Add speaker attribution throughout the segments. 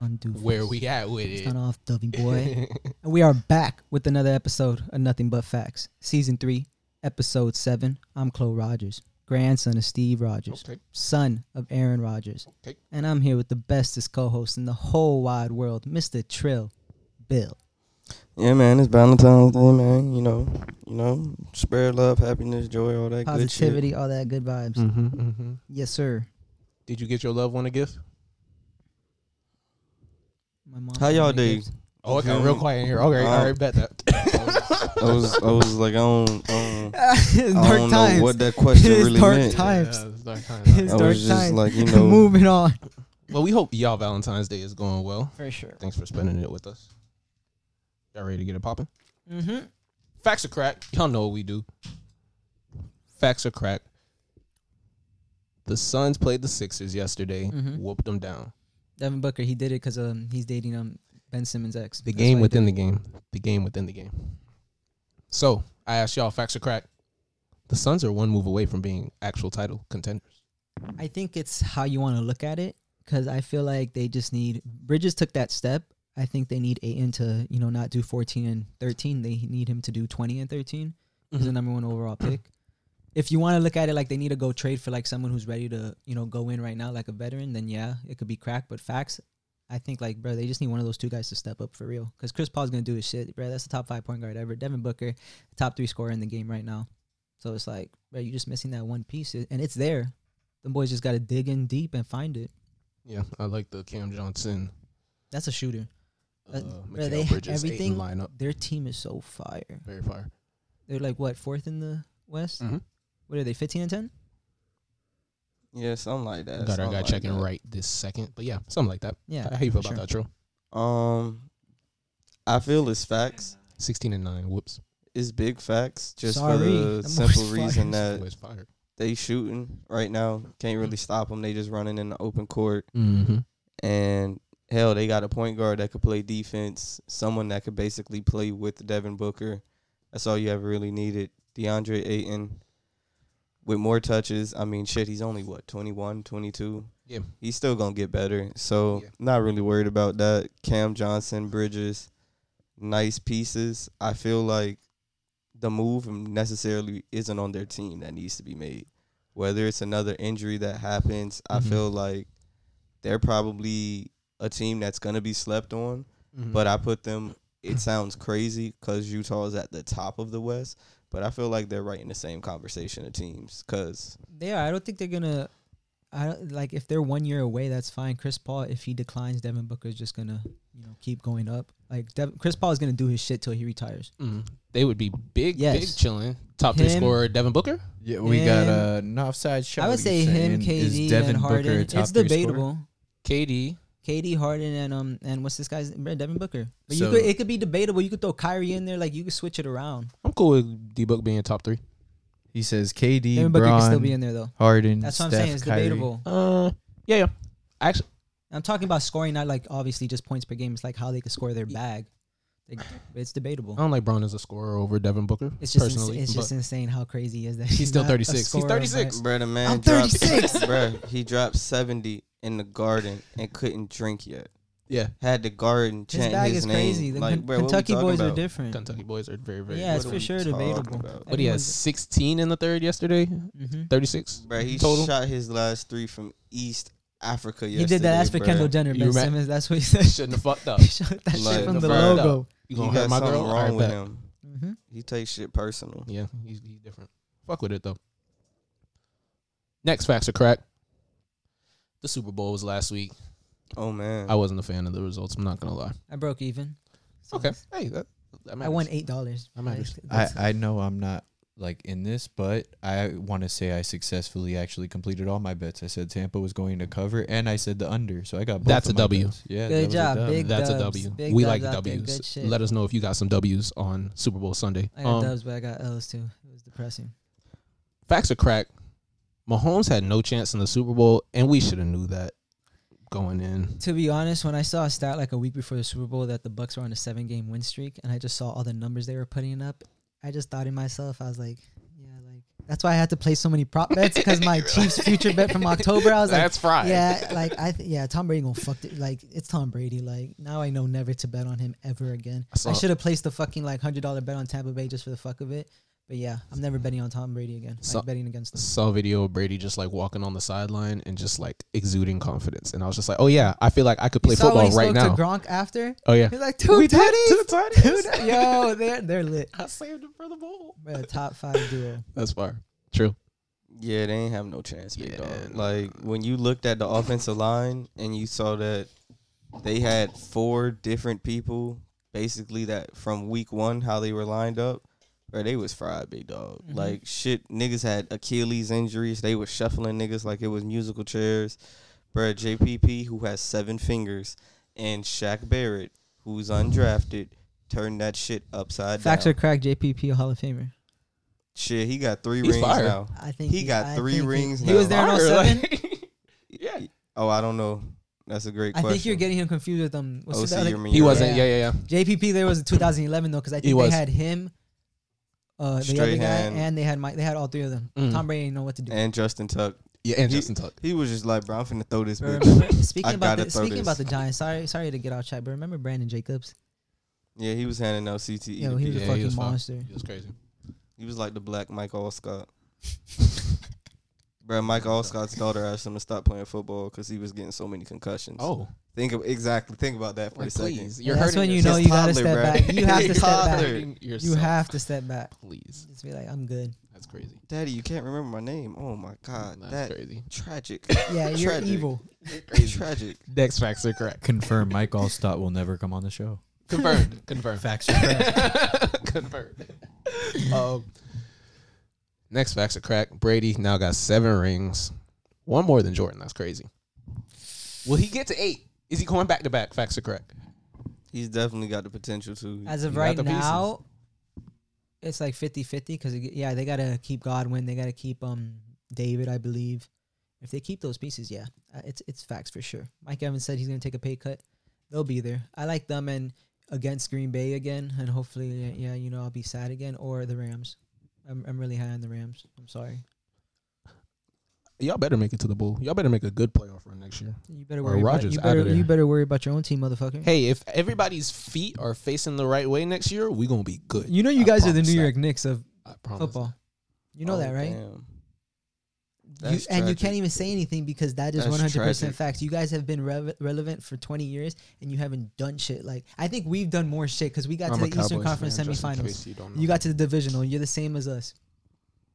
Speaker 1: undo.
Speaker 2: Where we at with it?
Speaker 1: Start off, Dovey boy. and we are back with another episode of Nothing But Facts, season three, episode seven. I'm Chloe Rogers, grandson of Steve Rogers,
Speaker 2: Okay.
Speaker 1: son of Aaron Rogers,
Speaker 2: Okay.
Speaker 1: and I'm here with the bestest co-host in the whole wide world, Mr. Trill, Bill.
Speaker 3: Yeah, man, it's Valentine's Day, man. You know, you know, spread love, happiness, joy, all that good shit. Hmm.
Speaker 1: Positivity, all that good vibes.
Speaker 2: Mm-hmm, mm-hmm.
Speaker 1: Yes, sir.
Speaker 2: Did you get your loved one a gift?
Speaker 1: My mom.
Speaker 3: How
Speaker 1: got
Speaker 3: y'all
Speaker 1: me
Speaker 3: do?
Speaker 1: gifts.
Speaker 2: Oh, it got real quiet in here. Okay, all right, bet that.
Speaker 3: I was, I was like, I don't, I don't,
Speaker 1: It's
Speaker 3: Um, I
Speaker 1: dark
Speaker 3: don't
Speaker 1: times.
Speaker 3: know what that question
Speaker 1: It's
Speaker 3: really
Speaker 1: dark
Speaker 3: meant.
Speaker 1: Times.
Speaker 2: Yeah, it's dark times.
Speaker 1: It's
Speaker 3: I
Speaker 1: dark
Speaker 3: was just
Speaker 1: times.
Speaker 3: like, you know,
Speaker 1: Moving on.
Speaker 2: Well, we hope y'all Valentine's Day is going well.
Speaker 1: For sure.
Speaker 2: Thanks for spending it with us. Y'all ready to get it popping?
Speaker 1: Mm-hmm.
Speaker 2: Facts are crack. Y'all know what we do. Facts are crack. The Suns played the Sixers yesterday,
Speaker 1: Mhm.
Speaker 2: whooped them down.
Speaker 1: Devin Booker, he did it because um he's dating um Ben Simmons' ex.
Speaker 2: The
Speaker 1: That's
Speaker 2: game
Speaker 1: why he
Speaker 2: within
Speaker 1: did
Speaker 2: the game. The game within the game. So I asked y'all facts or crack. The Suns are one move away from being actual title contenders.
Speaker 1: it. I think it's how you want to look at it because I feel like they just need Bridges took that step. I think they need Aiton to you know not do fourteen and thirteen. They need him to do twenty and thirteen. He's the number one overall pick. If you want to look at it like they need to go trade for like someone who's ready to you know go in right now like a veteran, then yeah, it could be crack. But facts, I think like bro, they just need one of those two guys to step up for real because Chris Paul's gonna do his shit, bro. That's the top five point guard ever. Devin Booker, top three scorer in the game right now. So it's like, bro, you're just missing that one piece, and it's there. The boys just gotta dig in deep and find it.
Speaker 2: Yeah, I like the Cam Johnson,
Speaker 1: That's a shooter.
Speaker 2: uh,
Speaker 1: Uh,
Speaker 2: Mikal
Speaker 1: they have
Speaker 2: Bridges,
Speaker 1: everything-
Speaker 2: Aiton lineup.
Speaker 1: Their team is so fire.
Speaker 2: Very fire.
Speaker 1: They're like what fourth in the West?
Speaker 4: Mm.
Speaker 1: What are they? Fifteen and ten?
Speaker 3: yeah, something like
Speaker 2: Got
Speaker 3: that.
Speaker 2: our
Speaker 3: something
Speaker 2: guy
Speaker 3: like
Speaker 2: checking
Speaker 3: that.
Speaker 2: right this second, but yeah, something like that.
Speaker 1: Yeah.
Speaker 2: How you feel
Speaker 1: for
Speaker 2: about
Speaker 1: sure.
Speaker 2: that, Trill?
Speaker 3: Um, I feel it's facts.
Speaker 2: Sixteen and nine. Whoops.
Speaker 3: It's big facts, just
Speaker 1: Sorry,
Speaker 3: for
Speaker 1: them
Speaker 3: the
Speaker 1: boys
Speaker 3: simple
Speaker 1: fire.
Speaker 3: reason
Speaker 2: That
Speaker 3: that
Speaker 2: was fire.
Speaker 3: they shooting right now. Can't really
Speaker 1: Mm.
Speaker 3: stop them. They just running in the open court.
Speaker 2: Mm-hmm.
Speaker 3: And hell, they got a point guard that could play defense, someone that could basically play with Devin Booker. That's all you ever really needed. DeAndre Ayton with more touches. I mean, shit, he's only what, 21, 22?
Speaker 2: Yeah.
Speaker 3: He's still going to get better. So,
Speaker 2: Yeah.
Speaker 3: not really worried about that. Cam Johnson, Bridges, nice pieces. I feel like the move necessarily isn't on their team that needs to be made. Whether it's another injury that happens, I
Speaker 2: Mhm.
Speaker 3: feel like they're probably a team that's going to be slept on.
Speaker 2: Mm-hmm.
Speaker 3: But I put them, it sounds crazy because Utah is at the top of the West, but I feel like they're right in the same conversation of teams because
Speaker 1: They are. I don't think they're gonna. I don't, like if they're one year away, that's fine. Chris Paul, if he declines, Devin Booker is just gonna you know keep going up. Like Dev- Chris Paul is gonna do his shit till he retires.
Speaker 2: Mhm. they would be big, big
Speaker 1: Yes.
Speaker 2: chilling. Top three
Speaker 1: Him-
Speaker 2: scorer Devin Booker.
Speaker 4: Yeah, we got
Speaker 1: Him.
Speaker 4: uh, an offside shot.
Speaker 1: I would say him, KD, and Harden. It's debatable.
Speaker 2: KD.
Speaker 1: KD, Harden, and um, and what's this guy's name? Devin Booker. But you
Speaker 4: So-
Speaker 1: could it could be debatable. You could throw Kyrie in there. Like you could switch it around.
Speaker 2: I'm cool with D Book being top three.
Speaker 4: He says KD,
Speaker 1: Devin Booker could still be in there though.
Speaker 4: Harden.
Speaker 1: That's what I'm
Speaker 4: Steph,
Speaker 1: saying. It's
Speaker 4: Kyrie.
Speaker 1: debatable.
Speaker 2: Uh, yeah, yeah. Actually,
Speaker 1: I'm talking about scoring, not like obviously just points per game. It's like how they could score their bag. Like, it's debatable.
Speaker 2: I don't like Brown as a scorer over Devin Booker.
Speaker 1: It's just
Speaker 2: Oh, personally,
Speaker 1: ins- it's
Speaker 2: but
Speaker 1: just insane how crazy is that.
Speaker 2: He's still
Speaker 1: not a
Speaker 2: 36. He's
Speaker 1: scorer,
Speaker 2: 36.
Speaker 1: but-
Speaker 3: Bruh, the man
Speaker 1: I'm
Speaker 3: dropped-
Speaker 1: 36.
Speaker 3: bruh, he dropped 70 in the garden and couldn't drink yet.
Speaker 2: yeah,
Speaker 3: Had the garden
Speaker 1: His
Speaker 3: chant
Speaker 1: bag
Speaker 3: his
Speaker 1: is
Speaker 3: name.
Speaker 1: crazy. The
Speaker 3: like,
Speaker 1: Ken-
Speaker 3: bruh, what we
Speaker 1: Kentucky
Speaker 3: talking
Speaker 1: boys are
Speaker 3: about?
Speaker 1: different.
Speaker 2: Kentucky boys are very, very.
Speaker 1: yeah,
Speaker 2: good.
Speaker 1: it's
Speaker 3: What are
Speaker 1: for
Speaker 3: we
Speaker 1: sure
Speaker 3: talking
Speaker 1: debatable.
Speaker 3: about?
Speaker 2: but he has 16 in the third yesterday.
Speaker 1: hmm
Speaker 2: 36
Speaker 3: Bruh, he
Speaker 2: total.
Speaker 3: shot his last three from East Africa yesterday.
Speaker 1: He did that. That's for
Speaker 3: bruh.
Speaker 1: Kendall Jenner,
Speaker 2: You
Speaker 1: Ben
Speaker 2: remember-
Speaker 1: Simmons. That's what he said.
Speaker 2: Shouldn't have fucked up.
Speaker 1: he shot that shit
Speaker 3: Like,
Speaker 1: from the
Speaker 3: bro.
Speaker 1: logo.
Speaker 2: You
Speaker 3: He
Speaker 2: gonna
Speaker 3: got
Speaker 2: hurt my
Speaker 3: something
Speaker 2: girl?
Speaker 3: wrong
Speaker 2: Alright,
Speaker 3: with
Speaker 2: bet.
Speaker 3: him.
Speaker 1: Mm-hmm.
Speaker 3: He takes shit personal.
Speaker 2: Yeah, he's, he's different. Fuck with it though. Next facts are crack. The Super Bowl was last week.
Speaker 3: Oh man,
Speaker 2: I wasn't a fan of the results. I'm not gonna lie.
Speaker 1: I broke even. So
Speaker 2: Okay,
Speaker 1: it's-
Speaker 2: hey, that, that
Speaker 1: I won
Speaker 2: matters.
Speaker 1: eight dollars.
Speaker 2: That matters.
Speaker 4: I, I know I'm not like in this, but I want to say I successfully actually completed all my bets. I said Tampa was going to cover, and I said the under, so I got both
Speaker 2: That's
Speaker 4: of
Speaker 2: a
Speaker 4: my
Speaker 2: W.
Speaker 4: bets. Yeah, that
Speaker 1: Good
Speaker 4: was a
Speaker 1: job,
Speaker 4: dub.
Speaker 1: big
Speaker 2: That's a
Speaker 1: dubs.
Speaker 2: W.
Speaker 1: Big
Speaker 2: we
Speaker 1: dubs
Speaker 2: like
Speaker 1: out there. Good
Speaker 2: W's.
Speaker 1: shit.
Speaker 2: Let us know if you got some W's on Super Bowl Sunday.
Speaker 1: I got
Speaker 2: Um,
Speaker 1: dubs, but I got L's too. It was depressing.
Speaker 2: facts are crack. Mahomes had no chance in the Super Bowl, and we should have knew that going in.
Speaker 1: To be honest, when I saw a stat like a week before the Super Bowl that the Bucks were on a seven-game win streak, and I just saw all the numbers they were putting up, I just thought in myself, I was like, yeah, like That's why I had to play so many prop bets because my Chiefs future bet from October. I was like,
Speaker 2: That's fried.
Speaker 1: yeah, like I th- yeah, Tom Brady gonna fuck it. Like it's Tom Brady. Like now I know never to bet on him ever again.
Speaker 2: I saw-
Speaker 1: I should have placed the fucking like hundred dollar bet on Tampa Bay just for the fuck of it. But yeah, I'm never betting on Tom Brady again. Like
Speaker 2: So-
Speaker 1: betting against him.
Speaker 2: saw a video of Brady just like walking on the sideline and just like exuding confidence, and I was just like, "Oh yeah, I feel like I could play
Speaker 1: You saw when
Speaker 2: football
Speaker 1: he
Speaker 2: right
Speaker 1: spoke
Speaker 2: now."
Speaker 1: To Gronk after
Speaker 2: oh yeah,
Speaker 1: he's like two
Speaker 2: to
Speaker 1: tutties,
Speaker 2: the
Speaker 1: dude. Yo, they're they're lit.
Speaker 2: I saved him for the bowl.
Speaker 1: Bro, top five duo.
Speaker 2: That's fire. True.
Speaker 3: Yeah, they ain't have no chance, big
Speaker 2: Yeah,
Speaker 3: dog.
Speaker 2: nah.
Speaker 3: Like when you looked at the offensive line and you saw that they had four different people basically that from week one how they were lined up, or they was fried, big dog.
Speaker 1: Mhm.
Speaker 3: Like shit, niggas had Achilles injuries. They was shuffling niggas like it was musical chairs. Bruh, JPP who has seven fingers and Shaq Barrett who's undrafted turned that shit upside
Speaker 1: Facts
Speaker 3: down.
Speaker 1: are crack. JPP Hall of Famer.
Speaker 3: shit, he got three
Speaker 2: He's
Speaker 3: rings
Speaker 2: fire.
Speaker 3: now.
Speaker 1: I think
Speaker 3: He got
Speaker 1: I
Speaker 3: three
Speaker 1: think
Speaker 3: rings
Speaker 1: He,
Speaker 3: now.
Speaker 1: he was there in
Speaker 2: Fire,
Speaker 1: 07.
Speaker 2: Yeah.
Speaker 3: Oh, I don't know. That's a great
Speaker 1: I
Speaker 3: question.
Speaker 1: think you're getting him confused with them. What's the
Speaker 3: OC
Speaker 1: other-
Speaker 3: or Miura.
Speaker 2: He wasn't.
Speaker 1: Yeah.
Speaker 2: Yeah, yeah, yeah.
Speaker 1: JPP there was in 2011 though because I think they
Speaker 2: was.
Speaker 1: had him, uh, the other
Speaker 3: Strahan.
Speaker 1: guy, and they had Mike. They had all three of them.
Speaker 2: Mm.
Speaker 1: Tom Brady didn't know what to do.
Speaker 3: And Justin Tuck.
Speaker 2: Yeah, and
Speaker 3: He-
Speaker 2: Justin Tuck.
Speaker 3: He was just like, bro, I'm finna throw this
Speaker 1: But
Speaker 3: bitch.
Speaker 1: remember, speaking
Speaker 3: I
Speaker 1: about
Speaker 3: gotta
Speaker 1: the,
Speaker 3: throw
Speaker 1: speaking
Speaker 3: this.
Speaker 1: about the Giants. Sorry, sorry to get off track, but remember Brandon Jacobs?
Speaker 3: Yeah, he was handing out CTE.
Speaker 1: Yo, he was
Speaker 2: yeah,
Speaker 1: a
Speaker 2: he
Speaker 1: fucking
Speaker 2: was fire.
Speaker 1: monster.
Speaker 2: He was crazy.
Speaker 3: He was like the black Mike Allscott. bro, Mike Allscott's daughter asked him to stop playing football because he was getting so many concussions.
Speaker 2: Oh,
Speaker 3: Think of exactly think about that for a
Speaker 2: like,
Speaker 3: second.
Speaker 2: please.
Speaker 1: Yeah, that's when you know
Speaker 3: His
Speaker 1: you gotta
Speaker 3: toddler,
Speaker 1: step
Speaker 3: bro.
Speaker 1: back. You have to
Speaker 3: His
Speaker 1: step back.
Speaker 3: toddler.
Speaker 1: You have to step back.
Speaker 2: Please.
Speaker 1: Just be like, I'm good.
Speaker 2: That's crazy.
Speaker 3: Daddy, you can't remember my name. Oh my god.
Speaker 2: That's
Speaker 3: that
Speaker 2: crazy.
Speaker 3: tragic.
Speaker 1: Yeah, you're
Speaker 3: Tragic.
Speaker 1: evil.
Speaker 3: tragic.
Speaker 2: Next facts are correct.
Speaker 4: Confirm Mike Allstott will never come on the show.
Speaker 2: Confirmed. Confirmed.
Speaker 4: Facts are correct.
Speaker 2: Confirmed. Um, next facts are crack. Brady now got seven rings, one more than Jordan. That's crazy. Will he get to eight? Is he going back to back? Facts are correct.
Speaker 3: He's definitely got the potential to.
Speaker 1: As of
Speaker 2: You got
Speaker 1: right
Speaker 2: the pieces.
Speaker 1: now, it's like 50-50 because yeah, they gotta keep Godwin. They gotta keep um David, I believe. If they keep those pieces, yeah, uh, it's it's facts for sure. Mike Evans said he's gonna take a pay cut. They'll be there. I like them and against Green Bay again, and hopefully, yeah, yeah, you know, I'll be sad again or the Rams. I'm I'm really high on the Rams. I'm sorry.
Speaker 2: Y'all better make it to the bowl. Y'all better make a good playoff run next year.
Speaker 1: You better
Speaker 2: Or
Speaker 1: worry. About,
Speaker 2: Rodgers
Speaker 1: you
Speaker 2: outta
Speaker 1: better
Speaker 2: there.
Speaker 1: you better worry about your own team, motherfucker.
Speaker 2: Hey, if everybody's feet are facing the right way next year, we gonna be good.
Speaker 1: you know you
Speaker 2: I
Speaker 1: guys are the
Speaker 2: promise
Speaker 1: New
Speaker 2: that.
Speaker 1: York Knicks of
Speaker 2: I promise.
Speaker 1: football. You know
Speaker 3: Oh,
Speaker 1: that, right?
Speaker 3: damn.
Speaker 1: you,
Speaker 3: That's
Speaker 1: and you
Speaker 3: tragic.
Speaker 1: can't even say anything because that is
Speaker 3: That's
Speaker 1: one hundred percent
Speaker 3: tragic.
Speaker 1: facts. You guys have been rev relevant for twenty years, and you haven't done shit. Like I think we've done more shit because we got
Speaker 2: I'm
Speaker 1: to
Speaker 2: a
Speaker 1: the Eastern
Speaker 2: Cowboys
Speaker 1: Conference
Speaker 2: fan, just in
Speaker 1: semifinals.
Speaker 2: case You, don't know.
Speaker 1: You got to the divisional. You're the same as us.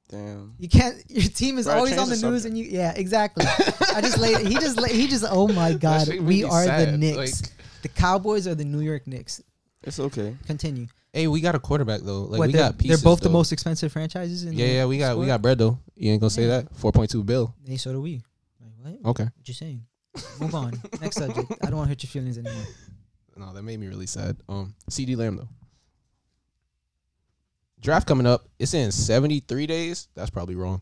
Speaker 3: Damn.
Speaker 1: You can't. Your team is
Speaker 3: Bro,
Speaker 1: always
Speaker 3: change
Speaker 1: on the
Speaker 3: the
Speaker 1: news, and you yeah, exactly. I just laid. He just laid, he just. Oh my god,
Speaker 2: shit made
Speaker 1: we
Speaker 2: me
Speaker 1: are the
Speaker 2: sad,
Speaker 1: Knicks.
Speaker 2: like-
Speaker 1: the Cowboys are the New York Knicks.
Speaker 3: It's okay.
Speaker 1: Continue.
Speaker 2: Hey, we got a quarterback though. Like
Speaker 1: What,
Speaker 2: we
Speaker 1: they're,
Speaker 2: got
Speaker 1: they're
Speaker 2: pieces.
Speaker 1: both the
Speaker 2: though.
Speaker 1: most expensive franchises in.
Speaker 2: Yeah,
Speaker 1: the
Speaker 2: yeah, we got we
Speaker 1: sport?
Speaker 2: got bread though. You ain't gonna say
Speaker 1: Yeah.
Speaker 2: that. Four point two bill.
Speaker 1: Hey, so do we. Like, what? What
Speaker 2: Okay.
Speaker 1: you saying? Move on. Next subject. I don't want to hurt your feelings anymore.
Speaker 2: No, that made me really sad. Um, CD Lamb though. Draft coming up. It's in seventy three days. That's probably wrong,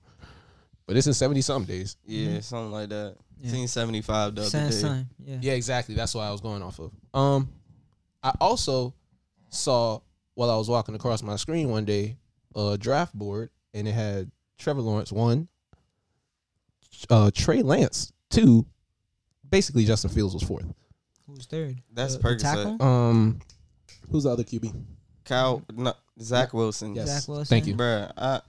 Speaker 2: but it's in seventy something days.
Speaker 3: Yeah,
Speaker 1: Mhm.
Speaker 3: something like that.
Speaker 1: Yeah.
Speaker 3: Seen 75 the other
Speaker 1: Sign,
Speaker 3: day.
Speaker 1: sign. Yeah.
Speaker 2: Yeah, exactly. That's what I was going off of. Um, I also saw while I was walking across my screen one day a draft board, and it had Trevor Lawrence one, uh, Trey Lance two, basically Justin Fields was fourth.
Speaker 1: Who's third?
Speaker 3: That's
Speaker 1: The- the
Speaker 3: Perkins.
Speaker 1: tackle?
Speaker 2: Um, who's the other QB?
Speaker 3: Kyle,
Speaker 1: Mm-hmm.
Speaker 3: no, Zach Wilson.
Speaker 2: Yes.
Speaker 1: Zach Wilson.
Speaker 2: Thank you.
Speaker 3: Bruh, I,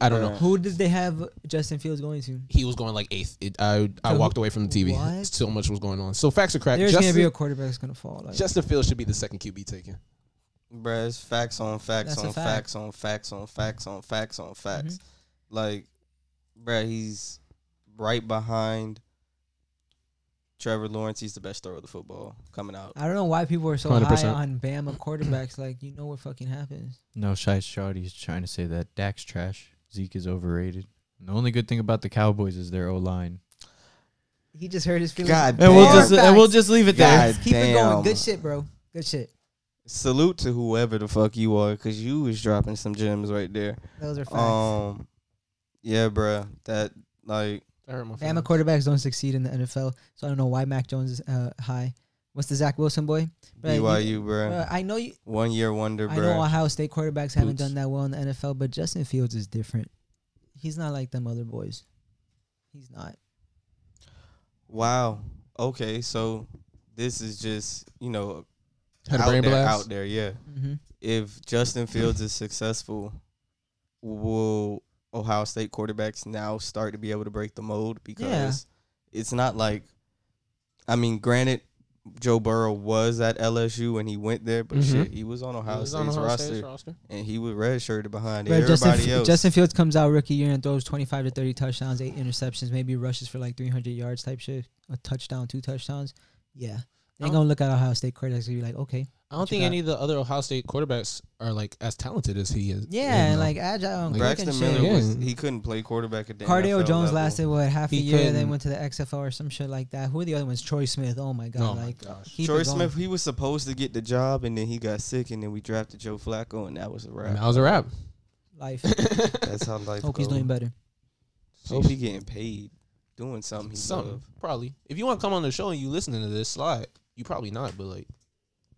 Speaker 2: I don't know.
Speaker 3: Bruh.
Speaker 1: Who did they have Justin Fields going to?
Speaker 2: he was going like eighth. It, I I
Speaker 1: So
Speaker 2: walked away from the TV.
Speaker 1: what?
Speaker 2: So much was going on. So facts are cracked.
Speaker 1: There's gonna be
Speaker 2: Justin,
Speaker 1: a quarterback that's gonna fall. Like,
Speaker 2: Justin Fields should be the second QB taken.
Speaker 3: bruh, it's facts on facts
Speaker 1: That's a
Speaker 3: on
Speaker 1: fact.
Speaker 3: facts on facts on facts on facts on facts.
Speaker 1: Mhm. Mm-hmm.
Speaker 3: Like, bruh, he's right behind Trevor Lawrence. He's the best thrower of the football coming out.
Speaker 1: I don't know why people are so high
Speaker 2: 100%.
Speaker 1: on Bama quarterbacks. Like, you know what fucking happens?
Speaker 4: No, Shai Shawty's trying to say that Dak's trash. Zeke is overrated. And the only good thing about the Cowboys is their O line.
Speaker 1: He just hurt his feelings.
Speaker 3: God
Speaker 4: And we'll
Speaker 1: More
Speaker 4: just and we'll
Speaker 1: facts.
Speaker 4: just leave it there.
Speaker 3: God
Speaker 1: Keep it going.
Speaker 3: damn.
Speaker 1: Good shit, bro. Good shit.
Speaker 3: Salute to whoever the fuck you are because you was dropping some gems right there.
Speaker 1: Those are facts.
Speaker 3: Um, Yeah, bruh, that, like,
Speaker 1: Bama quarterbacks don't succeed in the NFL, so I don't know why Mac Jones is uh, high. What's the Zach Wilson boy? Bruh, you-
Speaker 3: BYU, bruh.
Speaker 1: bruh, I know you.
Speaker 3: One year wonder,
Speaker 1: I know
Speaker 3: bruh.
Speaker 1: Ohio State quarterbacks haven't
Speaker 3: Boots.
Speaker 1: done that well in the NFL, but Justin Fields is different. he's not like them other boys. He's not.
Speaker 3: Wow. Okay, so this is just you know
Speaker 2: Had a
Speaker 3: out
Speaker 2: brain
Speaker 3: there,
Speaker 2: blast.
Speaker 3: out there. Yeah.
Speaker 1: Mm-hmm.
Speaker 3: If Justin Fields is successful, will Ohio State quarterbacks now start to be able to break the mold? Because it's not like, I mean, granted, Joe Burrow was at LSU and he went there, but
Speaker 1: Mm-hmm.
Speaker 2: Mhm.
Speaker 3: shit, he was on Ohio
Speaker 2: He was
Speaker 3: State's
Speaker 2: on Ohio
Speaker 3: roster,
Speaker 2: State's roster.
Speaker 3: and he was redshirted behind
Speaker 1: Right, Justin,
Speaker 3: everybody else.
Speaker 1: Justin Fields comes out rookie year and throws 25 to 30 touchdowns, eight interceptions, maybe rushes for like 300 yards type shit, a touchdown, two touchdowns. Yeah. They're
Speaker 2: Oh.
Speaker 1: going to look at Ohio State quarterbacks and be like, okay.
Speaker 2: I don't
Speaker 1: What you
Speaker 2: think
Speaker 1: got?
Speaker 2: any of the other Ohio State quarterbacks are like as talented as he is.
Speaker 1: Yeah,
Speaker 2: you
Speaker 1: and
Speaker 2: know.
Speaker 1: like agile and quick and
Speaker 3: Braxton
Speaker 1: shit.
Speaker 3: Miller was
Speaker 2: Yeah.
Speaker 3: he couldn't play quarterback at the
Speaker 1: Cardale
Speaker 3: NFL
Speaker 1: Jones
Speaker 3: level.
Speaker 1: lasted, what, half
Speaker 2: He
Speaker 1: a year, then
Speaker 2: couldn't-
Speaker 1: went to the XFL or some shit like that. Who are the other ones? Troy Smith. Oh my God.
Speaker 2: oh
Speaker 1: like,
Speaker 2: my gosh,
Speaker 1: keep it
Speaker 3: Troy
Speaker 1: going.
Speaker 3: Smith, he was supposed to get the job, and then he got sick, and then we drafted Joe Flacco, and that was a
Speaker 2: and
Speaker 3: wrap.
Speaker 2: that was a wrap.
Speaker 1: Life.
Speaker 3: That's how life
Speaker 1: Hope
Speaker 3: goes.
Speaker 1: he's doing better.
Speaker 3: Hope he getting paid, doing something he
Speaker 2: Something
Speaker 3: love.
Speaker 2: probably. If you want to come on the show and you listening to this slide, you probably not. But like,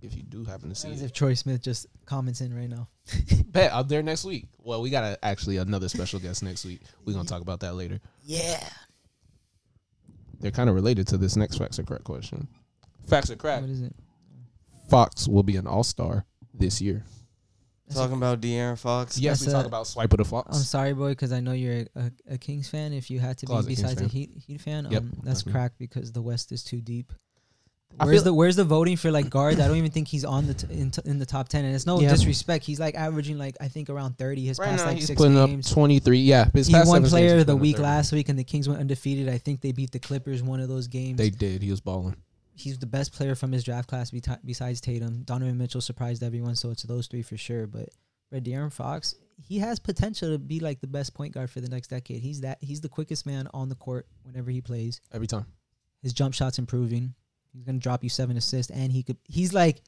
Speaker 2: if you do happen to see
Speaker 1: As
Speaker 2: it,
Speaker 1: if Troy Smith just comments in right now.
Speaker 2: bet I'm there next week. Well, we got a, actually another special guest next week. We're gonna talk about that later.
Speaker 1: Yeah.
Speaker 2: They're kind of related to this next facts or crack question. Facts or crack.
Speaker 1: What is it?
Speaker 2: Fox will be an all star this year.
Speaker 1: That's a-
Speaker 3: Talking about De'Aaron Fox.
Speaker 2: Yes,
Speaker 1: That's
Speaker 2: we talk
Speaker 1: a-
Speaker 2: about swipe of the fox.
Speaker 1: I'm sorry, boy, because I know you're a, a, a Kings fan. If you had to
Speaker 2: Closet
Speaker 1: be,
Speaker 2: Kings
Speaker 1: besides
Speaker 2: fan.
Speaker 1: a Heat Heat fan,
Speaker 2: Yep,
Speaker 1: um, that's
Speaker 2: that's me.
Speaker 1: crack because the West is too deep.
Speaker 2: I
Speaker 1: Where's
Speaker 2: feel-
Speaker 1: the Where's the voting for like guards? I don't even think he's on the t- in, t- in the top ten, and it's no
Speaker 2: Yeah.
Speaker 1: disrespect. He's like averaging like I think around thirty his
Speaker 2: right
Speaker 1: past
Speaker 2: now
Speaker 1: like
Speaker 2: he's
Speaker 1: six
Speaker 2: putting
Speaker 1: games.
Speaker 2: up 23. Yeah, his
Speaker 1: he
Speaker 2: past
Speaker 1: won
Speaker 2: seven games,
Speaker 1: player
Speaker 2: he's
Speaker 1: of the
Speaker 2: putting up
Speaker 1: week
Speaker 2: 30.
Speaker 1: last week, and the Kings went undefeated. I think they beat the Clippers one of those games.
Speaker 2: They did. He was balling.
Speaker 1: he's the best player from his draft class beti- besides Tatum. Donovan Mitchell surprised everyone, so it's those three for sure. But Red De'Aaron Fox, he has potential to be like the best point guard for the next decade. He's that he's the quickest man on the court whenever he plays.
Speaker 2: Every time.
Speaker 1: His jump shot's improving. He's gonna drop you seven assists, and he could he's like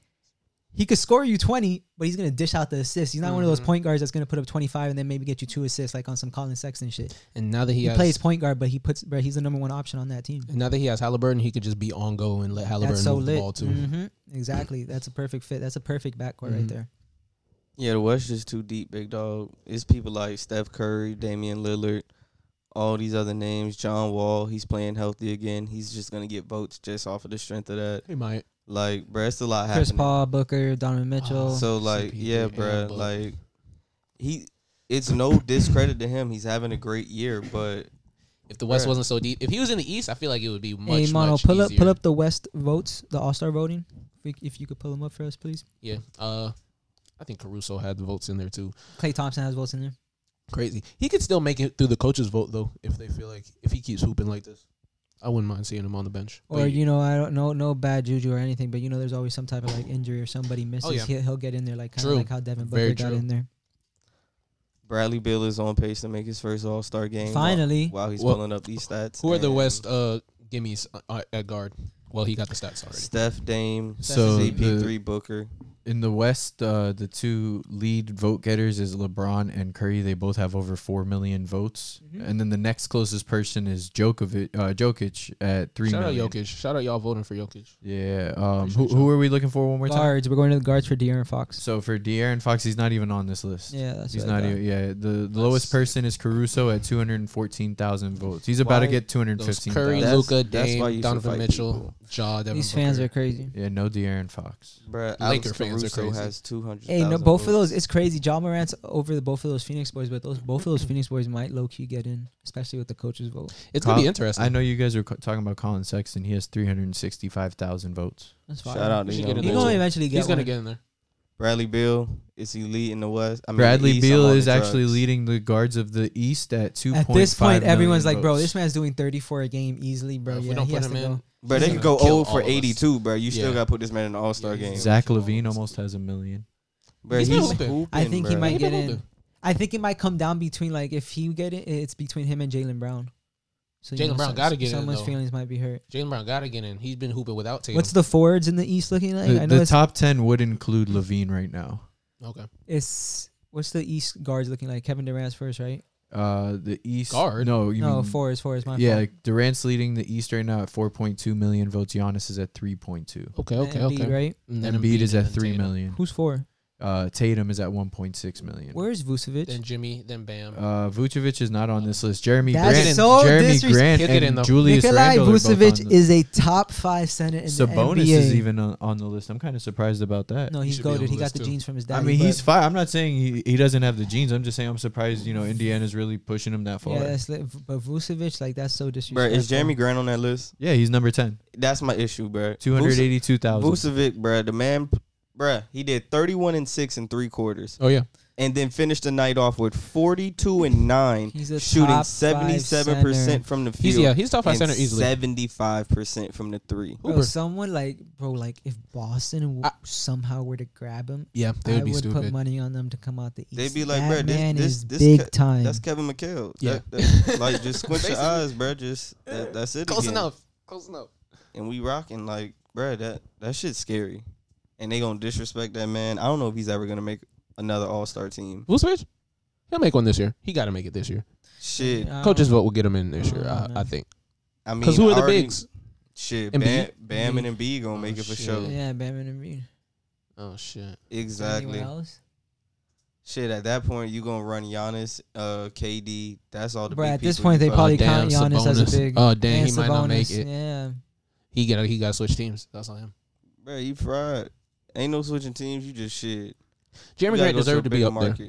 Speaker 1: he could score you twenty, but he's gonna dish out the assists. He's not one of those
Speaker 2: Mhm.
Speaker 1: point guards that's gonna put up twenty five and then maybe get you two assists, like on some Colin Sexton shit.
Speaker 2: And now that he,
Speaker 1: He,
Speaker 2: has,
Speaker 1: plays point guard, but he puts, but he's the number one option on that team.
Speaker 2: and now that he has Halliburton, he could just be on go and let Halliburton
Speaker 1: That's so
Speaker 2: move
Speaker 1: lit.
Speaker 2: the ball too.
Speaker 1: Mhm. Exactly. That's a perfect fit. That's a perfect backcourt right
Speaker 2: Mhm.
Speaker 1: there.
Speaker 3: Yeah, the West is too deep, big dog. It's people like Steph Curry, Damian Lillard, all these other names. John Wall, he's playing healthy again. He's just gonna get votes just off of the strength of that.
Speaker 2: He might.
Speaker 3: Like, bruh, it's a lot
Speaker 1: Chris
Speaker 3: happening.
Speaker 1: Paul, Booker, Donovan
Speaker 2: Ah,
Speaker 1: Mitchell.
Speaker 3: So like,
Speaker 2: CP3
Speaker 3: yeah,
Speaker 2: and
Speaker 3: bruh,
Speaker 2: Book.
Speaker 3: like he. It's no discredit to him. He's having a great year, but
Speaker 2: If the West
Speaker 3: Bruh.
Speaker 2: wasn't so deep, if he was in the East, I feel like it would be much.
Speaker 1: hey, Mono,
Speaker 2: much
Speaker 1: pull up,
Speaker 2: easier.
Speaker 1: pull up the West votes, the All Star voting. If, we, if you could pull them up for us, please.
Speaker 2: Yeah. Uh, I think Caruso had the votes in there too.
Speaker 1: Clay Thompson has votes in there.
Speaker 2: Crazy. He could still make it through the coaches' vote though, if they feel like if he keeps hooping like this. I wouldn't mind seeing him on the bench.
Speaker 1: Or
Speaker 2: But-
Speaker 1: you know, I don't know, no bad juju or anything, but you know, there's always some type of like injury or somebody misses.
Speaker 2: Oh, yeah.
Speaker 1: he'll, he'll get in there, like kind
Speaker 2: True.
Speaker 1: of like how Devin Booker
Speaker 2: Very
Speaker 1: got
Speaker 2: true.
Speaker 1: in there.
Speaker 3: Bradley Bill is on pace to make his first All Star game. while-
Speaker 1: Finally,
Speaker 3: while, he's
Speaker 2: Well,
Speaker 3: pulling up these stats.
Speaker 2: Who are the
Speaker 3: And
Speaker 2: West uh gimmies uh, at guard? Well, he got the stats already.
Speaker 3: Steph Dame,
Speaker 4: So
Speaker 3: CP3
Speaker 4: the-
Speaker 3: Booker.
Speaker 4: In the West, uh, the two lead vote getters is LeBron and Curry. They both have over four million votes,
Speaker 1: Mhm.
Speaker 4: and then the next closest person is Djokovic. Uh, Jokic at three
Speaker 2: Shout
Speaker 4: million.
Speaker 2: out Jokic. Shout out y'all voting for Jokic.
Speaker 4: Yeah. Um.
Speaker 2: Appreciate
Speaker 4: Who,
Speaker 2: y'all.
Speaker 4: who are we looking for one more time?
Speaker 1: guards. We're going to the guards for De'Aaron Fox.
Speaker 4: So for De'Aaron Fox, he's not even on this list.
Speaker 1: Yeah, that's
Speaker 4: He's
Speaker 1: what I
Speaker 4: not
Speaker 1: thought.
Speaker 4: even. Yeah. The, the lowest
Speaker 2: sick.
Speaker 4: person is Caruso at two hundred fourteen thousand votes. He's about to
Speaker 3: Why
Speaker 4: get two hundred
Speaker 2: Those
Speaker 4: fifteen
Speaker 2: Curry,
Speaker 4: thousand.
Speaker 3: That's-
Speaker 2: Luca,
Speaker 3: that's why you
Speaker 2: Dame,
Speaker 3: should
Speaker 2: Donovan
Speaker 3: fight
Speaker 2: Mitchell,
Speaker 3: people.
Speaker 2: Ja, Devin
Speaker 1: These fans
Speaker 2: Booker.
Speaker 1: are crazy.
Speaker 4: Yeah. No De'Aaron Fox.
Speaker 3: Bruh, Alex
Speaker 2: Laker fans are
Speaker 3: Caruso
Speaker 2: crazy.
Speaker 3: has 200.
Speaker 1: Hey, no, both of those. It's crazy. John Morant's over the both of those Phoenix boys, but those both of those Phoenix boys might low key get in, especially with the coaches' vote.
Speaker 2: It's gonna be
Speaker 4: Col-
Speaker 2: interesting.
Speaker 4: I know you guys are co- talking about Colin Sexton. He has three hundred sixty-five thousand votes.
Speaker 1: That's fine.
Speaker 3: Shout out to
Speaker 2: He should
Speaker 3: young
Speaker 2: get
Speaker 1: He's
Speaker 2: in
Speaker 3: boy.
Speaker 2: there.
Speaker 1: gonna eventually get.
Speaker 2: He's gonna
Speaker 1: one.
Speaker 2: get in there.
Speaker 3: Bradley Bill is elite in the West. I mean,
Speaker 4: Bradley
Speaker 3: the East, I'm
Speaker 4: Beal
Speaker 3: on the
Speaker 4: is actually
Speaker 3: drugs.
Speaker 4: leading the guards of the East at two.
Speaker 1: At this point, everyone's like, "Bro, this man's doing 34 a game easily, bro.
Speaker 2: Uh, if
Speaker 1: yeah,
Speaker 2: we don't
Speaker 1: he
Speaker 2: put
Speaker 1: has
Speaker 2: him
Speaker 1: to
Speaker 2: in,
Speaker 1: go.
Speaker 3: Bro,
Speaker 2: he's
Speaker 3: they can
Speaker 2: gonna
Speaker 3: go
Speaker 2: kill
Speaker 3: 0
Speaker 2: all
Speaker 3: for
Speaker 2: of us.
Speaker 3: 82, bro. You
Speaker 2: Yeah.
Speaker 3: still got to put this man in an All Star
Speaker 2: Yeah,
Speaker 3: game.
Speaker 2: he's-
Speaker 4: Zach Levine almost has a million.
Speaker 3: Bro,
Speaker 2: he's
Speaker 3: he's,
Speaker 2: been hooping.
Speaker 3: hooping.
Speaker 1: I think he
Speaker 3: bruh.
Speaker 1: might
Speaker 2: He
Speaker 1: get
Speaker 2: been
Speaker 1: in.
Speaker 2: hooping.
Speaker 1: I think it might come down between like if he get it, it's between him and Jalen Brown. So you
Speaker 2: Jaylen
Speaker 1: know,
Speaker 2: Brown
Speaker 1: some-
Speaker 2: gotta get in,
Speaker 1: Someone's
Speaker 2: though.
Speaker 1: feelings might be hurt.
Speaker 2: Jalen Brown gotta get in. He's been hooping without Tatum.
Speaker 1: What's the forwards in the East looking like? I
Speaker 4: The,
Speaker 1: know
Speaker 4: the
Speaker 1: it's,
Speaker 4: top ten would include Levine right now.
Speaker 2: okay
Speaker 1: it's what's the East guards looking like? Kevin Durant's first, right?
Speaker 4: Uh, the East
Speaker 2: Guard?
Speaker 4: No, you
Speaker 1: no,
Speaker 4: mean,
Speaker 1: forwards. Forwards. My
Speaker 4: Yeah,
Speaker 1: fault.
Speaker 4: Durant's leading the East right now at four point two million votes. Giannis is at three point two.
Speaker 2: okay
Speaker 1: And
Speaker 2: okay
Speaker 1: Embiid,
Speaker 2: okay.
Speaker 1: Right?
Speaker 2: And then
Speaker 4: Embiid is
Speaker 2: and
Speaker 4: at
Speaker 2: then
Speaker 4: three
Speaker 2: Tatum.
Speaker 4: million.
Speaker 1: Who's four?
Speaker 4: Uh, Tatum is at 1.6 million.
Speaker 1: Where's
Speaker 2: Then
Speaker 1: Vucevic?
Speaker 2: Jimmy, then Bam.
Speaker 4: Uh, Vucevic is not on this list. Jeremy
Speaker 1: That's
Speaker 4: Grant,
Speaker 1: so
Speaker 4: Jeremy
Speaker 1: disres-
Speaker 4: Grant,
Speaker 2: Kick it in
Speaker 4: and
Speaker 2: the-
Speaker 4: Julius
Speaker 1: Nikolai
Speaker 4: Randle are both on
Speaker 1: Vucevic
Speaker 4: the-
Speaker 1: is a top five center in
Speaker 4: Sabonis
Speaker 1: the NBA.
Speaker 4: is even on, on the list. I'm kind of surprised about that.
Speaker 1: no,
Speaker 2: He
Speaker 1: he's
Speaker 2: should be on
Speaker 1: goaded.
Speaker 2: the
Speaker 1: He got
Speaker 2: list
Speaker 1: the
Speaker 2: too.
Speaker 1: jeans from his dad.
Speaker 4: I mean, he's fine. I'm not saying he, he doesn't have the genes. I'm just saying I'm surprised. You know, Indiana's really pushing him that far.
Speaker 1: yeah,
Speaker 4: Yeah,
Speaker 1: that's li- but Vucevic like that's so
Speaker 3: Bro,
Speaker 1: disrespectful.
Speaker 3: is Jeremy Grant on that list?
Speaker 4: he's number ten.
Speaker 3: That's my issue, bro.
Speaker 4: Two hundred eighty-two thousand.
Speaker 3: Vucevic, bro, the man, bro, he did 31 and 6 in three quarters
Speaker 2: oh yeah,
Speaker 3: and then finished the night off with 42 and 9,
Speaker 1: He's a
Speaker 3: shooting
Speaker 1: top five
Speaker 3: 77%
Speaker 1: center.
Speaker 3: from the
Speaker 2: he's
Speaker 3: field
Speaker 2: yeah he's top five
Speaker 3: and
Speaker 2: center easily.
Speaker 3: 75% from the three.
Speaker 1: Bro,
Speaker 2: Uber.
Speaker 1: someone like bro, like if Boston w-
Speaker 2: I-
Speaker 1: somehow were to grab him,
Speaker 2: yeah, they would
Speaker 1: I
Speaker 2: be
Speaker 1: would
Speaker 2: stupid.
Speaker 1: put money on them to come out the east.
Speaker 3: They'd be like,
Speaker 1: that
Speaker 3: bro, this-
Speaker 1: man
Speaker 3: this-
Speaker 1: is
Speaker 3: this
Speaker 1: big
Speaker 3: ca-
Speaker 1: time.
Speaker 3: That's Kevin McHale.
Speaker 2: Yeah.
Speaker 3: That- that- like, just squint your
Speaker 2: Basically.
Speaker 3: eyes, bro. Just, that, that's it.
Speaker 2: Close
Speaker 3: again.
Speaker 2: enough. Close enough.
Speaker 3: and we rocking like, bruh, that that shit's scary. And they gonna disrespect that man. I don't know if he's ever gonna make another All Star team.
Speaker 2: Vucevic, he'll make one this year. He got to make it this year.
Speaker 3: Shit,
Speaker 1: I
Speaker 2: Coach's
Speaker 1: don't-
Speaker 2: vote will get him in this year. I,
Speaker 1: Um,
Speaker 2: I think.
Speaker 3: I mean,
Speaker 2: Because who are the
Speaker 3: already-
Speaker 2: bigs?
Speaker 3: Shit, Bam,
Speaker 2: Embiid?
Speaker 3: Bam and Embiid gonna make it for
Speaker 2: Oh, shit.
Speaker 3: sure.
Speaker 1: Yeah, Bam and Embiid. Is
Speaker 2: Oh shit.
Speaker 1: there anyone
Speaker 3: Exactly.
Speaker 1: else?
Speaker 3: Shit, at that point you gonna run Giannis, uh, KD. That's all the.
Speaker 1: Bro,
Speaker 3: big
Speaker 1: at this
Speaker 3: people
Speaker 1: point
Speaker 3: you
Speaker 1: they
Speaker 3: fuck-
Speaker 1: probably
Speaker 2: Uh, damn,
Speaker 1: count Giannis as
Speaker 2: Sabonis.
Speaker 1: a big.
Speaker 2: Oh, damn,
Speaker 1: and
Speaker 2: he might not make
Speaker 1: Sabonis,
Speaker 2: it.
Speaker 1: Yeah,
Speaker 2: He got he got to switch teams. That's on him.
Speaker 3: Bruh, you fried. Ain't no switching teams. You just shit.
Speaker 2: Jeremy
Speaker 3: You gotta
Speaker 2: Grant
Speaker 3: go a
Speaker 2: deserved to be
Speaker 3: bigger
Speaker 2: up there.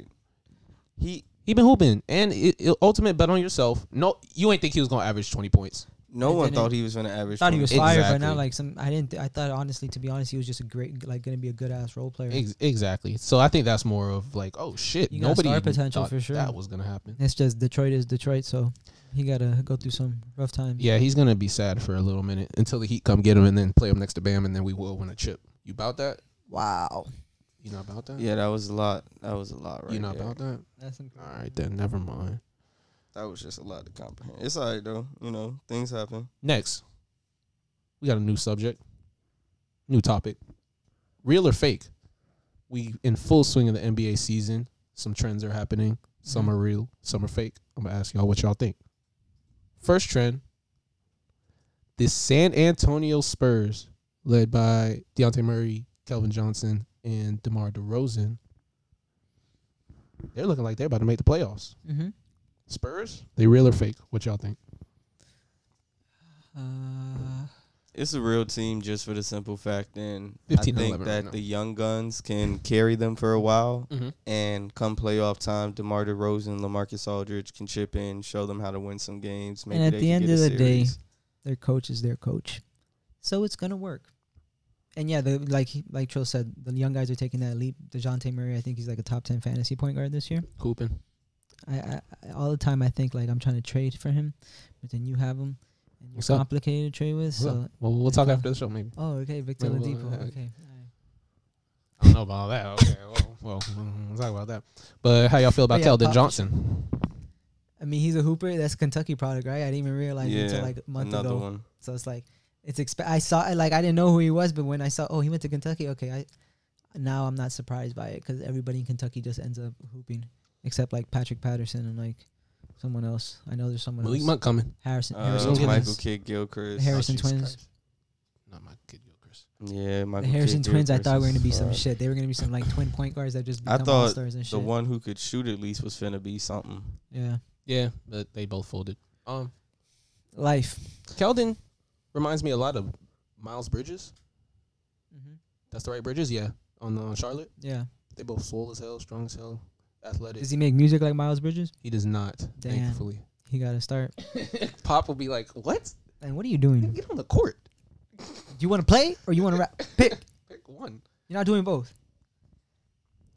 Speaker 3: He
Speaker 2: He been hooping and it, it- ultimate bet on yourself. No, you ain't think he was gonna average twenty points.
Speaker 3: no
Speaker 1: I
Speaker 3: one
Speaker 1: didn't-
Speaker 3: thought he was gonna average.
Speaker 1: thought he was
Speaker 3: 20.
Speaker 1: fired, but
Speaker 2: Exactly.
Speaker 1: now like some. I didn't. Th- I thought honestly, to be honest, he was just a great, like, gonna be a good ass role player.
Speaker 2: Ex- exactly. So I think that's more of like, oh shit,
Speaker 1: You got
Speaker 2: nobody
Speaker 1: star
Speaker 2: even
Speaker 1: potential
Speaker 2: thought
Speaker 1: for sure.
Speaker 2: that was gonna happen.
Speaker 1: It's just Detroit is Detroit, so he gotta go through some rough times.
Speaker 2: Yeah, he's gonna be sad for a little minute until the Heat come get him and then play him next to Bam and then we will win a chip. You about that?
Speaker 1: Wow,
Speaker 2: You not about that?
Speaker 3: Yeah, that was a lot. That was a lot, right?
Speaker 2: you not
Speaker 3: there.
Speaker 2: about that?
Speaker 1: that's some-
Speaker 2: All right, then never mind.
Speaker 3: That was just a lot to comprehend. It's all right though. You know, things happen.
Speaker 2: Next, we got a new subject, new topic. Real or fake? We in full swing of the NBA season. Some trends are happening. Some
Speaker 1: Mhm.
Speaker 2: are real. Some are fake. I'm gonna ask y'all what y'all think. First trend: the San Antonio Spurs, led by Deontay Murray, Kelvin Johnson, and DeMar DeRozan, they're looking like they're about to make the playoffs.
Speaker 1: Mm-hmm.
Speaker 2: Spurs? They real or fake? What y'all think?
Speaker 1: Uh,
Speaker 3: It's a real team just for the simple fact and I
Speaker 2: 15 and
Speaker 3: think
Speaker 2: 11 right
Speaker 3: that
Speaker 2: now.
Speaker 3: the young guns can carry them for a while
Speaker 2: Mm-hmm.
Speaker 3: and come playoff time, DeMar DeRozan, LaMarcus Aldridge can chip in, show them how to win some games. Maybe
Speaker 1: at
Speaker 3: they
Speaker 1: the
Speaker 3: can
Speaker 1: end
Speaker 3: get a
Speaker 1: of the day,
Speaker 3: series.
Speaker 1: their coach is their coach, so it's gonna work. And yeah, the like he- like Trill said, the young guys are taking that leap. Dejounte Murray, I think he's like a top ten fantasy point guard this year.
Speaker 2: Cooping.
Speaker 1: I, I, I all the time I think like I'm trying to trade for him, but then you have him, and you're
Speaker 2: What's up?
Speaker 1: complicated to trade with.
Speaker 2: What's up?
Speaker 1: So
Speaker 2: Well, we'll
Speaker 1: it's
Speaker 2: talk
Speaker 1: not-
Speaker 2: after the show, maybe.
Speaker 1: oh, okay, Victor
Speaker 2: Well, well,
Speaker 1: Oladipo.
Speaker 2: uh,
Speaker 1: okay,
Speaker 2: I don't know about all that. Okay, well, well, we'll talk about that. But how y'all feel about
Speaker 1: Yeah,
Speaker 2: Keldon
Speaker 1: Pop-
Speaker 2: Johnson?
Speaker 1: I mean he's a hooper. That's Kentucky product, right? I didn't even realize it until
Speaker 3: Yeah,
Speaker 1: like a month
Speaker 3: another
Speaker 1: ago.
Speaker 3: one.
Speaker 1: So it's like it's exp- I saw it like I didn't know who he was, but when I saw oh he went to Kentucky, okay, I now I'm not surprised by it because everybody in Kentucky just ends up hooping, except like Patrick Patterson and like someone else. I know there's someone
Speaker 2: Malik
Speaker 1: else.
Speaker 2: Monk coming.
Speaker 1: Harrison,
Speaker 3: Uh,
Speaker 1: Harrison
Speaker 2: Johnson.
Speaker 3: Michael
Speaker 1: Twins.
Speaker 3: Kidd Gilchrist.
Speaker 1: The Harrison Twins.
Speaker 2: Oh, Not my kid, Chris.
Speaker 3: Yeah,
Speaker 1: The
Speaker 3: Michael
Speaker 1: Harrison
Speaker 3: Kidd
Speaker 1: Twins. I
Speaker 3: Gilchrist
Speaker 1: thought were
Speaker 3: is
Speaker 1: gonna be some
Speaker 3: fried.
Speaker 1: shit. They were gonna be some like twin point guards that just
Speaker 3: I
Speaker 1: become
Speaker 3: thought
Speaker 1: all stars and shit.
Speaker 3: The one who could shoot at least was finna be something.
Speaker 1: Yeah,
Speaker 2: Yeah, but they both folded. Um,
Speaker 1: life.
Speaker 2: Keldon reminds me a lot of Miles Bridges. That's the right Bridges, yeah. On uh, Charlotte,
Speaker 1: Yeah.
Speaker 2: they both swole as hell, strong as hell, athletic.
Speaker 1: Does he make music like Miles Bridges?
Speaker 2: He does not,
Speaker 1: Damn.
Speaker 2: thankfully.
Speaker 1: He got to start.
Speaker 2: Pop will be like, "What?
Speaker 1: And what are you doing? Do
Speaker 2: Get on the court.
Speaker 1: you want to play or you want to rap? Pick.
Speaker 2: Pick one."
Speaker 1: You're not doing both.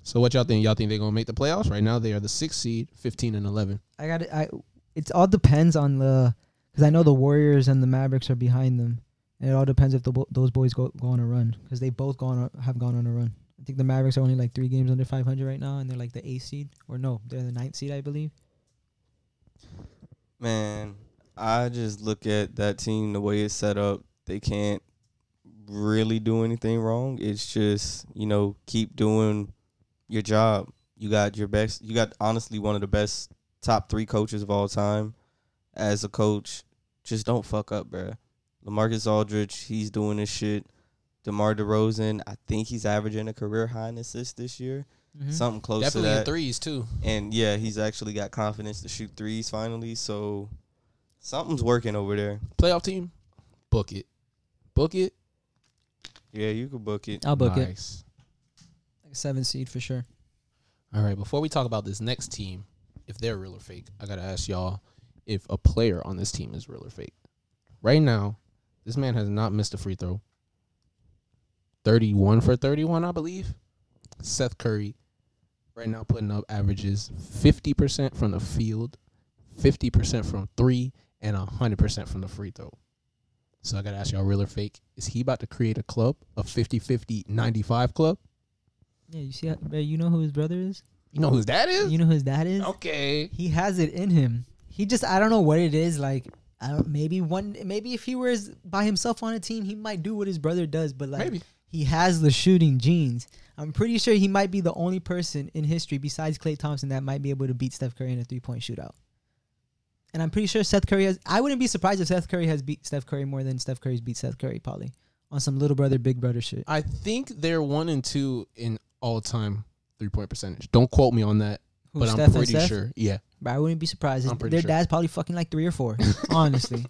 Speaker 2: So what y'all think? Y'all think they're gonna make the playoffs? Right now, they are the sixth seed, fifteen and eleven.
Speaker 1: I got to I. It all depends on the because I know the Warriors and the Mavericks are behind them, and it all depends if the, bo- those boys go go on a run because they both gone on, have gone on a run. I think the Mavericks are only like three games under 500 right now, and they're like the eighth seed or no, they're the ninth seed, I believe.
Speaker 3: Man, I just look at that team the way it's set up. They can't really do anything wrong. It's just you know keep doing your job. You got your best. You got honestly one of the best top three coaches of all time. As a coach, just don't fuck up, bruh. Lamarcus Aldridge, he's doing his shit. DeMar DeRozan, I think he's averaging a career high in assists this year,
Speaker 1: Mm-hmm.
Speaker 3: something close
Speaker 2: Definitely
Speaker 3: to
Speaker 2: in
Speaker 3: that.
Speaker 2: threes too.
Speaker 3: And yeah, he's actually got confidence to shoot threes finally. So something's working over there.
Speaker 2: Playoff team, book it, book it.
Speaker 3: Yeah, you could book it.
Speaker 1: I'll book it.
Speaker 2: nice.
Speaker 1: Like a seven seed for sure.
Speaker 2: All right. Before we talk about this next team, if they're real or fake, I gotta ask y'all if a player on this team is real or fake. Right now, this man has not missed a free throw. Thirty-one for thirty-one, I believe. Seth Curry, right now putting up averages fifty percent from the field, fifty percent from three, and hundred percent from the free throw. So I gotta ask y'all, real or fake? Is he about to create a club, a 50-50, 95 club?
Speaker 1: Yeah, you see, how, bro, you know who his brother is.
Speaker 2: You know who that is?
Speaker 1: You know who his dad is.
Speaker 2: Okay.
Speaker 1: He has it in him. He just I don't know what it is. Like I don't maybe one maybe if he was by himself on a team, he might do what his brother does. But like
Speaker 2: Maybe.
Speaker 1: he has the shooting genes. I'm pretty sure he might be the only person in history besides Klay Thompson that might be able to beat Steph Curry in a three point shootout. And I'm pretty sure Seth Curry has. I wouldn't be surprised if Seth Curry has beat Steph Curry more than Steph Curry's beat Seth Curry probably on some little brother big brother shit.
Speaker 2: I think they're one and two in all time three point percentage. Don't quote me on that,
Speaker 1: Who,
Speaker 2: but
Speaker 1: Steph
Speaker 2: I'm
Speaker 1: and
Speaker 2: pretty
Speaker 1: Steph?
Speaker 2: sure. Yeah.
Speaker 1: But I wouldn't be surprised.
Speaker 2: I'm
Speaker 1: Their
Speaker 2: pretty sure.
Speaker 1: dad's probably fucking like three or four. honestly,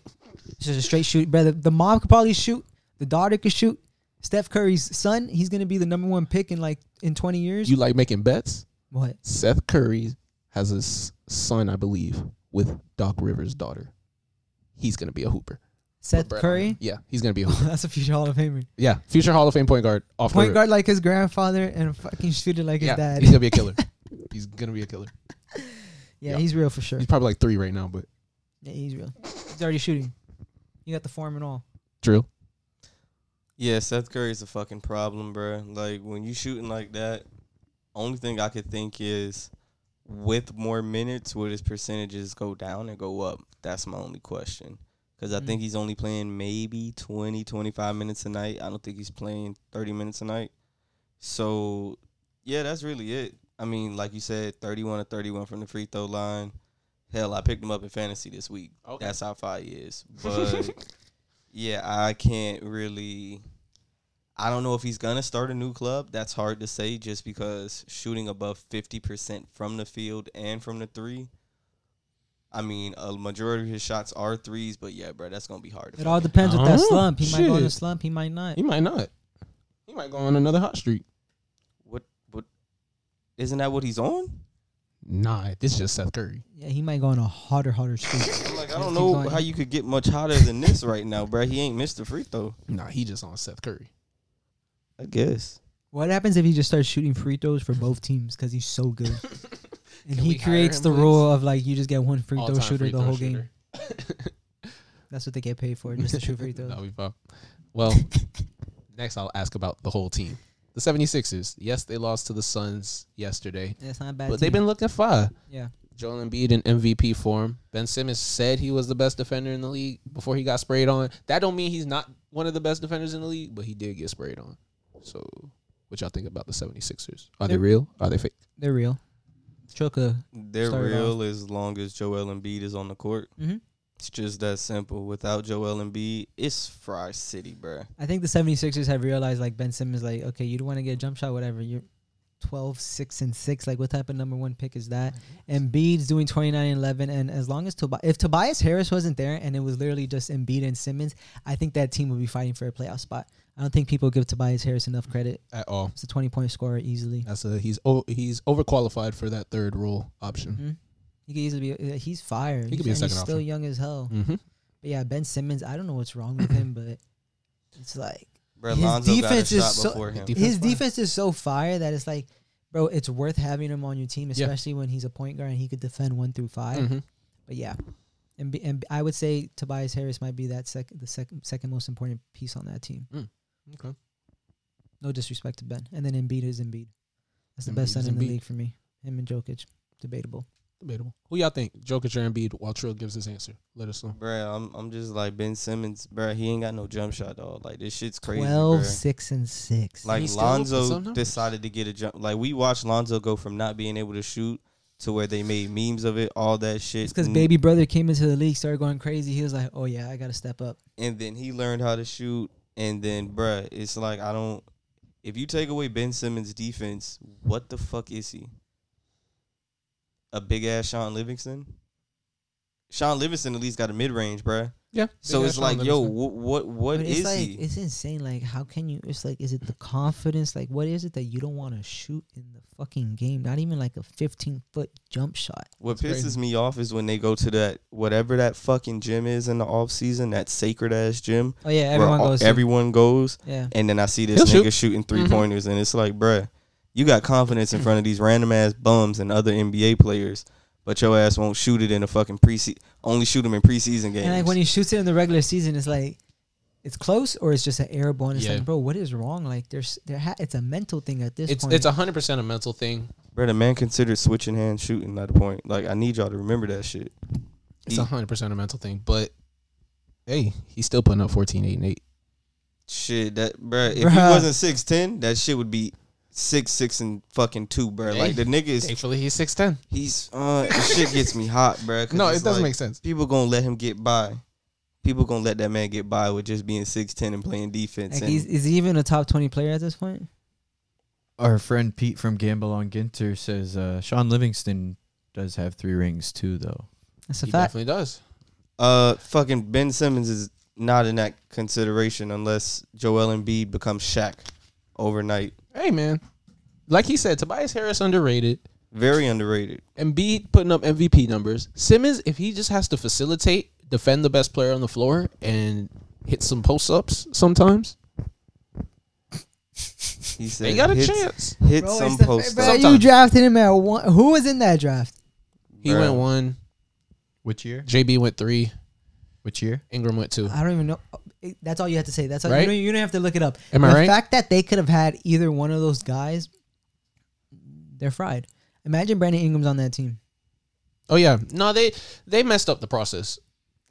Speaker 1: it's just a straight shoot, brother. The mom could probably shoot. The daughter could shoot. Steph Curry's son, he's gonna be the number one pick in like in twenty years.
Speaker 2: You like making bets?
Speaker 1: what?
Speaker 2: Seth Curry has a s- son, I believe, with Doc Rivers' daughter. He's gonna be a hooper.
Speaker 1: Seth
Speaker 2: Brett on
Speaker 1: Curry?
Speaker 2: him. Yeah, he's gonna be a hooper.
Speaker 1: That's a future Hall of Famer.
Speaker 2: Yeah, future Hall of Fame point guard. Off
Speaker 1: Point
Speaker 2: the rip.
Speaker 1: guard like his grandfather and a fucking shooter like his
Speaker 2: Yeah,
Speaker 1: dad.
Speaker 2: he's gonna be a killer. he's gonna be a killer.
Speaker 1: yeah,
Speaker 2: yeah.
Speaker 1: he's real for sure.
Speaker 2: He's probably like three right now, but
Speaker 1: Yeah, he's real. He's already shooting. You got the form and all.
Speaker 2: drill.
Speaker 3: Yeah, Seth Curry's a fucking problem, bro. Like when you shooting like that, only thing I could think is with more minutes, would his percentages go down or go up? That's my only question. Because I
Speaker 1: Mm.
Speaker 3: think he's only playing maybe 20, 25 minutes a night. I don't think he's playing 30 minutes a night. So, yeah, that's really it. I mean, like you said, 31 to 31 from the free throw line. Hell, I picked him up in fantasy this week.
Speaker 2: Okay.
Speaker 3: That's how far he is. But, yeah, I can't really. I don't know if he's gonna start a new club. That's hard to say just because shooting above fifty percent from the field and from the three. I mean, a majority of his shots are threes, but yeah, bro, that's gonna be hard. To
Speaker 1: It all
Speaker 3: fucking-
Speaker 1: depends with that
Speaker 2: Oh,
Speaker 1: slump. He might go on a
Speaker 2: shit.
Speaker 1: slump. He might not.
Speaker 2: He might not. He might go on another hot streak.
Speaker 3: What? What? Isn't that what he's on?
Speaker 2: Nah, this is just Seth Curry.
Speaker 1: Yeah, he might go on a harder, harder streak.
Speaker 3: I'm like, I don't
Speaker 1: Keep
Speaker 3: know
Speaker 1: going.
Speaker 3: how you could get much hotter than this right now, bro. He ain't missed a free throw.
Speaker 2: Nah, he just on Seth Curry.
Speaker 3: I guess.
Speaker 1: What happens if he just starts shooting free throws for both teams because he's so good? and
Speaker 2: Can
Speaker 1: he
Speaker 2: we hire
Speaker 1: creates
Speaker 2: him,
Speaker 1: the
Speaker 2: please?
Speaker 1: rule of like you just get one free throw
Speaker 2: All-time
Speaker 1: shooter
Speaker 2: free
Speaker 1: the
Speaker 2: throw
Speaker 1: whole game.
Speaker 2: shooter.
Speaker 1: That's what they get paid for, just to shoot free throws.
Speaker 2: That'll be fun. Well, next I'll ask about the whole team. The 76ers. Yes, they lost to the Suns yesterday,
Speaker 1: That's not a bad.
Speaker 2: but they've
Speaker 1: team.
Speaker 2: been looking fire.
Speaker 1: yeah.
Speaker 2: Joel Embiid in MVP form. Ben Simmons said he was the best defender in the league before he got sprayed on. That don't mean he's not one of the best defenders in the league, but he did get sprayed on. So, what y'all think about the 76ers? Are they
Speaker 1: They're-
Speaker 2: real? Are they fake?
Speaker 1: They're real. Choka.
Speaker 3: They're
Speaker 1: Started
Speaker 3: real as long as Joel Embiid is on the court.
Speaker 1: Mhm.
Speaker 3: It's just that simple. Without Joel Embiid, it's Fry City, bruh.
Speaker 1: I think the 76ers have realized like Ben Simmons, like, okay, you don't want to get a jump shot, whatever. You're 12, 6, and 6. Like, what type of number one pick is that?
Speaker 2: Mm-hmm.
Speaker 1: And Embiid's doing 29 and 11. And as long as Tobias, if Tobias Harris wasn't there and it was literally just Embiid and Simmons, I think that team would be fighting for a playoff spot. I don't think people give Tobias Harris enough credit.
Speaker 2: At all.
Speaker 1: It's a 20 point scorer easily.
Speaker 2: That's a he's o- he's overqualified for that third role option.
Speaker 1: Mhm. He could easily be, uh, he's fire.
Speaker 2: He
Speaker 1: he's,
Speaker 2: could be a
Speaker 1: and
Speaker 2: second
Speaker 1: he's still
Speaker 2: option.
Speaker 1: young as hell.
Speaker 2: Mm-hmm.
Speaker 1: But yeah, Ben Simmons, I don't know what's wrong with him, but it's like,
Speaker 3: Bruh,
Speaker 1: His
Speaker 3: Lonzo
Speaker 1: defense
Speaker 3: got a
Speaker 1: is
Speaker 3: shot
Speaker 1: so-
Speaker 3: before him.
Speaker 2: Defense
Speaker 1: his
Speaker 2: fire.
Speaker 1: defense is so fire that it's like, bro, it's worth having him on your team,
Speaker 2: Yeah.
Speaker 1: especially when he's a point guard and he could defend one through 5
Speaker 2: Mm-hmm.
Speaker 1: But yeah, and, be, and I would say Tobias Harris might be that second, the second, second most important piece on that team.
Speaker 2: Mm. Okay.
Speaker 1: No disrespect to Ben, and then Embiid is Embiid. That's the best
Speaker 2: Embiid is
Speaker 1: son in the
Speaker 2: Embiid.
Speaker 1: league for me. Him and Jokic, debatable.
Speaker 2: Debatable. Who y'all think? Jokic or Embiid? While Trill gives his answer, let us know.
Speaker 3: Bruh, I'm I'm just like Ben Simmons, bruh. He ain't got no jump shot, dog. Like this shit's crazy,
Speaker 1: Twelve,
Speaker 3: bruh.
Speaker 1: six, and six.
Speaker 2: he's
Speaker 3: Like
Speaker 2: still up with
Speaker 3: Lonzo
Speaker 2: some numbers.
Speaker 3: decided to get a jump. Like we watched Lonzo go from not being able to shoot to where they made memes of it, all that shit.
Speaker 1: it's because
Speaker 3: and-
Speaker 1: baby brother came into the league, started going crazy. He was like, "Oh yeah, I gotta step up."
Speaker 3: and then he learned how to shoot, And then, bruh, it's like I don't. If you take away Ben Simmons' defense, what the fuck is he? A big ass Sean Livingston. Sean Livingston at least got a mid range, bruh.
Speaker 2: Yeah.
Speaker 3: So
Speaker 2: big
Speaker 3: it's
Speaker 2: ass
Speaker 3: like,
Speaker 2: Sean
Speaker 3: yo,
Speaker 2: Livingston.
Speaker 3: wh- what what
Speaker 1: But
Speaker 3: is
Speaker 1: it's like
Speaker 3: he?
Speaker 1: it's insane. Like, how can you? It's like, is it the confidence? Like, what is it that you don't want to shoot in the fucking game? Not even like a fifteen foot jump shot.
Speaker 3: What pisses
Speaker 2: crazy.
Speaker 3: me off is when they go to that whatever that fucking gym is in the off season, that sacred ass gym
Speaker 1: Oh yeah, everyone
Speaker 3: where all-
Speaker 1: goes. to- Mm-hmm.
Speaker 3: everyone goes,
Speaker 1: yeah,
Speaker 3: and then I see this
Speaker 2: He'll
Speaker 3: nigga
Speaker 2: shoot.
Speaker 3: shooting 3 pointers, and it's like, bruh, you got confidence in front of these random ass bums and other NBA players, but your ass won't shoot it in a fucking preseason. Only shoot them in preseason games.
Speaker 1: and like when he shoots it in the regular season, it's like. It's close, or it's just an airborne. It's
Speaker 2: Yeah.
Speaker 1: like, bro, what is wrong? Like, there's there. Ha- it's a mental thing at this
Speaker 2: it's
Speaker 1: point.
Speaker 2: it's a hundred percent a mental thing.
Speaker 3: bruh, the man considered switching hands shooting at a point. Like I need y'all to remember that shit.
Speaker 2: It's
Speaker 3: He-
Speaker 2: a hundred percent a mental thing. But hey, he's still putting up 14, 8, and 8.
Speaker 3: Shit, that bruh, if he
Speaker 1: Bruh.
Speaker 3: wasn't six ten, that shit would be six six and fucking two, bruh.
Speaker 2: Hey.
Speaker 3: Like the nigga is
Speaker 2: Thankfully he's six ten.
Speaker 3: He's uh, this shit gets me hot, bro.
Speaker 2: No, it doesn't make sense.
Speaker 3: People gonna let him get by. People gonna let that man get by with just being six ten and playing defense.
Speaker 1: like,
Speaker 3: and
Speaker 1: he's, is he even a top twenty player at this point?
Speaker 4: Our friend Pete from Gamble on Ginter says uh, Sean Livingston does have three rings too, though.
Speaker 1: That's a
Speaker 2: He
Speaker 1: fact.
Speaker 2: definitely does.
Speaker 3: uh, fucking Ben Simmons is not in that consideration unless Joel Embiid becomes Shaq overnight.
Speaker 2: Hey man. Like he said, Tobias Harris underrated.
Speaker 3: Very underrated.
Speaker 2: Embiid putting up MVP numbers. Simmons, if he just has to facilitate, defend the best player on the floor, and hit some post ups sometimes,
Speaker 3: He said
Speaker 2: they got a
Speaker 3: hits-
Speaker 2: chance.
Speaker 3: Hit
Speaker 1: Bro,
Speaker 3: some
Speaker 1: it's the fa-
Speaker 3: post
Speaker 1: bro,
Speaker 3: up.
Speaker 1: you
Speaker 2: Sometimes.
Speaker 1: drafted him at one. Who was in that draft?
Speaker 2: He
Speaker 3: Bruh.
Speaker 2: went one.
Speaker 4: Which year?
Speaker 2: JB went three.
Speaker 4: Which year?
Speaker 2: Ingram went two.
Speaker 1: I don't even know. It- That's all you have to say. That's all,
Speaker 2: Right?
Speaker 1: you, don't, you don't have to look it up.
Speaker 2: Am I
Speaker 1: the
Speaker 2: right?
Speaker 1: fact that they could have had either one of those guys, they're fried. Imagine Brandon Ingram's on that team.
Speaker 2: Oh yeah. No, they they messed up the process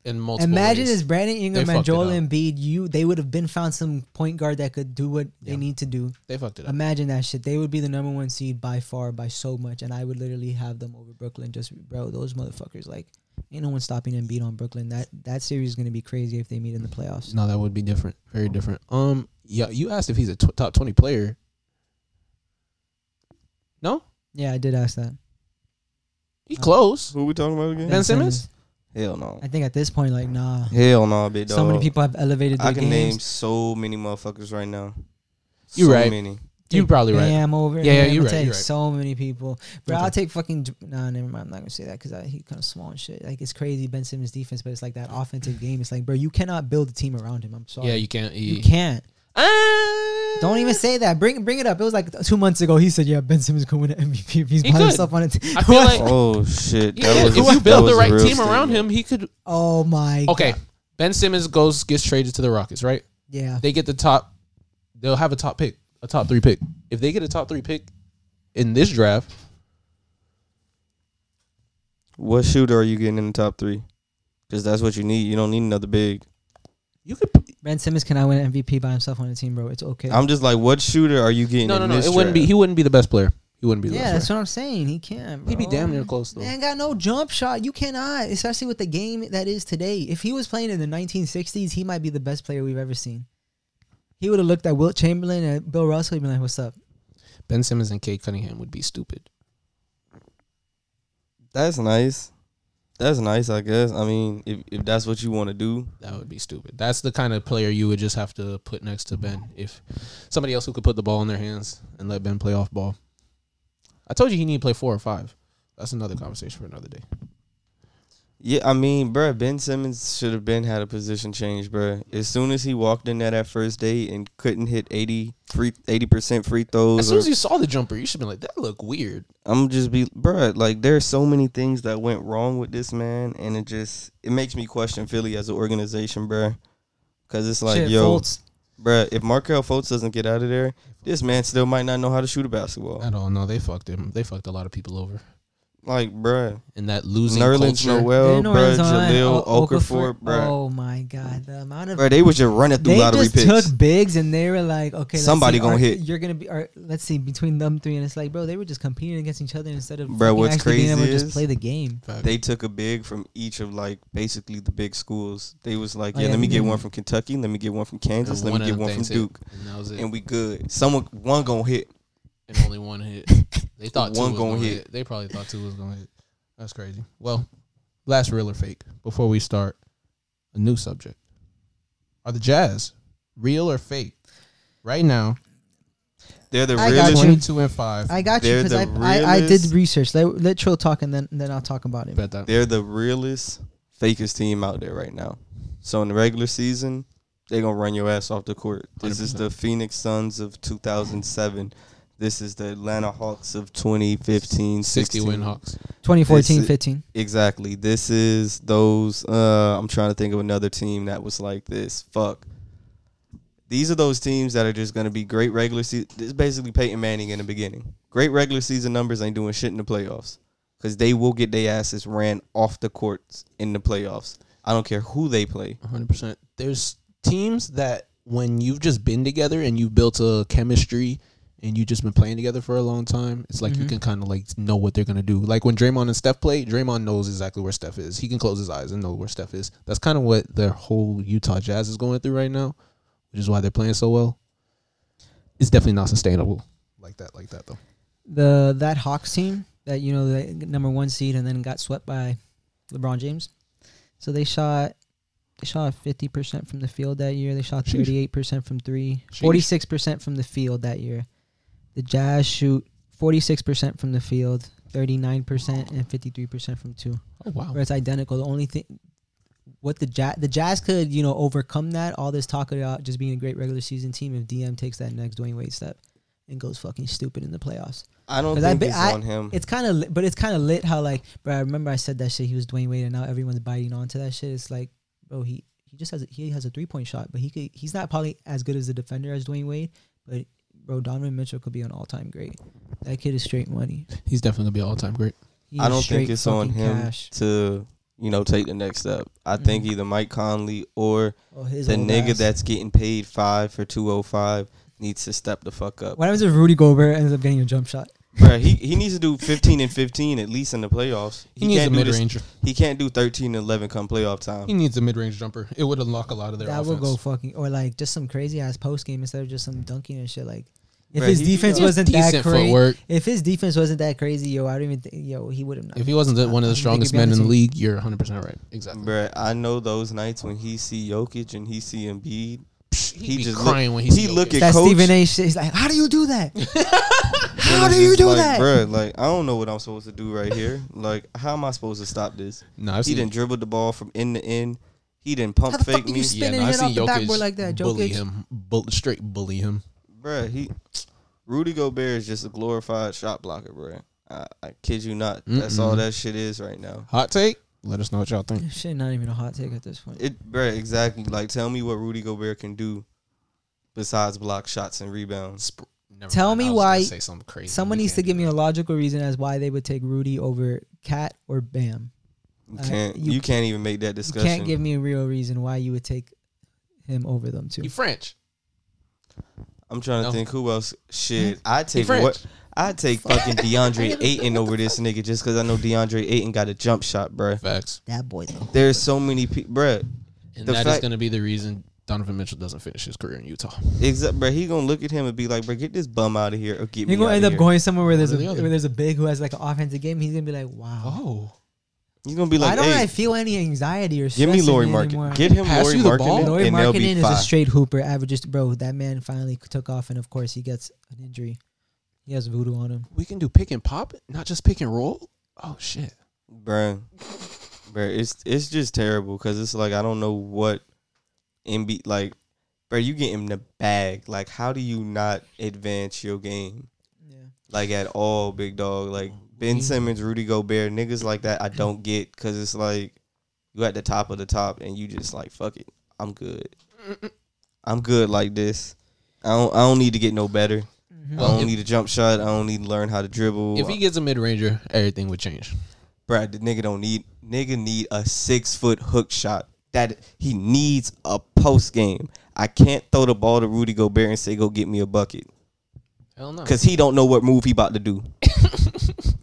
Speaker 2: in multiple.
Speaker 1: Imagine
Speaker 2: ways.
Speaker 1: it's Brandon Ingram and
Speaker 2: fucked it
Speaker 1: Joel
Speaker 2: up.
Speaker 1: Embiid. You they would have been found some point guard that could do what
Speaker 2: Yeah.
Speaker 1: they need to do.
Speaker 2: they fucked it up.
Speaker 1: Imagine that shit. They would be the number one seed by far by so much, and I would literally have them over Brooklyn. Just bro, those motherfuckers like ain't no one stopping Embiid on Brooklyn. That that series is gonna be crazy if they meet in the playoffs.
Speaker 2: No, that would be different. Very different. Um, yeah, you asked if he's a tw- top twenty player. No,
Speaker 1: Yeah, I did ask that.
Speaker 2: he
Speaker 1: Uh,
Speaker 2: close.
Speaker 3: Who we talking about again?
Speaker 2: Ben Simmons?
Speaker 3: Hell no.
Speaker 1: I think at this point, like nah.
Speaker 3: Hell no, big dog.
Speaker 1: So many people have elevated their
Speaker 3: I can
Speaker 1: games.
Speaker 3: name so many motherfuckers right now.
Speaker 2: You
Speaker 3: so
Speaker 2: right.
Speaker 3: Many.
Speaker 2: You
Speaker 1: Take
Speaker 2: probably right.
Speaker 1: Bam over.
Speaker 2: Yeah, yeah,
Speaker 1: him.
Speaker 2: you
Speaker 1: I
Speaker 2: right,
Speaker 1: take
Speaker 2: you right.
Speaker 1: So many people, bro.
Speaker 2: Okay.
Speaker 1: I'll take fucking. J- Nah, never mind. I'm not gonna say that because he kind of small and shit. Like it's crazy Ben Simmons defense, but it's like that offensive game. It's like, bro, you cannot build a team around him. I'm sorry.
Speaker 2: Yeah, you can't.
Speaker 1: you
Speaker 2: He,
Speaker 1: can't.
Speaker 2: Ah!
Speaker 1: Don't even say that. Bring bring it up. It was like two months ago. He said, "Yeah, Ben Simmons could win an MVP if he's
Speaker 2: He
Speaker 1: by
Speaker 2: could.
Speaker 1: himself on a team."
Speaker 2: I feel like-
Speaker 3: Oh shit! That
Speaker 2: Yeah,
Speaker 3: was,
Speaker 2: if
Speaker 3: that
Speaker 2: you build
Speaker 3: was
Speaker 2: the
Speaker 3: a
Speaker 2: right
Speaker 3: real
Speaker 2: team around him,
Speaker 3: statement.
Speaker 2: he could.
Speaker 1: oh my.
Speaker 2: Okay,
Speaker 1: God.
Speaker 2: Ben Simmons goes gets traded to the Rockets, right?
Speaker 1: Yeah.
Speaker 2: They get the top. They'll have a top pick, a top three pick. If they get a top three pick in this draft,
Speaker 3: What shooter are you getting in the top three? Because that's what you need. You don't need another big.
Speaker 2: you could.
Speaker 1: Ben Simmons cannot win an MVP by himself on a team, bro. It's okay.
Speaker 3: I'm just like, what shooter are you getting?
Speaker 2: No,
Speaker 3: in
Speaker 2: no, no. It
Speaker 3: this
Speaker 2: wouldn't be.
Speaker 3: draft?
Speaker 2: He wouldn't be the best player. He wouldn't be. The
Speaker 1: yeah,
Speaker 2: best
Speaker 1: that's
Speaker 2: player.
Speaker 1: what I'm saying. He can't. Bro.
Speaker 2: He'd be damn near close though.
Speaker 1: Man got no jump shot. You cannot, especially with the game that is today. If he was playing in the 1960s, he might be the best player we've ever seen. He would have looked at Wilt Chamberlain and Bill Russell and been like, "What's up?"
Speaker 2: Ben Simmons and Kate Cunningham would be stupid.
Speaker 3: That's nice. That's nice, I guess. I mean, if if that's what you want to do,
Speaker 2: That would be stupid. That's the kind of player you would just have to put next to Ben if somebody else who could put the ball in their hands and let Ben play off ball. I told you he need to play four or five. That's another conversation for another day.
Speaker 3: yeah. I mean, bruh, Ben Simmons should have been had a position change, bruh. As soon as he walked in there that first day and couldn't hit 80 80 percent free throws,
Speaker 2: As soon
Speaker 3: or-
Speaker 2: as you saw the jumper, you should be like, "That look weird."
Speaker 3: I'm just be bruh, like there's so many things that went wrong with this man and it just it makes me question Philly as an organization, bruh. Cause it's like,
Speaker 1: Shit,
Speaker 3: yo,
Speaker 1: Fultz.
Speaker 3: bruh, if Markel Fultz doesn't get out of there, this man still might not know how to shoot a basketball.
Speaker 2: I don't know. They fucked him. They fucked a lot of people over.
Speaker 3: Like, bruh.
Speaker 2: and that losing
Speaker 3: Nerlens
Speaker 2: culture.
Speaker 3: Noel,
Speaker 1: Didn't Orleans
Speaker 3: bruh.
Speaker 1: on,
Speaker 3: Jaleel
Speaker 1: uh,
Speaker 3: Okafor, bruh.
Speaker 1: Oh my god, the amount of
Speaker 3: Bruh, they was just running through
Speaker 1: they
Speaker 3: lottery
Speaker 1: just
Speaker 3: picks.
Speaker 1: took bigs and they were like, okay, let's
Speaker 3: Somebody
Speaker 1: see,
Speaker 3: gonna
Speaker 1: are-
Speaker 3: hit.
Speaker 1: You're gonna be, are, let's see, between them three, and it's like, bro, they were just competing against each other instead of
Speaker 3: Bruh,
Speaker 1: fucking
Speaker 3: what's
Speaker 1: actually being
Speaker 3: crazy
Speaker 1: able to just
Speaker 3: is-
Speaker 1: play the game.
Speaker 2: Fact.
Speaker 3: They took a big from each of like basically the big schools. They was like,
Speaker 1: Oh,
Speaker 3: yeah,
Speaker 1: yeah,
Speaker 3: let me
Speaker 1: they
Speaker 3: get
Speaker 1: did.
Speaker 3: one from Kentucky, let me get one from Kansas,
Speaker 2: And
Speaker 3: let
Speaker 2: one
Speaker 3: me
Speaker 2: of
Speaker 3: get
Speaker 2: them
Speaker 3: one from
Speaker 2: things hit.
Speaker 3: Duke,
Speaker 2: and that was it.
Speaker 3: and we good. Someone one gonna hit.
Speaker 2: and only one hit. They thought two
Speaker 3: One
Speaker 2: was
Speaker 3: gonna
Speaker 2: gonna
Speaker 3: hit.
Speaker 2: hit. They probably thought two was gonna hit. That's crazy. Well, last real or fake before we start a new subject. Are the Jazz real or fake? Right now,
Speaker 3: They're the
Speaker 1: I got
Speaker 3: realest.
Speaker 1: you.
Speaker 2: twenty-two and five.
Speaker 1: I got you
Speaker 3: They're
Speaker 1: because
Speaker 3: the
Speaker 1: I, I I did
Speaker 3: realest-
Speaker 1: research. Let, let Trill talk and then then I'll talk about it.
Speaker 2: bet that.
Speaker 3: They're the realest fakest team out there right now. So in the regular season, they gonna run your ass off the court. This is the Phoenix Suns of 2007. This is the Atlanta Hawks of 2015,
Speaker 2: 60 win
Speaker 3: 16.
Speaker 2: Hawks.
Speaker 1: 2014,
Speaker 2: uh,
Speaker 3: This is-
Speaker 1: 15.
Speaker 3: Exactly. This is those. Uh, I'm trying to think of another team that was like this. Fuck. These are those teams that are just going to be great regular season. This is basically Peyton Manning in the beginning. Great regular season numbers ain't doing shit in the playoffs because they will get their asses ran off the courts in the playoffs. I don't care who they play.
Speaker 2: 100%. There's teams that when you've just been together and you built a chemistry and you've just been playing together for a long time, it's like you
Speaker 1: Mhm.
Speaker 2: can kind of like know what they're going to do. Like when Draymond and Steph play, Draymond knows exactly where Steph is. He can close his eyes and know where Steph is. That's kind of what their whole Utah Jazz is going through right now, which is why they're playing so well. It's definitely not sustainable like that, like that though.
Speaker 1: The that Hawks team that you know the number one seed and then got swept by LeBron James. So they shot they shot 50 percent from the field that year. They shot
Speaker 2: Sheesh.
Speaker 1: 38 percent from three,
Speaker 2: Sheesh.
Speaker 1: 46 percent from the field that year. The Jazz shoot 46 percent from the field, 39 percent, and 53 percent from two.
Speaker 2: Oh, wow.
Speaker 1: where it's identical. The only thing, what the jazz, the Jazz could you know overcome that all this talk about just being a great regular season team if DM takes that next Dwayne Wade step and goes fucking stupid in the playoffs.
Speaker 3: I don't
Speaker 1: 'Cause I
Speaker 3: think
Speaker 1: be-
Speaker 3: it's
Speaker 1: I-
Speaker 3: on him.
Speaker 1: It's kind of, but it's kind of lit how like, bro. I remember I said that shit. He was Dwayne Wade, and now everyone's biting onto that shit. It's like, bro, he he just has a, he has a three point shot, but he could he's not probably as good as the defender as Dwayne Wade, but bro, Donovan Mitchell could be an all time great. That kid is straight money.
Speaker 2: He's definitely going to be an all time great.
Speaker 1: He
Speaker 3: I
Speaker 1: is
Speaker 3: don't think
Speaker 1: straight
Speaker 3: it's on
Speaker 1: fucking
Speaker 3: him
Speaker 1: cash.
Speaker 3: to you know take the next step. I think
Speaker 1: Mhm.
Speaker 3: either Mike Conley or
Speaker 1: Oh, his
Speaker 3: the
Speaker 1: old
Speaker 3: nigga
Speaker 1: ass.
Speaker 3: that's getting paid five for two oh five needs to step the fuck up.
Speaker 1: What happens if Rudy Gobert ends up getting a jump shot?
Speaker 3: Bruh, he, he needs to do 15 and 15 at least in the playoffs.
Speaker 2: He, needs a
Speaker 3: can't do
Speaker 2: mid
Speaker 3: this-
Speaker 2: ranger.
Speaker 3: He can't do 13 and 11 come playoff
Speaker 2: He
Speaker 3: time.
Speaker 2: needs a mid range jumper. It would unlock a lot of their
Speaker 1: that
Speaker 2: offense.
Speaker 1: would go fucking or like just some crazy ass post game instead of just some dunking and shit. Like if
Speaker 3: Bruh,
Speaker 1: his
Speaker 3: he-
Speaker 1: defense
Speaker 3: he has
Speaker 1: wasn't that
Speaker 2: Decent
Speaker 1: crazy,
Speaker 2: footwork.
Speaker 1: if his defense wasn't that crazy, yo, I don't even think, yo, he would have.
Speaker 2: If he wasn't the, one
Speaker 1: I
Speaker 2: of the
Speaker 1: think
Speaker 2: strongest
Speaker 1: he'd be on
Speaker 2: men
Speaker 1: the
Speaker 2: in the
Speaker 1: team.
Speaker 2: league, you're 100% right. Exactly.
Speaker 3: Bruh, I know those nights when he see Jokic and he see Embiid.
Speaker 2: he,
Speaker 3: He
Speaker 2: be
Speaker 3: just
Speaker 2: crying when
Speaker 3: he
Speaker 2: see
Speaker 3: look
Speaker 2: Jokic.
Speaker 3: at-
Speaker 1: That
Speaker 3: coach-
Speaker 1: Stephen A. shit, he's like, how do you do that? how
Speaker 3: and
Speaker 1: do
Speaker 3: it's
Speaker 1: you
Speaker 3: just
Speaker 1: do
Speaker 3: like,
Speaker 1: that?
Speaker 3: Bruh, like, I don't know what I'm supposed to do right here. Like, how am I supposed to stop this?
Speaker 2: No, I've
Speaker 3: He
Speaker 2: seen
Speaker 3: didn't dribble the ball from end to end. He didn't pump
Speaker 1: How the fuck
Speaker 3: fake
Speaker 1: did
Speaker 3: me.
Speaker 1: you spin
Speaker 2: yeah,
Speaker 1: it
Speaker 2: no, I've
Speaker 1: hit
Speaker 2: seen
Speaker 1: off the backboard
Speaker 2: Jokic
Speaker 1: like that?
Speaker 2: bully
Speaker 1: Jokic.
Speaker 2: him, Bull- straight bully him.
Speaker 3: Bruh, he Rudy Gobert is just a glorified shot blocker, bruh. I, I kid you not. That's all
Speaker 2: Mm-mm.
Speaker 3: that shit is right now.
Speaker 2: Hot take. Let us know what y'all think.
Speaker 1: Shit, not even a hot take at this point.
Speaker 3: It bruh, exactly. Like tell me what Rudy Gobert can do besides block shots and rebounds.
Speaker 2: Sp- never
Speaker 1: Tell
Speaker 2: mind,
Speaker 1: me
Speaker 2: I was
Speaker 1: why
Speaker 2: gonna say something crazy.
Speaker 1: Someone
Speaker 2: We
Speaker 1: needs to
Speaker 2: can't
Speaker 1: give
Speaker 2: do
Speaker 1: me
Speaker 2: that.
Speaker 1: a logical reason as why they would take Rudy over Cat or Bam.
Speaker 3: You
Speaker 1: Uh,
Speaker 3: can't
Speaker 1: you-
Speaker 3: you, can't even make that
Speaker 1: You
Speaker 3: discussion.
Speaker 1: can't give me a real reason why you would take him over them too.
Speaker 2: You French.
Speaker 3: I'm trying to
Speaker 2: No.
Speaker 3: think who else
Speaker 1: Hmm?
Speaker 3: shit. I take
Speaker 2: French.
Speaker 3: what I take fucking DeAndre Ayton over this nigga just cause I know DeAndre Ayton got a jump shot, bruh.
Speaker 2: Facts.
Speaker 1: That boy though.
Speaker 3: There's so many people bruh.
Speaker 2: And
Speaker 3: The
Speaker 2: that is
Speaker 3: fact-
Speaker 2: going to be the reason Donovan Mitchell doesn't finish his career in Utah.
Speaker 3: Except bruh, he gonna look at him and be like, bruh, get this bum out of here or get
Speaker 1: You're
Speaker 3: me
Speaker 1: gonna
Speaker 3: outta
Speaker 1: end up
Speaker 3: here."
Speaker 1: going somewhere where there's
Speaker 2: or
Speaker 1: a
Speaker 2: the other.
Speaker 1: where there's a big who has like an offensive game. He's gonna be like, wow.
Speaker 2: Oh.
Speaker 3: You gonna be like,
Speaker 1: I don't
Speaker 3: hey,
Speaker 1: I feel any anxiety or
Speaker 3: give
Speaker 1: stress
Speaker 3: me Lori
Speaker 1: in it
Speaker 3: Market.
Speaker 1: anymore.
Speaker 3: Get him
Speaker 2: Pass
Speaker 3: Lori
Speaker 2: you the
Speaker 3: Market
Speaker 2: ball?
Speaker 3: and
Speaker 1: Lori
Speaker 3: they'll be
Speaker 1: Markkinen is a
Speaker 3: fine.
Speaker 1: straight hooper, averages bro. That man finally took off, and of course he gets an injury. He has voodoo on him.
Speaker 2: We can do pick and pop, not just pick and roll. Oh, shit.
Speaker 3: Bruh. Bruh, it's it's just terrible because it's like I don't know what MB like, bruh, you get in the bag. Like, how do you not advance your game
Speaker 1: Yeah.
Speaker 3: like at all, big dog? Like Ben Simmons, Rudy Gobert, niggas like that, I don't get because it's like you at the top of the top and you just like fuck it, I'm good, I'm good like this. I don't I don't need to get no better. I don't
Speaker 2: Well, if-
Speaker 3: need a jump shot. I don't need to learn how to dribble.
Speaker 2: Mm-hmm. If he gets a mid ranger, everything would change.
Speaker 3: Brad, the nigga don't need nigga need a six foot hook shot. That he needs a post game. I can't throw the ball to Rudy Gobert and say go get me a bucket
Speaker 2: Hell no.
Speaker 3: because he don't know what move he about to do.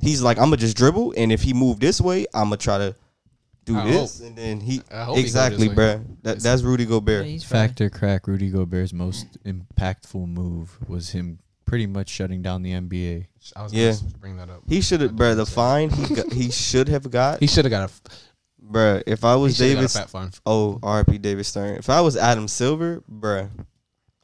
Speaker 3: He's like I'm gonna just dribble, and if he move this way, I'm gonna try to do
Speaker 2: I
Speaker 3: this, and then he
Speaker 2: I hope he go
Speaker 3: exactly,
Speaker 2: this way.
Speaker 3: bruh. That, that's Rudy Gobert.
Speaker 1: he's fried.
Speaker 4: Factor crack Rudy Gobert's most impactful move was him pretty much shutting down the NBA.
Speaker 2: I was
Speaker 3: Yeah.
Speaker 2: gonna bring that up.
Speaker 3: He should have, bruh. The fine he got, he should have got,
Speaker 2: He should have got a.
Speaker 3: bruh. If I
Speaker 2: He
Speaker 3: was
Speaker 2: should have got a
Speaker 3: Davis,
Speaker 2: fat fine.
Speaker 3: oh R.I.P. David Stern. If I was Adam Silver, bruh,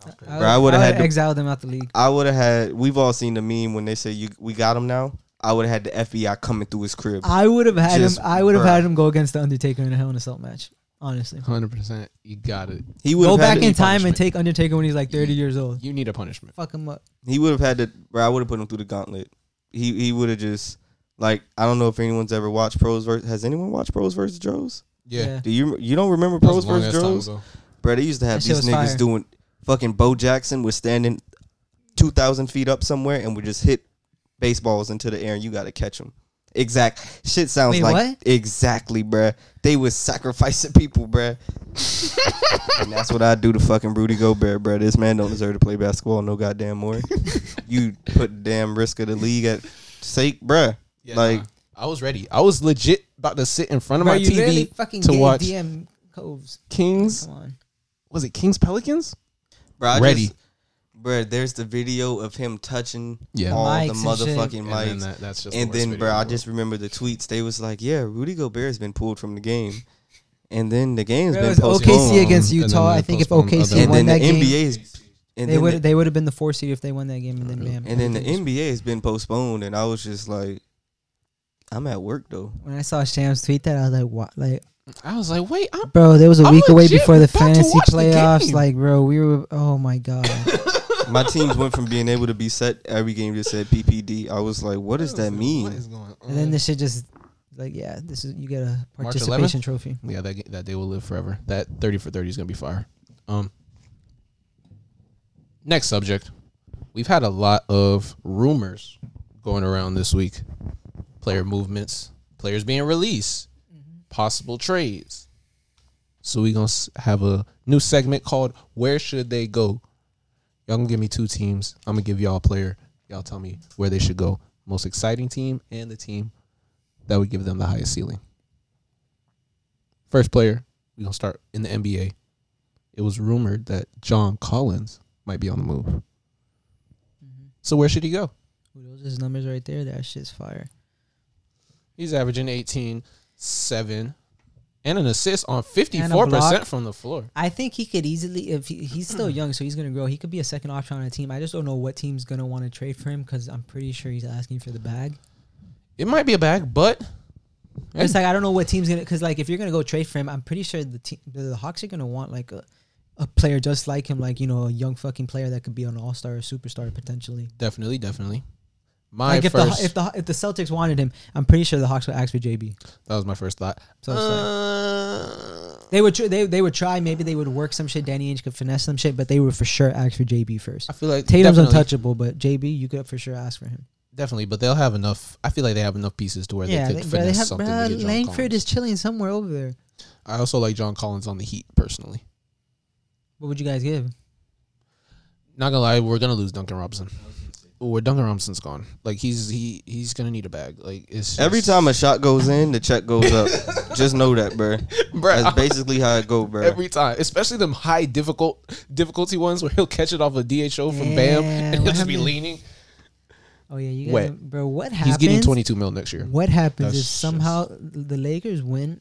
Speaker 1: I,
Speaker 3: Bro, I would've had to-
Speaker 1: exiled him out the league.
Speaker 3: I would have had. We've all seen the meme when they say you we got him now. I would have had the FBI coming through his crib.
Speaker 1: I would have had
Speaker 3: Just
Speaker 1: him. I would have
Speaker 3: bruh.
Speaker 1: had him go against the Undertaker in a Hell in a Cell match. Honestly,
Speaker 2: Hundred percent. You got it.
Speaker 3: He would
Speaker 1: go
Speaker 3: have
Speaker 1: back
Speaker 3: had
Speaker 1: in
Speaker 2: any
Speaker 1: time and
Speaker 2: punishment.
Speaker 1: take Undertaker when he's like 30 years old.
Speaker 2: You need a punishment.
Speaker 1: Fuck him up.
Speaker 3: The, he would have had the. Bro, I would have put him through the gauntlet. He he would have just like I don't know if anyone's ever watched pros versus. Has anyone watched pros versus Joes?
Speaker 2: Yeah.
Speaker 3: Do you you don't remember
Speaker 2: That was
Speaker 3: pros
Speaker 2: a long
Speaker 3: versus
Speaker 2: ass time
Speaker 3: Joes?
Speaker 2: ago.
Speaker 3: Bro, they used to have
Speaker 1: That shit
Speaker 3: these
Speaker 1: was
Speaker 3: niggas
Speaker 1: fire.
Speaker 3: doing fucking Bo Jackson was standing two thousand feet up somewhere and would just hit baseballs into the air and you got to catch them. Exact shit sounds
Speaker 1: Wait,
Speaker 3: like
Speaker 1: what?
Speaker 3: exactly, bruh. They was sacrificing people, bruh. and that's what I do to fucking Rudy Gobert, bruh. This man don't deserve to play basketball no goddamn more. you put the damn risk of the league at stake, bruh.
Speaker 2: Yeah,
Speaker 3: like
Speaker 2: nah. I was ready. I was legit about to sit in front of
Speaker 1: Bro,
Speaker 2: my
Speaker 1: you literally
Speaker 2: TV
Speaker 1: fucking
Speaker 2: to
Speaker 1: gave
Speaker 2: watch
Speaker 1: DM Coves.
Speaker 2: Kings.
Speaker 1: Come on.
Speaker 2: Was it Kings Pelicans?
Speaker 3: bruh, I
Speaker 2: Ready.
Speaker 3: just- bruh, there's the video of him touching
Speaker 2: Yeah.
Speaker 3: all
Speaker 1: Mics
Speaker 3: the
Speaker 1: and shit.
Speaker 3: motherfucking
Speaker 2: And then
Speaker 3: mics.
Speaker 2: that- that's just. the
Speaker 3: and
Speaker 2: worst
Speaker 3: then,
Speaker 2: video
Speaker 3: bro,
Speaker 2: in the
Speaker 3: I
Speaker 2: world.
Speaker 3: just remember the tweets. They was like, "Yeah, Rudy Gobert has been pulled from the game," and then the game's
Speaker 1: Bro, it
Speaker 3: been
Speaker 1: was
Speaker 3: postponed.
Speaker 1: OKC against
Speaker 2: And then
Speaker 1: Utah.
Speaker 2: they
Speaker 1: I think if
Speaker 2: postponed
Speaker 1: OKC
Speaker 2: other-
Speaker 3: and
Speaker 1: won
Speaker 3: then the
Speaker 1: that game,
Speaker 3: NBA's and
Speaker 1: they
Speaker 3: then
Speaker 1: would
Speaker 3: the,
Speaker 1: they would have been the four seed if they won that game. And then bam.
Speaker 3: and then the
Speaker 1: everything was-
Speaker 3: NBA's been postponed, and I was just like, "I'm at work though."
Speaker 1: When I saw Shams tweet that, I was like, "What?" Like,
Speaker 2: I was like, wait, I'm
Speaker 1: bro, there was a
Speaker 2: I'm
Speaker 1: week away
Speaker 2: legit
Speaker 1: before the
Speaker 2: about to
Speaker 1: fantasy
Speaker 2: watch the
Speaker 1: playoffs.
Speaker 2: game.
Speaker 1: like, bro, we were. Oh my god.
Speaker 3: My teams went from being able to be set every game just said PPD. I was like, "What does that
Speaker 2: What
Speaker 3: mean?"
Speaker 2: is going on?
Speaker 1: and then this shit just like, yeah, this is you get a
Speaker 2: March
Speaker 1: participation trophy.
Speaker 2: yeah, that ga- that day will live forever. That thirty for thirty is gonna be fire. Um, next subject. We've had a lot of rumors going around this week. Player movements, players being released, possible trades. So we gonna s- have a new segment called "Where Should They Go." Y'all gonna give me two teams. I'm gonna give y'all a player. Y'all tell me where they should go. Most exciting team and the team that would give them the highest ceiling. First player, we're gonna start in the NBA. It was rumored that John Collins might be on the move.
Speaker 1: Mm-hmm.
Speaker 2: So where should he go?
Speaker 1: Ooh, Those just numbers right there. That shit's fire.
Speaker 2: He's averaging 18, 7, and an assist on 54%
Speaker 1: block.
Speaker 2: from the floor.
Speaker 1: I think he could easily if he, he's still young, so he's gonna grow. He could be a second option on a team. I just don't know what team's gonna want to trade for him because I'm pretty sure he's asking for the bag.
Speaker 2: It might be a bag, but
Speaker 1: It's like I don't know what team's gonna because like if you're gonna go trade for him, I'm pretty sure the team the, the Hawks are gonna want like a a player just like him, like you know a young fucking player that could be an all star or superstar potentially.
Speaker 2: definitely, definitely. My
Speaker 1: Like if the,
Speaker 2: first
Speaker 1: if the if the Celtics wanted him, I'm pretty sure the Hawks would ask for JB.
Speaker 2: that was my first thought.
Speaker 1: So it's like,
Speaker 2: Uh,
Speaker 1: they would tr- they they would try. Maybe they would work some shit. Danny Ainge could finesse some shit, but they would for sure ask for JB first.
Speaker 2: I feel like
Speaker 1: Tatum's
Speaker 2: definitely-
Speaker 1: untouchable, but JB you could for sure ask for him.
Speaker 2: Definitely, but they'll have enough. I feel like they have enough pieces to where they could
Speaker 1: they- bro,
Speaker 2: finesse
Speaker 1: they have,
Speaker 2: something.
Speaker 1: bro,
Speaker 2: to get John
Speaker 1: Langford
Speaker 2: Collins.
Speaker 1: is chilling somewhere over there.
Speaker 2: I also like John Collins on the Heat personally.
Speaker 1: What would you guys give?
Speaker 2: Not gonna lie, we're gonna lose Duncan Robinson. Where Duncan Robinson's gone, like he's he he's gonna need a bag. Like it's just-
Speaker 3: Every time a shot goes in, the check goes up. just know that, bro.
Speaker 2: Bruh,
Speaker 3: That's basically how it go, bro.
Speaker 2: every time, especially them high difficult difficulty ones where he'll catch it off a DHO from Bam
Speaker 1: Yeah,
Speaker 2: and
Speaker 1: what
Speaker 2: he'll just be
Speaker 1: happened?
Speaker 2: leaning.
Speaker 1: Oh yeah, you guys,
Speaker 2: Wet.
Speaker 1: don't- bro. What
Speaker 2: He's
Speaker 1: happens?
Speaker 2: getting twenty two mil next year.
Speaker 1: What happens
Speaker 2: That's
Speaker 1: if somehow the Lakers win?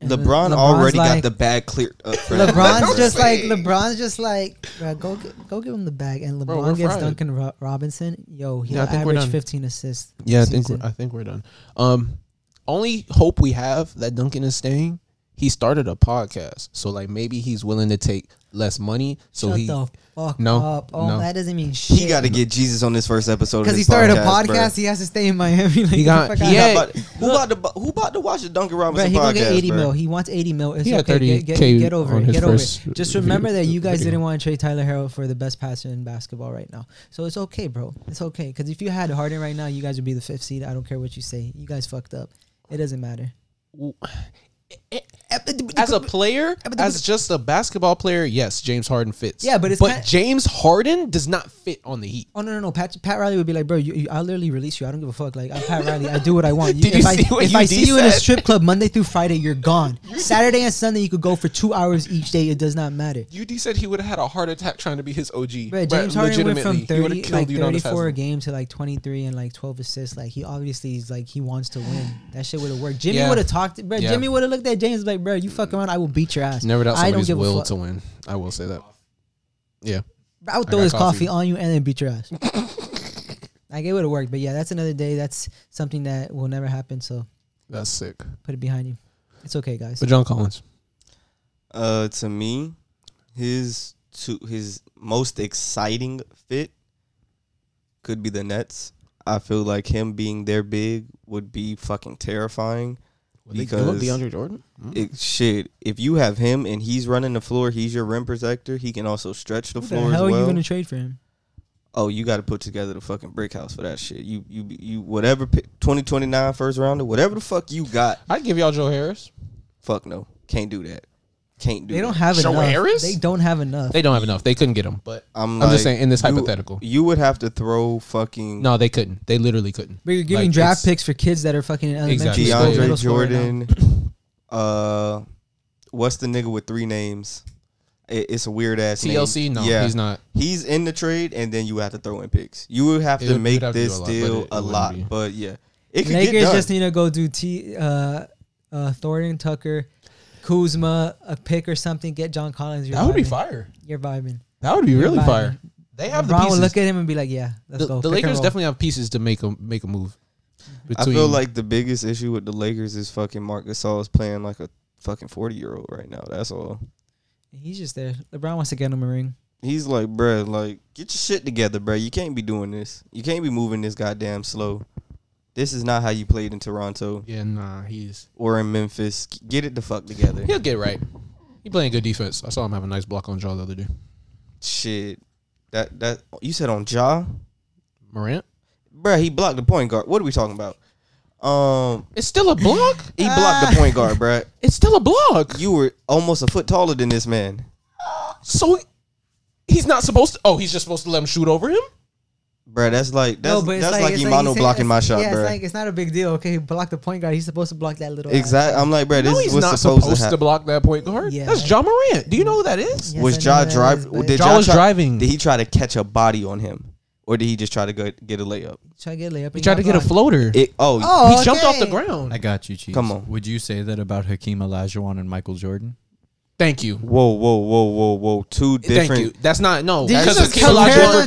Speaker 1: and then
Speaker 3: LeBron
Speaker 1: LeBron's
Speaker 3: already
Speaker 1: like-
Speaker 3: got the bag cleared up. for him,
Speaker 1: LeBron's
Speaker 3: bruh.
Speaker 1: just like LeBron's just like bro, go get, go give him the bag and
Speaker 2: Bro,
Speaker 1: LeBron
Speaker 2: we're
Speaker 1: gets
Speaker 2: fried.
Speaker 1: Duncan Ro- Robinson. Yo, he'll
Speaker 2: Yeah, I think we're
Speaker 1: average
Speaker 2: done.
Speaker 1: 15 assists.
Speaker 2: Yeah, I
Speaker 1: this
Speaker 2: think we're,
Speaker 1: season.
Speaker 2: I think we're done. Um, only hope we have that Duncan is staying he started a podcast. So like maybe he's willing to take less money. So
Speaker 1: Shut
Speaker 2: he
Speaker 1: the fuck
Speaker 2: No,
Speaker 1: up. Oh,
Speaker 2: no.
Speaker 1: that doesn't mean shit.
Speaker 3: He got to get Jesus on this first episode of
Speaker 1: because he
Speaker 3: his
Speaker 1: started a
Speaker 3: bro.
Speaker 1: podcast. He has to stay in Miami. Like,
Speaker 2: He got-
Speaker 1: get the fuck
Speaker 2: he
Speaker 1: out.
Speaker 2: had-
Speaker 3: How about- who about to bu- who about to watch the Duncan
Speaker 1: Bro,
Speaker 3: Robinson
Speaker 1: he gonna
Speaker 3: podcast?
Speaker 1: get eighty
Speaker 3: bro?
Speaker 1: mil. He wants eighty mil. It's
Speaker 2: He got
Speaker 1: okay. Get,
Speaker 2: 30K
Speaker 1: get, get over
Speaker 2: on
Speaker 1: it.
Speaker 2: his
Speaker 1: Get over it.
Speaker 2: first
Speaker 1: Just remember
Speaker 2: video-
Speaker 1: that you guys
Speaker 2: video.
Speaker 1: didn't want to trade Tyler Harrell for the best passer in basketball right now. So it's okay, bro. It's okay. Because if you had Harden right now, you guys would be the fifth seed. I don't care what you say. You guys fucked up. It doesn't matter.
Speaker 2: as a player,
Speaker 1: but the-
Speaker 2: as just a basketball player, yes, James Harden fits.
Speaker 1: Yeah, but it's
Speaker 2: but
Speaker 1: kinda-
Speaker 2: James Harden does not fit on the Heat.
Speaker 1: Oh no no no! Pat Pat Riley would be like, bro, you, you, I literally release you. I don't give a fuck. Like I'm Pat Riley. I do what I want.
Speaker 2: Did you
Speaker 1: if I,
Speaker 2: see what
Speaker 1: if
Speaker 2: you
Speaker 1: I see you in a
Speaker 2: said?
Speaker 1: strip club Monday through Friday, you're gone. Saturday and Sunday, you could go for two hours each day. It does not matter.
Speaker 2: UD said he would have had a heart attack trying to be his OG.
Speaker 1: Bro, James Harden went from
Speaker 2: Legitimately, he would've
Speaker 1: 30, like
Speaker 2: killed Udonis
Speaker 1: 34 a
Speaker 2: Haslam.
Speaker 1: game to like 23 and like 12 assists. Like he obviously is like he wants to win. That shit would have worked. Jimmy
Speaker 2: Yeah.
Speaker 1: would have talked. Bro,
Speaker 2: Yeah.
Speaker 1: Jimmy would have looked at James like, bro, you fuck around, I will beat your ass.
Speaker 2: Never doubt
Speaker 1: I don't
Speaker 2: somebody's
Speaker 1: give a
Speaker 2: will
Speaker 1: fuck.
Speaker 2: to win. I will say that. Yeah.
Speaker 1: Bro, I would
Speaker 2: I
Speaker 1: throw
Speaker 2: got
Speaker 1: this coffee.
Speaker 2: coffee.
Speaker 1: on you and then beat your ass. like it would have worked, but yeah, that's another day. That's something that will never happen. So
Speaker 2: That's sick.
Speaker 1: put it behind you. It's okay, guys.
Speaker 2: But John Collins.
Speaker 3: Uh, to me, his to his most exciting fit could be the Nets. I feel like him being their big would be fucking terrifying. Because-
Speaker 2: Jordan? Mm.
Speaker 3: It shit. If you have him and he's running the floor, he's your rim protector. He can also stretch the
Speaker 1: Who the
Speaker 3: floor
Speaker 1: hell
Speaker 3: as
Speaker 1: are you
Speaker 3: well.
Speaker 1: gonna trade for him?
Speaker 3: oh, you got to put together the fucking brick house for that shit. You you you whatever pick, 2029 first rounder, whatever the fuck you got.
Speaker 2: I'd give y'all Joe Harris.
Speaker 3: Fuck no, can't do that. Can't do.
Speaker 1: They don't
Speaker 3: that.
Speaker 1: have
Speaker 2: Joe
Speaker 1: enough.
Speaker 2: Harris?
Speaker 1: They don't have enough.
Speaker 2: They don't have enough. They couldn't get him. But
Speaker 3: I'm,
Speaker 2: I'm
Speaker 3: like,
Speaker 2: just saying in this
Speaker 3: you-
Speaker 2: hypothetical.
Speaker 3: you would have to throw fucking
Speaker 2: No, they couldn't. They literally couldn't.
Speaker 1: But you're giving
Speaker 2: Like,
Speaker 1: draft
Speaker 2: it's-
Speaker 1: picks for kids that are fucking in elementary
Speaker 2: Exactly.
Speaker 1: school,
Speaker 3: DeAndre
Speaker 1: middle school right now.
Speaker 3: Jordan. uh, what's the nigga with three names? It, it's a weird ass. name.
Speaker 2: TLC, no,
Speaker 3: yeah,
Speaker 2: he's not.
Speaker 3: He's in the trade, and then you have to throw in picks. You would have
Speaker 2: It
Speaker 3: to
Speaker 2: would-
Speaker 3: make
Speaker 2: you'd have to do
Speaker 3: this
Speaker 2: a lot, but
Speaker 3: deal
Speaker 2: it- it
Speaker 3: a
Speaker 2: wouldn't
Speaker 3: lot,
Speaker 2: be-
Speaker 3: but yeah, it could get
Speaker 1: Lakers
Speaker 3: done.
Speaker 1: just need to go do T uh uh Thornton Tucker, Kuzma, a pick or something, get John Collins. You're
Speaker 2: That would be
Speaker 1: vibing.
Speaker 2: fire.
Speaker 1: You're vibing.
Speaker 2: That would be really
Speaker 1: vibing.
Speaker 2: fire. They have the
Speaker 1: LeBron
Speaker 2: pieces.
Speaker 1: would look at him and be like, Yeah, let's
Speaker 2: the,
Speaker 1: go. Pick
Speaker 2: the
Speaker 1: and
Speaker 2: Lakers
Speaker 1: roll.
Speaker 2: definitely have pieces to make a make a move.
Speaker 3: I
Speaker 2: Between
Speaker 3: feel like the biggest issue with the Lakers is fucking Marc Gasol is playing like a fucking forty year old right now. That's all.
Speaker 1: he's just there. LeBron wants to get him a ring.
Speaker 3: He's like, bruh, like get your shit together, bruh. You can't be doing this. You can't be moving this goddamn slow. This is not how you played in Toronto
Speaker 2: yeah, nah, he's
Speaker 3: or in Memphis. Get it the fuck together.
Speaker 2: he'll get right. He playing good defense. I saw him have a nice block on Jaw the other day.
Speaker 3: Shit. That that you said on Ja?
Speaker 2: Morant,
Speaker 3: Bruh, he blocked the point guard. What are we talking about? Um
Speaker 2: it's still a block.
Speaker 3: he blocked
Speaker 1: Ah.
Speaker 3: the point guard, bruh.
Speaker 2: It's still a block.
Speaker 3: You were almost a foot taller than this man.
Speaker 2: So he's not supposed to. Oh, he's just supposed to let him shoot over him.
Speaker 3: Bruh, that's like that's, that's like,
Speaker 1: it's
Speaker 3: Imano
Speaker 1: he's saying-
Speaker 3: blocking my shot,
Speaker 1: yeah,
Speaker 3: bruh.
Speaker 1: It's like it's not a big deal. Okay, he blocked the point guard. He's supposed to block that little. ass.
Speaker 3: exactly. I'm like, bruh, this
Speaker 2: no,
Speaker 3: is
Speaker 2: he's
Speaker 3: what's
Speaker 2: not
Speaker 3: supposed, to happen.
Speaker 2: block that point guard.
Speaker 1: Yeah.
Speaker 2: That's John Morant. Do you know who that is?
Speaker 1: Yes, I
Speaker 3: was
Speaker 1: know
Speaker 3: Ja
Speaker 1: that
Speaker 3: drive?
Speaker 1: is, but-
Speaker 3: did
Speaker 2: Ja
Speaker 3: Ja
Speaker 2: was
Speaker 3: try-
Speaker 2: driving.
Speaker 3: Did he try to catch a body on him, or did he just try to go, get a layup?
Speaker 1: Try to get layup.
Speaker 2: He tried to get a floater.
Speaker 3: It, oh,
Speaker 1: Oh,
Speaker 2: he jumped off the
Speaker 1: okay.
Speaker 2: ground.
Speaker 4: I got you, Chiefs.
Speaker 3: Come on.
Speaker 4: Would you say that about Hakeem Olajuwon and Michael Jordan?
Speaker 2: Thank you.
Speaker 3: whoa, whoa, whoa, whoa, whoa! Two different.
Speaker 2: Thank you. That's not no.
Speaker 1: Did you
Speaker 2: That's
Speaker 3: That's
Speaker 1: just
Speaker 3: a
Speaker 2: Hakeem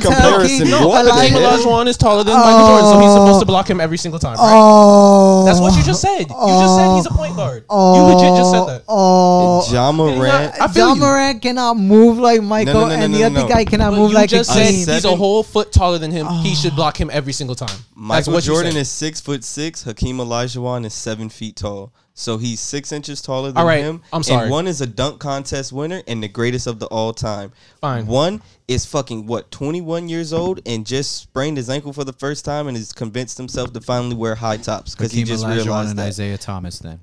Speaker 1: compare them
Speaker 2: Olajuwon.
Speaker 1: to
Speaker 3: Jordan comparison.
Speaker 1: Hakeem?
Speaker 3: What
Speaker 2: No,
Speaker 1: Olajuwon?
Speaker 3: the
Speaker 2: Hakeem
Speaker 3: hell?
Speaker 2: Olajuwon is taller than Michael Jordan, so he's supposed to block him every single time. Right?
Speaker 1: Oh,
Speaker 2: That's what you just said. You just said he's a point guard. you legit just said that.
Speaker 1: Oh,
Speaker 3: Ja
Speaker 2: Did he
Speaker 3: Morant.
Speaker 2: not- I feel
Speaker 1: John
Speaker 2: you.
Speaker 1: Morant cannot move like Michael,
Speaker 3: no, no,
Speaker 1: and
Speaker 3: no,
Speaker 1: the
Speaker 3: no,
Speaker 1: other
Speaker 3: no.
Speaker 1: guy cannot
Speaker 2: But
Speaker 1: move
Speaker 2: you
Speaker 1: like
Speaker 2: just
Speaker 1: a Oh.
Speaker 2: said
Speaker 1: king.
Speaker 2: he's a
Speaker 3: Seven?
Speaker 2: whole foot taller than him. He should block him every single time. That's
Speaker 3: Michael
Speaker 2: what
Speaker 3: Jordan
Speaker 2: you said.
Speaker 3: is six foot six. Hakeem Olajuwon is seven feet tall. So he's six inches taller than
Speaker 2: All right,
Speaker 3: him.
Speaker 2: I'm sorry.
Speaker 3: And one is a dunk contest winner and the greatest of the all time.
Speaker 2: Fine.
Speaker 3: One is fucking what, 21 years old and just sprained his ankle for the first time and has convinced himself to finally wear high tops because he
Speaker 4: Hakeem
Speaker 3: just
Speaker 4: Olajuwon
Speaker 3: realized
Speaker 4: and
Speaker 3: that.
Speaker 4: Isaiah Thomas. Then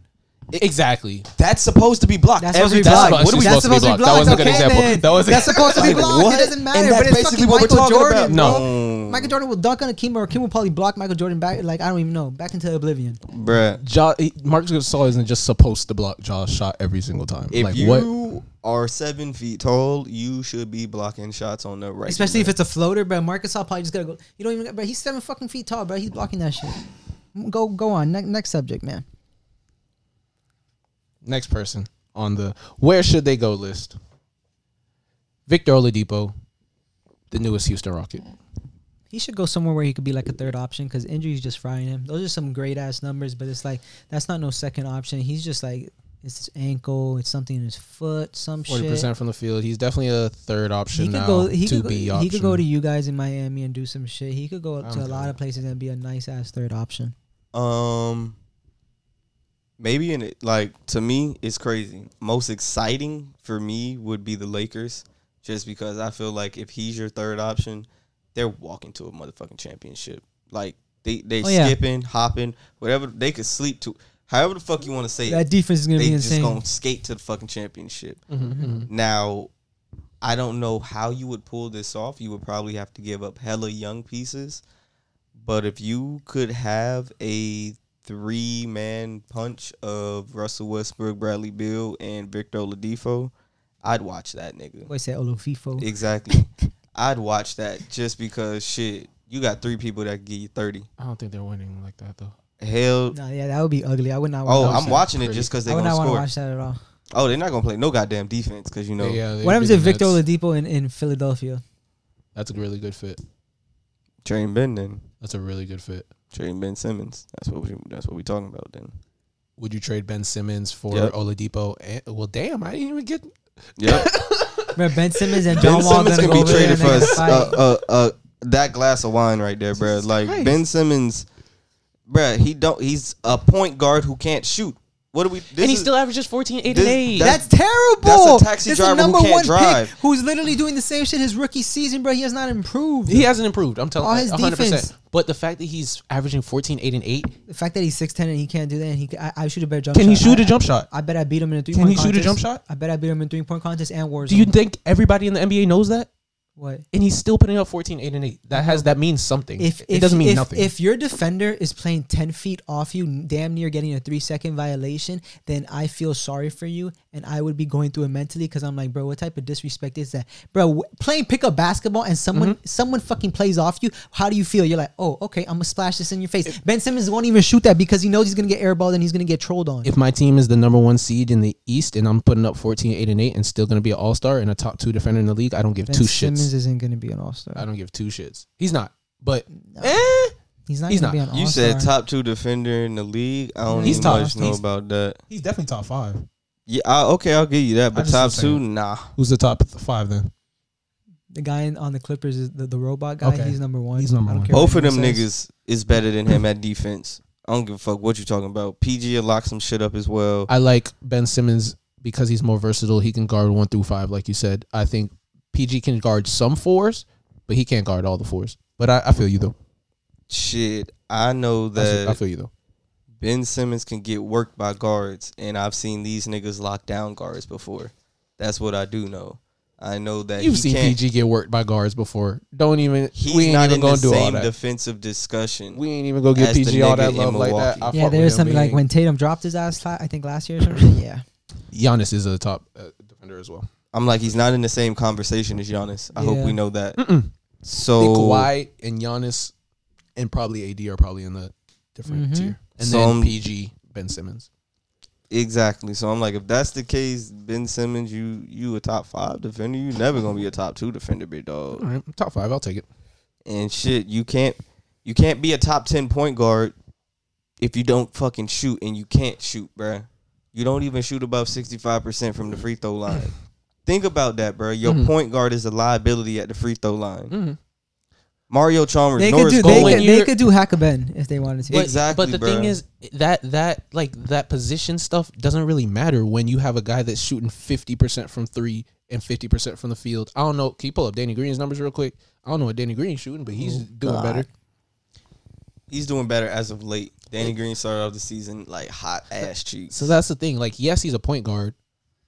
Speaker 2: E-, exactly.
Speaker 3: That's supposed to be blocked.
Speaker 1: That's
Speaker 3: every
Speaker 1: supposed to be
Speaker 3: time.
Speaker 1: blocked.
Speaker 3: What are we
Speaker 1: That's
Speaker 2: supposed to be blocked? That wasn't a good
Speaker 1: Okay,
Speaker 2: example.
Speaker 1: then.
Speaker 2: That wasn't-
Speaker 1: That's supposed to be
Speaker 2: Like,
Speaker 1: blocked.
Speaker 3: what?
Speaker 1: It doesn't
Speaker 3: And
Speaker 1: matter.
Speaker 3: that's
Speaker 1: but it's
Speaker 3: basically
Speaker 1: fucking
Speaker 3: what we're
Speaker 1: Michael
Speaker 3: talking
Speaker 1: Jordan,
Speaker 3: about.
Speaker 1: bro.
Speaker 3: No.
Speaker 1: Michael Jordan will dunk on Akeem, or Akeem will probably block Michael Jordan back. Like I don't even know, back into oblivion.
Speaker 3: Bruh.
Speaker 2: Ja, he- Mark Gasol isn't just supposed to block Jaw's shot every single time.
Speaker 3: If
Speaker 2: like
Speaker 3: you
Speaker 2: what?
Speaker 3: are seven feet tall, you should be blocking shots on the right.
Speaker 1: Especially if it's a floater, bro. Marcus I'll probably just gotta go. You don't even, bro. He's seven fucking feet tall, bro. He's blocking that shit. Go, go on. Ne- next subject, man.
Speaker 2: Next person on the where should they go list? Victor Oladipo, the newest Houston Rocket.
Speaker 1: He should go somewhere where he could be like a third option because injuries just frying him. Those are some great ass numbers, but it's like that's not no second option. He's just like It's his ankle. It's something in his foot. Some
Speaker 2: Forty
Speaker 1: shit.
Speaker 2: percent from the field. He's definitely a third option
Speaker 1: He could
Speaker 2: now.
Speaker 1: go. He
Speaker 2: to
Speaker 1: could, go-
Speaker 2: be option.
Speaker 1: he could go to you guys in Miami and do some shit. He could go
Speaker 2: I'm
Speaker 1: to a lot
Speaker 2: good.
Speaker 1: of places and be a nice ass third option.
Speaker 3: Um, maybe in it, like to me, it's crazy. Most exciting for me would be the Lakers, just because I feel like if he's your third option, they're walking to a motherfucking championship. Like they they
Speaker 1: Oh, yeah.
Speaker 3: skipping, hopping, whatever they could sleep to. However the fuck you want to say it,
Speaker 1: That defense is gonna
Speaker 3: they
Speaker 1: be
Speaker 3: just
Speaker 1: insane. Mm-hmm,
Speaker 3: gonna skate to the fucking championship. Now, I don't know how you would pull this off. You would probably have to give up hella young pieces. But if you could have a three man punch of Russell Westbrook, Bradley Bill, and Victor Oladipo, I'd watch that nigga.
Speaker 1: Boy said "Oh, Olofifo.
Speaker 3: Exactly. I'd watch that just because shit, you got three people that can give you 30.
Speaker 2: I don't think they're winning like that though.
Speaker 3: Hell.
Speaker 1: No, yeah, that would be ugly. I would not.
Speaker 3: Oh,
Speaker 1: wanna-
Speaker 3: I'm watching it
Speaker 2: crazy.
Speaker 3: just because
Speaker 1: I
Speaker 3: they're
Speaker 1: would
Speaker 3: going to
Speaker 1: not want to
Speaker 3: score.
Speaker 1: watch that at all.
Speaker 3: Oh, they're not going to play no goddamn defense because, you know,
Speaker 2: yeah, they
Speaker 1: What happens
Speaker 2: do
Speaker 1: if Victor
Speaker 2: Nets.
Speaker 1: Oladipo in, in Philadelphia?
Speaker 2: That's a really good fit.
Speaker 3: Trey Ben then.
Speaker 2: That's a really good fit.
Speaker 3: Trey and Ben Simmons. That's what we, that's what we talking about then.
Speaker 2: Would you trade Ben Simmons for
Speaker 3: Yep.
Speaker 2: Oladipo? And, well, damn, I didn't even get.
Speaker 3: Yep.
Speaker 1: Remember Ben Simmons and
Speaker 3: ben
Speaker 1: John Wall
Speaker 3: Simmons
Speaker 1: gonna
Speaker 3: can
Speaker 1: go
Speaker 3: be
Speaker 1: over there
Speaker 3: traded
Speaker 1: and
Speaker 3: for
Speaker 1: they're
Speaker 3: us,
Speaker 1: gonna
Speaker 3: uh,
Speaker 1: fight.
Speaker 3: uh, uh, that glass of wine right there, bruh.
Speaker 2: Jesus
Speaker 3: Like
Speaker 2: Christ.
Speaker 3: Ben Simmons, bruh, he don't. He's a point guard who can't shoot. What do we? This
Speaker 2: and he
Speaker 3: is-
Speaker 2: still averages 14, 8
Speaker 3: this-
Speaker 2: and 8.
Speaker 3: that-
Speaker 1: That's terrible.
Speaker 3: that's a taxi
Speaker 1: This is
Speaker 3: driver who
Speaker 1: number
Speaker 3: can't
Speaker 1: one
Speaker 3: drive.
Speaker 1: Pick who's literally doing the same shit his rookie season, bro. He has not improved.
Speaker 2: he hasn't improved. I'm telling
Speaker 1: All
Speaker 2: you,
Speaker 1: his
Speaker 2: 100%.
Speaker 1: defense.
Speaker 2: But the fact that he's averaging 14, 8 and 8,
Speaker 1: The fact that he's six ten and he can't do that, and he I, I shoot a better jump.
Speaker 2: can he
Speaker 1: shot.
Speaker 2: shoot a jump shot?
Speaker 1: I bet I beat him in a three.
Speaker 2: Can
Speaker 1: point
Speaker 2: he shoot
Speaker 1: contest.
Speaker 2: a jump shot?
Speaker 1: I bet I beat him in three point contest and Warzone.
Speaker 2: Do you think everybody in the NBA knows that?
Speaker 1: what?
Speaker 2: And he's still putting up 14, 8 and 8. That has that means something.
Speaker 1: If,
Speaker 2: it
Speaker 1: if-
Speaker 2: doesn't mean
Speaker 1: if-
Speaker 2: nothing.
Speaker 1: If your defender is playing ten feet off you, n- damn near getting a three second violation, then I feel sorry for you, and I would be going through it mentally because I'm like, bro, what type of disrespect is that, bro? W- playing pickup basketball and someone
Speaker 2: Mm-hmm.
Speaker 1: someone fucking plays off you. How do you feel? You're like, oh, okay, I'm gonna splash this in your face. ben Simmons won't even shoot that because he knows he's gonna get airballed and he's gonna get trolled on.
Speaker 2: if my team is the number one seed in the East and I'm putting up 14, 8 and 8 and still going to be an all star and a top two defender in the league, I don't give
Speaker 1: ben
Speaker 2: two
Speaker 1: Simmons
Speaker 2: shits.
Speaker 1: isn't gonna be an all
Speaker 2: I
Speaker 1: star.
Speaker 2: don't give two shits. He's not. But
Speaker 1: He's not
Speaker 2: He's
Speaker 1: gonna
Speaker 2: not.
Speaker 1: be an all star.
Speaker 3: You said top two defender in the league. I don't
Speaker 1: Oh, He's
Speaker 3: even
Speaker 1: top.
Speaker 3: much know
Speaker 2: He's-
Speaker 3: about that.
Speaker 2: he's definitely top five.
Speaker 3: Yeah, I, okay, I'll give you that. But
Speaker 2: just
Speaker 3: top
Speaker 2: was
Speaker 3: two,
Speaker 2: saying.
Speaker 3: nah.
Speaker 2: Who's the top five then?
Speaker 1: The guy in, on the Clippers is the, the robot guy.
Speaker 2: Okay.
Speaker 1: He's number one.
Speaker 2: He's number
Speaker 1: I don't
Speaker 2: one.
Speaker 1: care
Speaker 3: Both of
Speaker 1: what
Speaker 3: them
Speaker 1: anyone says.
Speaker 3: niggas is better than him at defense. I don't give a fuck what you talking about. PG will lock some shit up as well.
Speaker 2: I like Ben Simmons because he's more versatile. He can guard one through five, like you said. I think PG can guard some fours, but he can't guard all the fours. But I, I feel you though.
Speaker 3: Shit, I know
Speaker 2: I feel-
Speaker 3: that.
Speaker 2: I feel you though.
Speaker 3: Ben Simmons can get worked by guards, and I've seen these niggas lock down guards before. That's what I do know. I know that
Speaker 2: You've
Speaker 3: he
Speaker 2: seen
Speaker 3: can't,
Speaker 2: PG get worked by guards before. Don't even.
Speaker 3: He's
Speaker 2: we ain't
Speaker 3: not
Speaker 2: even
Speaker 3: in the
Speaker 2: gonna do all
Speaker 3: same
Speaker 2: that.
Speaker 3: defensive discussion.
Speaker 2: we ain't even gonna give
Speaker 3: as the
Speaker 2: PG all
Speaker 3: nigga
Speaker 2: that
Speaker 3: in
Speaker 2: love like that. I
Speaker 3: Milwaukee.
Speaker 1: Yeah, there
Speaker 2: fuck with
Speaker 1: was
Speaker 2: him.
Speaker 1: something
Speaker 2: He
Speaker 1: like
Speaker 2: ain't-
Speaker 1: when Tatum dropped his ass, la- I think last year or something. Yeah,
Speaker 2: Giannis is a top uh, defender as well.
Speaker 3: I'm like, he's not in the same conversation as Giannis. I hope
Speaker 1: Yeah.
Speaker 3: we know that.
Speaker 2: Mm-mm. I think
Speaker 3: So
Speaker 2: Kawhi and Giannis and probably AD are probably in the different
Speaker 1: Mhm.
Speaker 2: tier, and
Speaker 3: So,
Speaker 2: then
Speaker 3: um,
Speaker 2: PG, Ben Simmons.
Speaker 3: exactly. So I'm like, if that's the case, Ben Simmons, you you a top five defender. You never gonna be a top two defender, big dog.
Speaker 2: All right, top five. I'll take it.
Speaker 3: and shit. You can't you can't be a top ten point guard if you don't fucking shoot and you can't shoot, bruh. You don't even shoot above sixty five percent from the free throw line. Think about that, bruh. Your
Speaker 1: Mm-hmm.
Speaker 2: Mhm.
Speaker 3: point guard is a liability at the free throw line.
Speaker 2: Mm-hmm.
Speaker 3: Mario Chalmers,
Speaker 1: they could
Speaker 3: Norris
Speaker 1: do
Speaker 2: Cole
Speaker 1: they
Speaker 2: when
Speaker 1: could,
Speaker 3: Cole.
Speaker 2: you- you're-
Speaker 1: they could do hack a Ben if they wanted to.
Speaker 3: But- Exactly,
Speaker 2: But the
Speaker 3: bruh.
Speaker 2: thing is that that like that position stuff doesn't really matter when you have a guy that's shooting fifty percent from three and fifty percent from the field. I don't know. Can you pull up Danny Green's numbers real quick? I don't know what Danny Green's shooting, but he's
Speaker 1: Oh,
Speaker 2: doing
Speaker 1: God.
Speaker 2: better.
Speaker 3: He's doing better as of late. Danny Green started off the season like hot ass cheeks.
Speaker 2: So that's the thing. Like, yes, he's a point guard,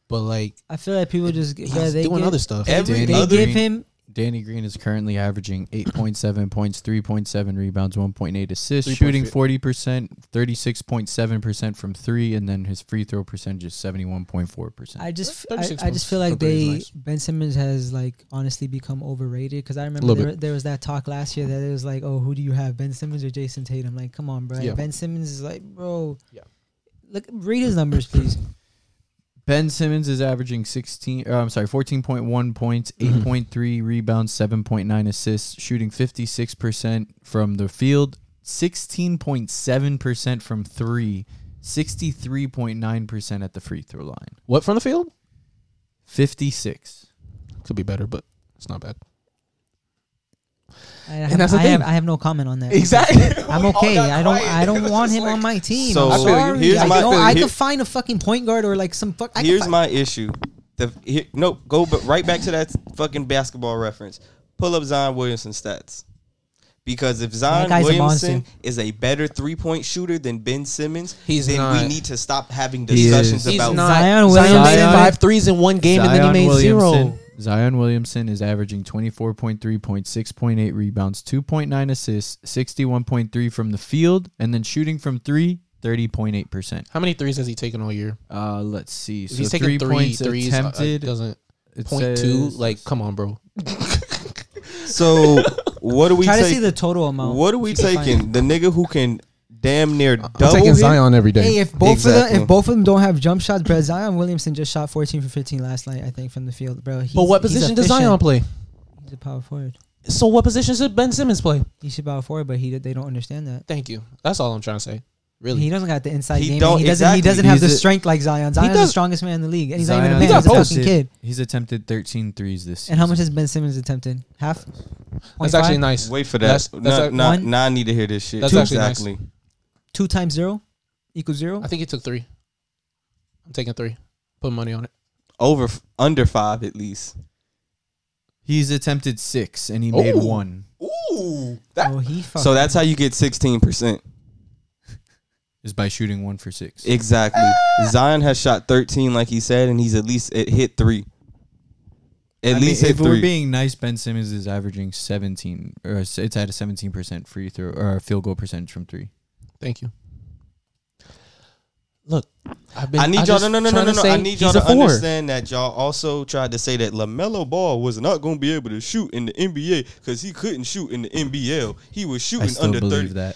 Speaker 2: but like
Speaker 1: I feel like people just get-
Speaker 2: he's
Speaker 1: yeah, they
Speaker 2: doing
Speaker 1: give,
Speaker 2: other stuff.
Speaker 3: Every
Speaker 1: they
Speaker 4: Danny
Speaker 3: other
Speaker 1: give
Speaker 4: Green-
Speaker 1: him
Speaker 4: Danny Green is currently averaging 8.7 points, 3.7 rebounds, 1.8 assists,
Speaker 2: 3.8.
Speaker 4: shooting 40%, 36.7% from 3 and then his free throw percentage is 71.4%.
Speaker 1: I just
Speaker 2: Uh,
Speaker 1: I,
Speaker 2: 36
Speaker 1: I just feel like
Speaker 2: from three is
Speaker 1: they
Speaker 2: nice.
Speaker 1: Ben Simmons has like honestly become overrated because I remember
Speaker 2: Little
Speaker 1: there, there was that talk last year that it was like oh who do you have Ben Simmons or Jason Tatum like come on bro
Speaker 2: Yeah.
Speaker 1: Ben Simmons is like bro
Speaker 2: Yeah.
Speaker 1: look read his numbers please
Speaker 4: ben Simmons is averaging 16 uh, I'm sorry, 14.1 points, 8.3 rebounds, 7.9 assists, shooting 56% from the field, 16.7% from 3, 63.9% at the free throw line.
Speaker 2: What from the field?
Speaker 4: 56.
Speaker 2: Could be better, but it's not bad.
Speaker 1: I have,
Speaker 2: that's the
Speaker 1: I, have,
Speaker 2: thing.
Speaker 1: I have no comment on that.
Speaker 2: Exactly.
Speaker 1: I'm okay. I don't. I don't want him on my team.
Speaker 3: So,
Speaker 1: I'm
Speaker 2: I feel you.
Speaker 1: sorry.
Speaker 3: Here's
Speaker 1: I,
Speaker 3: my
Speaker 1: don't-
Speaker 3: thing.
Speaker 1: I
Speaker 3: Here-
Speaker 1: could find a fucking point guard or like some fuck. I could
Speaker 3: Here's
Speaker 1: fi-
Speaker 3: my issue. The here, no, go but right back to that fucking basketball reference. Pull up Zion Williamson stats. Because if Zion
Speaker 1: guy's a
Speaker 3: Williamson
Speaker 1: monster.
Speaker 3: is a better three point shooter than Ben Simmons,
Speaker 2: He's
Speaker 3: then
Speaker 2: not.
Speaker 3: we need to stop having
Speaker 4: He
Speaker 3: discussions
Speaker 4: is.
Speaker 2: He's
Speaker 3: about
Speaker 2: not.
Speaker 1: Zion
Speaker 2: Zion made
Speaker 4: Williamson-
Speaker 2: five threes in one game, and then he made zero.
Speaker 4: Zion Williamson is averaging 24.3 points, 6.8 rebounds, 2.9 assists, 61.3 from the field, and then shooting from three, 30.8%.
Speaker 2: How many threes has he taken all year?
Speaker 4: Uh, let's see. So
Speaker 2: If he's taking
Speaker 4: three
Speaker 2: three
Speaker 4: points
Speaker 2: threes, uh,
Speaker 4: attempted.
Speaker 2: uh, doesn't
Speaker 4: it
Speaker 2: point two.
Speaker 4: says-
Speaker 2: Like, come on, bro.
Speaker 3: So what do we
Speaker 1: Try
Speaker 3: take,
Speaker 1: to see the total amount.
Speaker 3: What are we
Speaker 1: if you can find
Speaker 3: taking?
Speaker 1: it.
Speaker 3: The nigga who can damn near double hit?
Speaker 2: every
Speaker 1: Hey, if both of
Speaker 3: Exactly.
Speaker 1: them, if both of them don't have jump shots, bro, Zion Williamson just shot 14 for 15 last night, I think, from the field, bro. He's,
Speaker 2: but what
Speaker 1: he's
Speaker 2: position does
Speaker 1: efficient.
Speaker 2: Zion play?
Speaker 1: He's a power forward.
Speaker 2: So what position should Ben Simmons play?
Speaker 1: He should power forward, but he they don't understand that.
Speaker 2: Thank you. That's all I'm trying to say. Really,
Speaker 1: He doesn't got the inside
Speaker 3: He
Speaker 1: game.
Speaker 3: don't-
Speaker 1: and He doesn't.
Speaker 3: exactly.
Speaker 1: He doesn't have
Speaker 4: He's
Speaker 1: the
Speaker 4: a-
Speaker 1: strength like Zion. Zion's the
Speaker 2: does-
Speaker 1: strongest man in the league, and he's not even a
Speaker 4: Zion
Speaker 1: man.
Speaker 2: got
Speaker 1: He's a
Speaker 2: both.
Speaker 1: fucking kid.
Speaker 4: He's attempted 13 threes this season.
Speaker 1: And how much has Ben Simmons attempted? Half.
Speaker 2: that's
Speaker 1: 0.5?
Speaker 2: actually nice.
Speaker 3: Wait for that.
Speaker 2: That's- that's
Speaker 3: Nah,
Speaker 2: a-
Speaker 3: nah,
Speaker 1: one.
Speaker 3: nah, I need to hear this shit.
Speaker 2: That's actually nice.
Speaker 3: exactly.
Speaker 1: Two times zero equals zero.
Speaker 2: I think he took three. I'm taking three. Put money on it.
Speaker 3: Over f- under five at least.
Speaker 4: He's attempted six, and he made
Speaker 2: Ooh.
Speaker 4: one.
Speaker 2: Ooh,
Speaker 1: oh, he fucked.
Speaker 3: So that's how you get sixteen percent.
Speaker 4: Is by shooting one for six.
Speaker 3: Exactly. Zion has shot 13, like he said, and he's at least it hit three. At
Speaker 4: I mean,
Speaker 3: least hit
Speaker 4: if we're
Speaker 3: three.
Speaker 4: being nice, Ben Simmons is averaging 17, or s- it's at a 17% free throw or field goal percentage from three.
Speaker 2: thank you. Look, I've been.
Speaker 3: I need
Speaker 2: I'm
Speaker 3: y'all.
Speaker 2: just
Speaker 3: No, no, no, no,
Speaker 2: trying
Speaker 3: no,
Speaker 2: to
Speaker 3: no.
Speaker 2: say
Speaker 3: I need y'all
Speaker 2: he's a
Speaker 3: to
Speaker 2: four.
Speaker 3: understand that y'all also tried to say that Lamelo Ball was not going to be able to shoot in the NBA because he couldn't shoot in the NBL. He was
Speaker 4: I
Speaker 3: shooting
Speaker 4: still
Speaker 3: under
Speaker 4: believe
Speaker 3: thirty.
Speaker 4: that.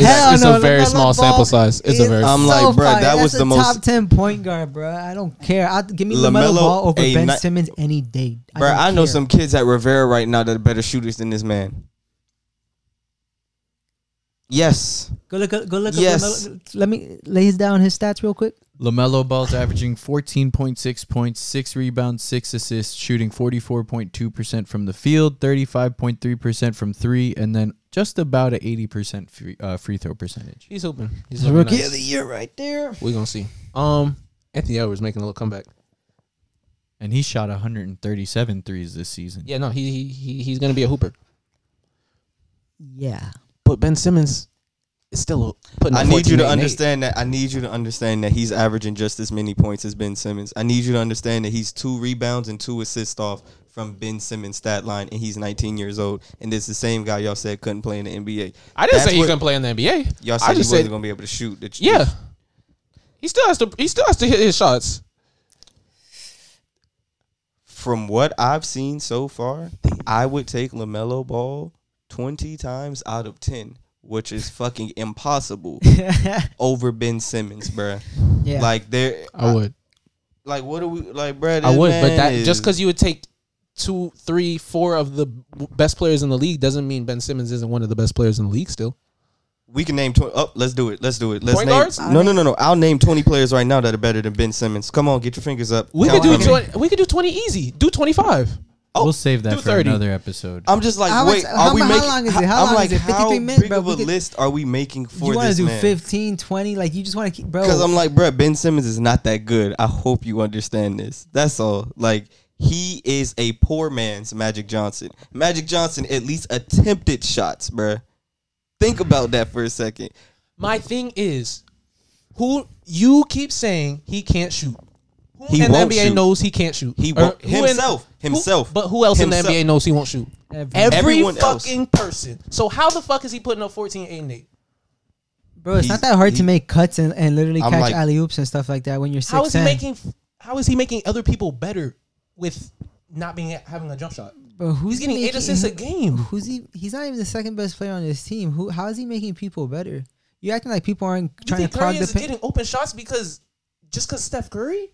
Speaker 1: Hell
Speaker 2: It's a
Speaker 1: no,
Speaker 2: very
Speaker 1: LaMelo
Speaker 2: small
Speaker 1: Ball
Speaker 2: sample size. It's a
Speaker 1: is
Speaker 2: very-
Speaker 3: I'm like, bruh,
Speaker 1: fire.
Speaker 3: that
Speaker 1: That's
Speaker 3: was the
Speaker 1: a
Speaker 3: most-
Speaker 1: top ten point guard, bruh. I don't care. I, give me Lamelo,
Speaker 3: LaMelo,
Speaker 1: Ball over
Speaker 3: a
Speaker 1: Ben
Speaker 3: ni-
Speaker 1: Simmons any day,
Speaker 3: Bro,
Speaker 1: don't
Speaker 3: I know
Speaker 1: care.
Speaker 3: some kids at Rivera right now that are better shooters than this man. Yes.
Speaker 1: Go look. Go look.
Speaker 3: Yes.
Speaker 1: Yes. Let me lay his down his stats real quick.
Speaker 4: LaMelo Ball's averaging 14.6 points, six rebounds, six assists, shooting 44.2% from the field, 35.3% from three, and then just about a 80% free, uh, free throw percentage.
Speaker 2: He's open. He's
Speaker 1: The
Speaker 2: open.
Speaker 1: rookie of
Speaker 2: Nice.
Speaker 1: the year, right there.
Speaker 2: We're gonna see. Um, Anthony Edwards making a little comeback.
Speaker 4: And he shot 137 threes this season.
Speaker 2: Yeah, no, he he, he he's gonna be a hooper.
Speaker 1: Yeah.
Speaker 2: But Ben Simmons is still putting.
Speaker 3: I need you to understand that. I need you to understand that he's averaging just as many points as Ben Simmons. I need you to understand that he's two rebounds and two assists off from Ben Simmons' stat line, and he's 19 years old. And this is the same guy y'all said couldn't play in the NBA.
Speaker 2: I didn't
Speaker 3: That's
Speaker 2: say he
Speaker 3: what-
Speaker 2: couldn't play in the NBA.
Speaker 3: Y'all
Speaker 2: I
Speaker 3: said
Speaker 2: just
Speaker 3: he wasn't
Speaker 2: said-
Speaker 3: gonna be able to shoot. That-
Speaker 2: Yeah, he still has to. He still has to hit his shots.
Speaker 3: From what I've seen so far, I would take Lamelo Ball 20 times out of 10, which is fucking impossible
Speaker 1: yeah.
Speaker 3: over Ben Simmons, bruh. Like there,
Speaker 2: I would.
Speaker 3: Like what do we like, bruh?
Speaker 2: I
Speaker 3: this
Speaker 2: would, but
Speaker 3: man
Speaker 2: that just
Speaker 3: is-
Speaker 2: because you would take two, three, four of the w- best players in the league doesn't mean Ben Simmons isn't one of the best players in the league. Still,
Speaker 3: We can name twenty. Oh, let's do it. Let's do it. Let's
Speaker 2: Point
Speaker 3: name.
Speaker 2: guards?
Speaker 3: No, no, no, no. I'll name twenty players right now that are better than Ben Simmons. Come on, get your fingers up.
Speaker 2: we
Speaker 3: Count
Speaker 2: could do
Speaker 3: how many.
Speaker 2: 20, we could do twenty easy. Do twenty five.
Speaker 3: Oh,
Speaker 4: we'll save that
Speaker 2: do
Speaker 4: for
Speaker 2: 30.
Speaker 4: another episode.
Speaker 2: Uh,
Speaker 3: I'm just like,
Speaker 1: How much-
Speaker 3: wait. Are
Speaker 1: how
Speaker 3: we
Speaker 1: mu- how
Speaker 3: making?
Speaker 1: long is it? How
Speaker 3: I'm
Speaker 1: long
Speaker 3: like,
Speaker 1: is it? 53
Speaker 3: how
Speaker 1: minutes,
Speaker 3: big
Speaker 1: bro.
Speaker 3: of a
Speaker 1: We could-
Speaker 3: list are we making for
Speaker 1: you want
Speaker 3: this
Speaker 1: to do
Speaker 3: man?
Speaker 1: fifteen, twenty? 15, 20? Like you just want to keep,
Speaker 2: oh.
Speaker 1: bro.
Speaker 3: Because I'm like, bruh, Ben Simmons is not that good. I hope you understand this. That's all. Like, he is a poor man's Magic Johnson. Magic Johnson at least attempted shots, bruh. Think about that for a second.
Speaker 2: My thing is, who you keep saying he can't shoot. Who
Speaker 3: He
Speaker 2: in the
Speaker 3: won't
Speaker 2: NBA
Speaker 3: shoot.
Speaker 2: knows he can't shoot.
Speaker 3: He
Speaker 2: Or
Speaker 3: won't-
Speaker 2: who in-
Speaker 3: himself.
Speaker 2: who-
Speaker 3: Himself.
Speaker 2: but who else in
Speaker 3: Himself.
Speaker 2: the NBA knows he won't shoot?
Speaker 1: Every-
Speaker 2: Every
Speaker 3: Everyone else.
Speaker 2: fucking person. So how the fuck is he putting up 14, 8, and 8?
Speaker 1: bro, it's
Speaker 3: he's-
Speaker 1: not that hard
Speaker 3: he-
Speaker 1: to make cuts and, and literally
Speaker 3: I'm
Speaker 1: catch
Speaker 3: like-
Speaker 1: alley oops and stuff like that when you're six.
Speaker 2: How is he making how is he making other people better with not being having a jump shot?
Speaker 1: Bro, who's
Speaker 2: He's getting eight
Speaker 1: making-
Speaker 2: assists a game.
Speaker 1: Who's he? He's not even the second best player on his team. Who? How is he making people better? You acting like people aren't
Speaker 2: You
Speaker 1: trying to
Speaker 2: think Curry
Speaker 1: clog the
Speaker 2: is
Speaker 1: paint.
Speaker 2: getting open shots because just because Steph Curry?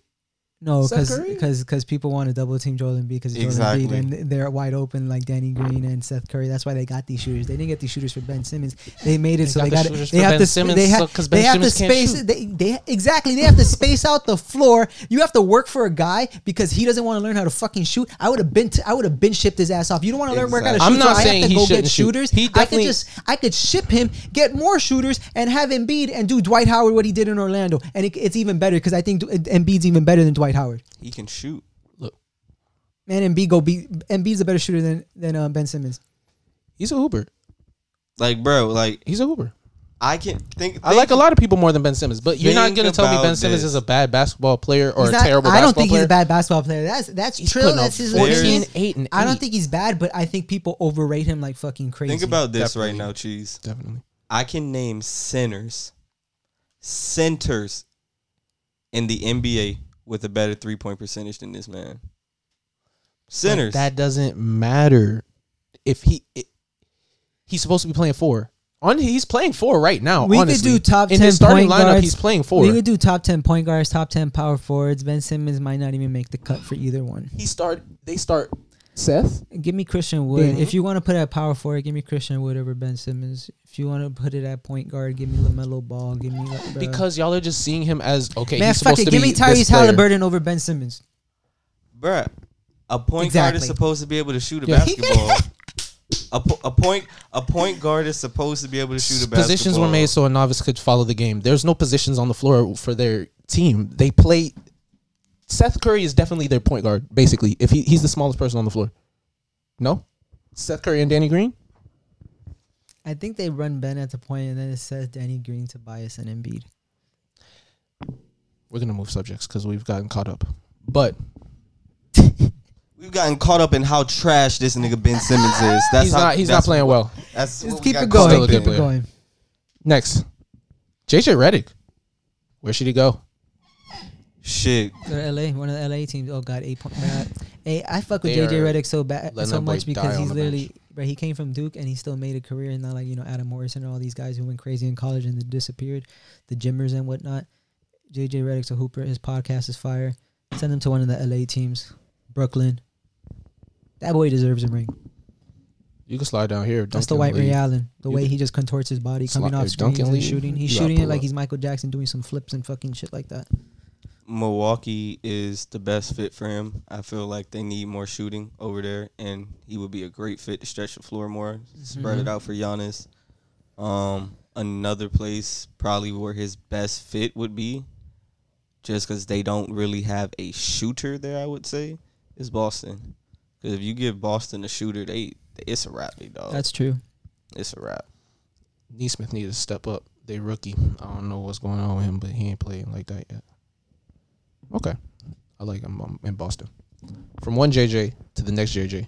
Speaker 1: No,
Speaker 2: Seth
Speaker 1: because
Speaker 2: Curry?
Speaker 1: because people want to double team Joel Embiid because Joel
Speaker 3: Exactly.
Speaker 1: Embiid and they're wide open like Danny Green and Seth Curry. That's why they got these shooters. They didn't get these shooters for Ben Simmons. They made it
Speaker 2: They
Speaker 1: so
Speaker 2: got
Speaker 1: they
Speaker 2: the
Speaker 1: got
Speaker 2: shooters
Speaker 1: it. They
Speaker 2: for
Speaker 1: have
Speaker 2: Ben
Speaker 1: to sp-
Speaker 2: Simmons
Speaker 1: they
Speaker 2: so-
Speaker 1: have
Speaker 2: 'cause Ben
Speaker 1: they have to
Speaker 2: Simmons can't
Speaker 1: space
Speaker 2: shoot.
Speaker 1: they, they exactly they have to space out the floor. You have to work for a guy because he doesn't want to learn how to fucking shoot. I would have been t- I would have been shipped his ass off. You don't want to learn work how to shoot.
Speaker 2: Exactly. I'm
Speaker 1: so
Speaker 2: not
Speaker 1: I have
Speaker 2: saying
Speaker 1: to
Speaker 2: he
Speaker 1: go get
Speaker 2: shouldn't shoot.
Speaker 1: shooters.
Speaker 2: He
Speaker 1: I could
Speaker 2: definitely-
Speaker 1: just I could ship him, get more shooters, and have Embiid and do Dwight Howard what he did in Orlando, and it, it's even better because I think Embiid's even better than Dwight Howard.
Speaker 3: He can shoot.
Speaker 1: Man, Embiid go be Embiid's a better shooter than than um, Ben Simmons.
Speaker 2: He's a hooper.
Speaker 3: Like, bro, like
Speaker 2: He's a hooper.
Speaker 3: I can think.
Speaker 2: I like a lot of people more than Ben Simmons, but you're not
Speaker 3: Think
Speaker 2: gonna tell me
Speaker 3: about
Speaker 2: Ben Simmons
Speaker 3: this.
Speaker 2: is a bad basketball player or
Speaker 1: He's
Speaker 2: a
Speaker 1: not-
Speaker 2: terrible.
Speaker 1: I don't
Speaker 2: basketball
Speaker 1: think
Speaker 2: player.
Speaker 1: he's a bad basketball player. That's that's
Speaker 2: He's
Speaker 1: Trill.
Speaker 2: putting up
Speaker 1: That's his
Speaker 2: 14,
Speaker 1: opinion.
Speaker 2: eight, and
Speaker 1: I don't
Speaker 2: eight.
Speaker 1: think he's bad, but I think people overrate him like fucking crazy.
Speaker 3: Think about this
Speaker 2: Definitely.
Speaker 3: right now, cheese.
Speaker 2: Definitely.
Speaker 3: I can name centers, centers in the NBA with a better three point percentage than this man.
Speaker 2: But
Speaker 3: Centers.
Speaker 2: that doesn't matter. If he it, he's supposed to be playing four. On he's playing four right now.
Speaker 1: We could
Speaker 2: honestly.
Speaker 1: do top
Speaker 2: in
Speaker 1: 10
Speaker 2: his starting
Speaker 1: point
Speaker 2: lineup.
Speaker 1: guards.
Speaker 2: He's playing four.
Speaker 1: We could do top ten point guards, top ten power forwards. Ben Simmons might not even make the cut for either one.
Speaker 2: he start. They start. Seth.
Speaker 1: Give me Christian Wood.
Speaker 2: Mhm.
Speaker 1: If you want to put it at power forward, give me Christian Wood over Ben Simmons. If you want to put it at point guard, give me Lamelo Ball. Give me like, bro.
Speaker 2: Because y'all are just seeing him as okay.
Speaker 1: man,
Speaker 2: he's
Speaker 1: fuck
Speaker 2: supposed
Speaker 1: it.
Speaker 2: to
Speaker 1: Give
Speaker 2: be
Speaker 1: me
Speaker 2: this
Speaker 1: Tyrese
Speaker 2: player.
Speaker 1: Halliburton over Ben Simmons.
Speaker 3: Bruh, a point guard is
Speaker 1: Exactly.
Speaker 3: supposed to be able to shoot a
Speaker 2: Yeah, he
Speaker 3: basketball. a, po- a point a point guard is supposed to be able to shoot a basketball.
Speaker 2: Positions were made so a novice could follow the game. There's no positions on the floor for their team. They play. Seth Curry is definitely their point guard. Basically, if he, he's the smallest person on the floor. No, Seth Curry and Danny Green.
Speaker 1: I think they run Ben at the point, and then it says Danny Green, Tobias, and Embiid.
Speaker 2: We're gonna move subjects because we've gotten caught up. But
Speaker 3: We've gotten caught up in how trash this nigga Ben Simmons is. That's
Speaker 2: he's
Speaker 3: how,
Speaker 2: not. He's not
Speaker 3: that's-
Speaker 2: playing well.
Speaker 3: That's what
Speaker 1: Just
Speaker 3: we
Speaker 1: keep
Speaker 3: got
Speaker 1: it
Speaker 3: caught
Speaker 2: Still
Speaker 1: going.
Speaker 2: a
Speaker 3: up
Speaker 2: good
Speaker 1: Keep
Speaker 3: in.
Speaker 1: it
Speaker 2: player.
Speaker 1: going.
Speaker 2: Next, JJ Redick. Where should he go?
Speaker 3: Shit,
Speaker 1: Go to LA, one of the LA teams. Oh God, eight point. man, Hey, I fuck with
Speaker 2: They
Speaker 1: JJ
Speaker 2: are
Speaker 1: Redick so bad,
Speaker 2: letting
Speaker 1: so
Speaker 2: that boy
Speaker 1: much
Speaker 2: die
Speaker 1: because
Speaker 2: on
Speaker 1: he's
Speaker 2: the
Speaker 1: literally. But he came from Duke and he still made a career, and not like you know Adam Morrison and all these guys who went crazy in college and then disappeared, the gymmers and whatnot. JJ Redick's a hooper. His podcast is fire. Send him to one of the LA teams, Brooklyn. That boy deserves a ring.
Speaker 2: You can slide down here.
Speaker 1: That's the
Speaker 2: Duncan
Speaker 1: white Ray
Speaker 2: Lee.
Speaker 1: Allen. The
Speaker 2: You
Speaker 1: way
Speaker 2: could-
Speaker 1: he just contorts his body,
Speaker 2: Slot-
Speaker 1: coming off
Speaker 2: if
Speaker 1: screens
Speaker 2: Duncan
Speaker 1: and
Speaker 2: Lee,
Speaker 1: shooting. He's
Speaker 2: you gotta
Speaker 1: shooting it
Speaker 2: pull
Speaker 1: like
Speaker 2: up.
Speaker 1: he's Michael Jackson doing some flips and fucking shit like that.
Speaker 3: Milwaukee is the best fit for him. I feel like they need more shooting over there, and he would be a great fit to stretch the floor more, spread it out for Giannis. Um, another place probably where his best fit would be, just because they don't really have a shooter there. I would say is Boston, because if you give Boston a shooter, they it's a wrap, big
Speaker 2: Oh.
Speaker 3: dog.
Speaker 1: That's true.
Speaker 3: it's a wrap.
Speaker 2: Neesmith needed to step up. They rookie. I don't know what's going on with him, but he ain't playing like that yet. Okay, I like him um, in Boston. From one JJ to the next JJ,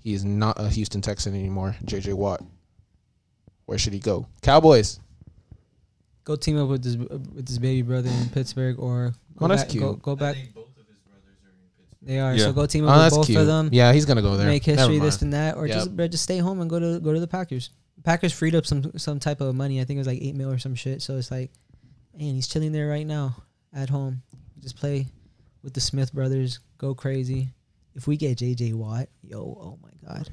Speaker 2: he is not a Houston Texan anymore. JJ Watt. Where should he go? Cowboys.
Speaker 1: Go team up with this with his baby brother in Pittsburgh, or go
Speaker 2: Oh, that's
Speaker 1: back,
Speaker 2: cute.
Speaker 1: Go, go back. They are
Speaker 3: Yeah.
Speaker 1: so go team up
Speaker 2: Oh,
Speaker 1: with
Speaker 2: that's
Speaker 1: both
Speaker 2: cute.
Speaker 1: of them.
Speaker 2: Yeah, he's gonna go there.
Speaker 1: Make
Speaker 2: Never
Speaker 1: history,
Speaker 2: mind.
Speaker 1: this and that, or just
Speaker 2: Yep.
Speaker 1: bro, just stay home and go to go to the Packers. Packers freed up some some type of money. I think it was like eight mil or some shit. So it's like, man, he's chilling there right now at home. Just play with the Smith brothers. Go crazy. If we get JJ Watt, yo, oh my god.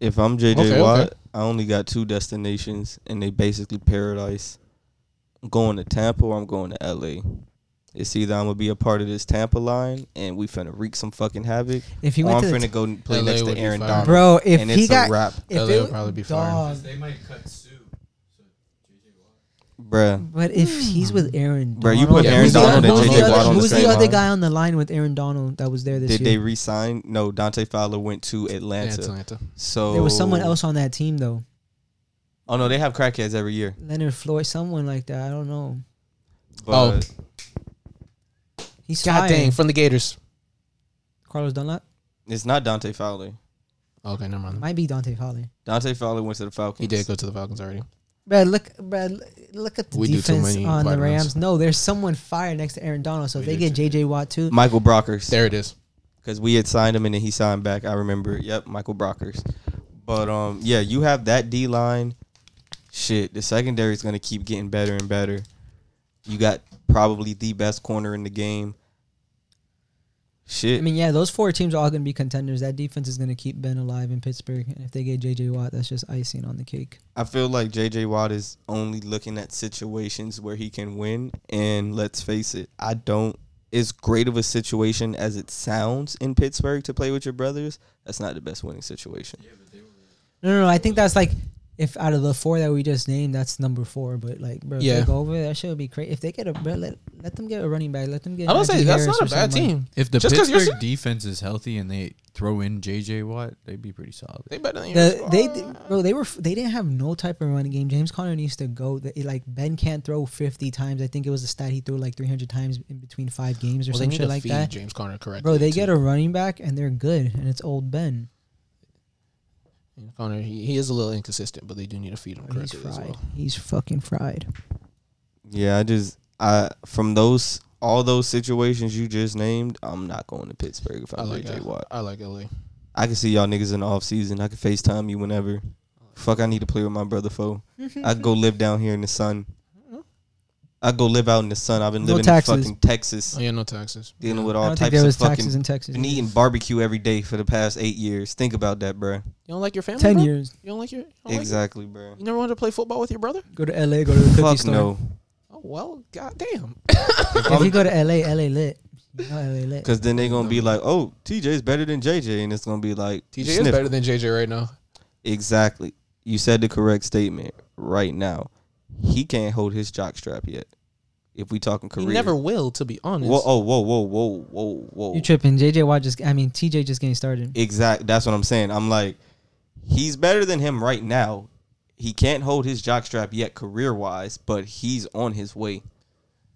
Speaker 3: If I'm JJ
Speaker 2: Okay,
Speaker 3: Watt,
Speaker 2: okay.
Speaker 3: I only got two destinations, and they basically paradise. I'm going to Tampa or I'm going to LA. It's either I'm gonna be a part of this Tampa line and we finna wreak some fucking havoc,
Speaker 1: If
Speaker 2: Oh,
Speaker 1: he
Speaker 3: or
Speaker 1: went
Speaker 3: I'm
Speaker 1: to the
Speaker 3: finna go and play
Speaker 2: LA
Speaker 3: next
Speaker 2: would
Speaker 3: to
Speaker 2: be
Speaker 3: Aaron
Speaker 2: fire.
Speaker 3: Donald.
Speaker 1: Bro, if
Speaker 3: and
Speaker 1: he
Speaker 3: it's
Speaker 1: got
Speaker 3: a wrap,
Speaker 1: if
Speaker 2: LA Oh, would
Speaker 1: it-
Speaker 2: probably be fire.
Speaker 1: dog,
Speaker 4: They might cut Sue.
Speaker 3: bruh.
Speaker 1: But if he's with Aaron,
Speaker 3: Bro, you
Speaker 1: Donald-
Speaker 3: put
Speaker 2: Yeah, Aaron
Speaker 1: who's the
Speaker 2: Donald
Speaker 1: other-
Speaker 2: and
Speaker 1: who's
Speaker 2: J.J.
Speaker 1: the
Speaker 2: Watt
Speaker 1: other-
Speaker 2: on the
Speaker 1: Who's
Speaker 2: same
Speaker 1: the other
Speaker 3: line?
Speaker 1: guy on the line with Aaron Donald that was there this
Speaker 3: Did they
Speaker 1: year?
Speaker 3: re-sign? No, Dante Fowler went to
Speaker 2: Yeah,
Speaker 3: Atlanta.
Speaker 2: Atlanta.
Speaker 3: So
Speaker 1: there was someone else on that team though,
Speaker 3: Oh no, they have crackheads every year.
Speaker 1: Leonard Floyd, someone like that. I don't know.
Speaker 2: Oh.
Speaker 3: But
Speaker 1: He's
Speaker 2: God
Speaker 1: fired.
Speaker 2: dang, from the Gators.
Speaker 1: Carlos Dunlap
Speaker 3: it's not Dante Fowler.
Speaker 2: Okay, never mind.
Speaker 1: might be Dante Fowler.
Speaker 3: Dante Fowler went to the Falcons.
Speaker 2: He did go to the Falcons already.
Speaker 1: Brad, look, Brad, look at the
Speaker 2: We do too
Speaker 1: defense
Speaker 2: many
Speaker 1: on the
Speaker 2: vitamins.
Speaker 1: Rams. No, there's someone fired next to Aaron Donald. So if
Speaker 2: We
Speaker 1: they
Speaker 2: do
Speaker 1: get JJ Watt too,
Speaker 3: Michael Brockers.
Speaker 2: There it is.
Speaker 3: because we had signed him and then he signed back. I remember. Yep, Michael Brockers. But um, yeah, you have that D line. Shit, the secondary is gonna keep getting better and better. You got probably the best corner in the game. Shit.
Speaker 1: I mean, yeah, those four teams are all going to be contenders. That defense is going to keep Ben alive in Pittsburgh, and if they get J.J. Watt, that's just icing on the cake.
Speaker 3: I feel like JJ Watt is only looking at situations where he can win. And let's face it, I don't. As great of a situation as it sounds in Pittsburgh to play with your brothers, that's not the best winning situation.
Speaker 1: No, no, no. I think that's like if out of the four that we just named, that's number four. But like, bro, if
Speaker 2: Yeah.
Speaker 1: they go over there, that shit would be crazy. If they get a bro, let, let them get a running back. Let them get.
Speaker 2: I don't say
Speaker 1: Najee
Speaker 2: that's
Speaker 1: Harris
Speaker 2: not a
Speaker 1: or
Speaker 2: bad
Speaker 1: something.
Speaker 2: team.
Speaker 4: If the
Speaker 2: Just 'cause you're
Speaker 4: Pittsburgh defense is healthy and they throw in JJ Watt, they'd be pretty solid.
Speaker 2: They better than Ah.
Speaker 1: The,
Speaker 2: your
Speaker 1: they
Speaker 2: squad.
Speaker 1: di- bro, they were f- they didn't have no type of running game. James Conner needs to go. The, like Ben can't throw fifty times. I think it was a stat he threw like three hundred times in between five games or
Speaker 2: Well, they
Speaker 1: some
Speaker 2: need
Speaker 1: shit
Speaker 2: to
Speaker 1: like
Speaker 2: feed
Speaker 1: that.
Speaker 2: James Conner correctly.
Speaker 1: Bro, they
Speaker 2: too.
Speaker 1: get a running back and they're good, and it's old Ben.
Speaker 2: James Conner. He, he is a little inconsistent, but they do need to feed him
Speaker 1: He's
Speaker 2: correctly as
Speaker 1: fried.
Speaker 2: well.
Speaker 1: He's fucking fried.
Speaker 3: Yeah, I just I from those all those situations you just named, I'm not going to Pittsburgh if
Speaker 2: I
Speaker 3: I'm
Speaker 2: like
Speaker 3: JJ Watt.
Speaker 2: I like Oh, LA.
Speaker 3: I can see y'all niggas in the off season. I can FaceTime you whenever. Fuck, I need to play with my brother foe. I go live down here in the sun. I go live out in the sun. I've been
Speaker 1: No
Speaker 3: living
Speaker 1: taxes.
Speaker 3: in fucking Texas,
Speaker 2: Oh yeah, no taxes.
Speaker 3: dealing with
Speaker 1: I
Speaker 3: all
Speaker 1: don't think
Speaker 3: types
Speaker 1: there
Speaker 3: of
Speaker 1: was taxes
Speaker 3: fucking.
Speaker 1: in Texas.
Speaker 3: Been eating barbecue every day for the past eight years. Think about that, bruh.
Speaker 2: You don't like your family?
Speaker 1: Ten
Speaker 2: bro?
Speaker 1: years.
Speaker 2: You don't like your you don't like your-
Speaker 3: Exactly, bruh.
Speaker 2: you never wanted to play football with your brother?
Speaker 1: Go to LA. Go to the cookie
Speaker 3: Fuck
Speaker 1: store.
Speaker 3: no,
Speaker 2: Oh well, goddamn.
Speaker 1: If you go to LA, LA lit. You know LA lit.
Speaker 3: because then they gonna be like, "Oh, TJ's better than JJ," and it's gonna be like,
Speaker 2: TJ is
Speaker 3: sniff.
Speaker 2: better than JJ right now.
Speaker 3: Exactly. You said the correct statement right now. He can't hold his jock strap yet. If we talking career.
Speaker 2: He never will, to be honest.
Speaker 3: whoa, oh, whoa, whoa, whoa, whoa, whoa.
Speaker 1: You tripping? JJ Watt just. I mean, TJ just getting started.
Speaker 3: Exact that's what I'm saying. I'm like, he's better than him right now. He can't hold his jock strap yet career wise, but he's on his way.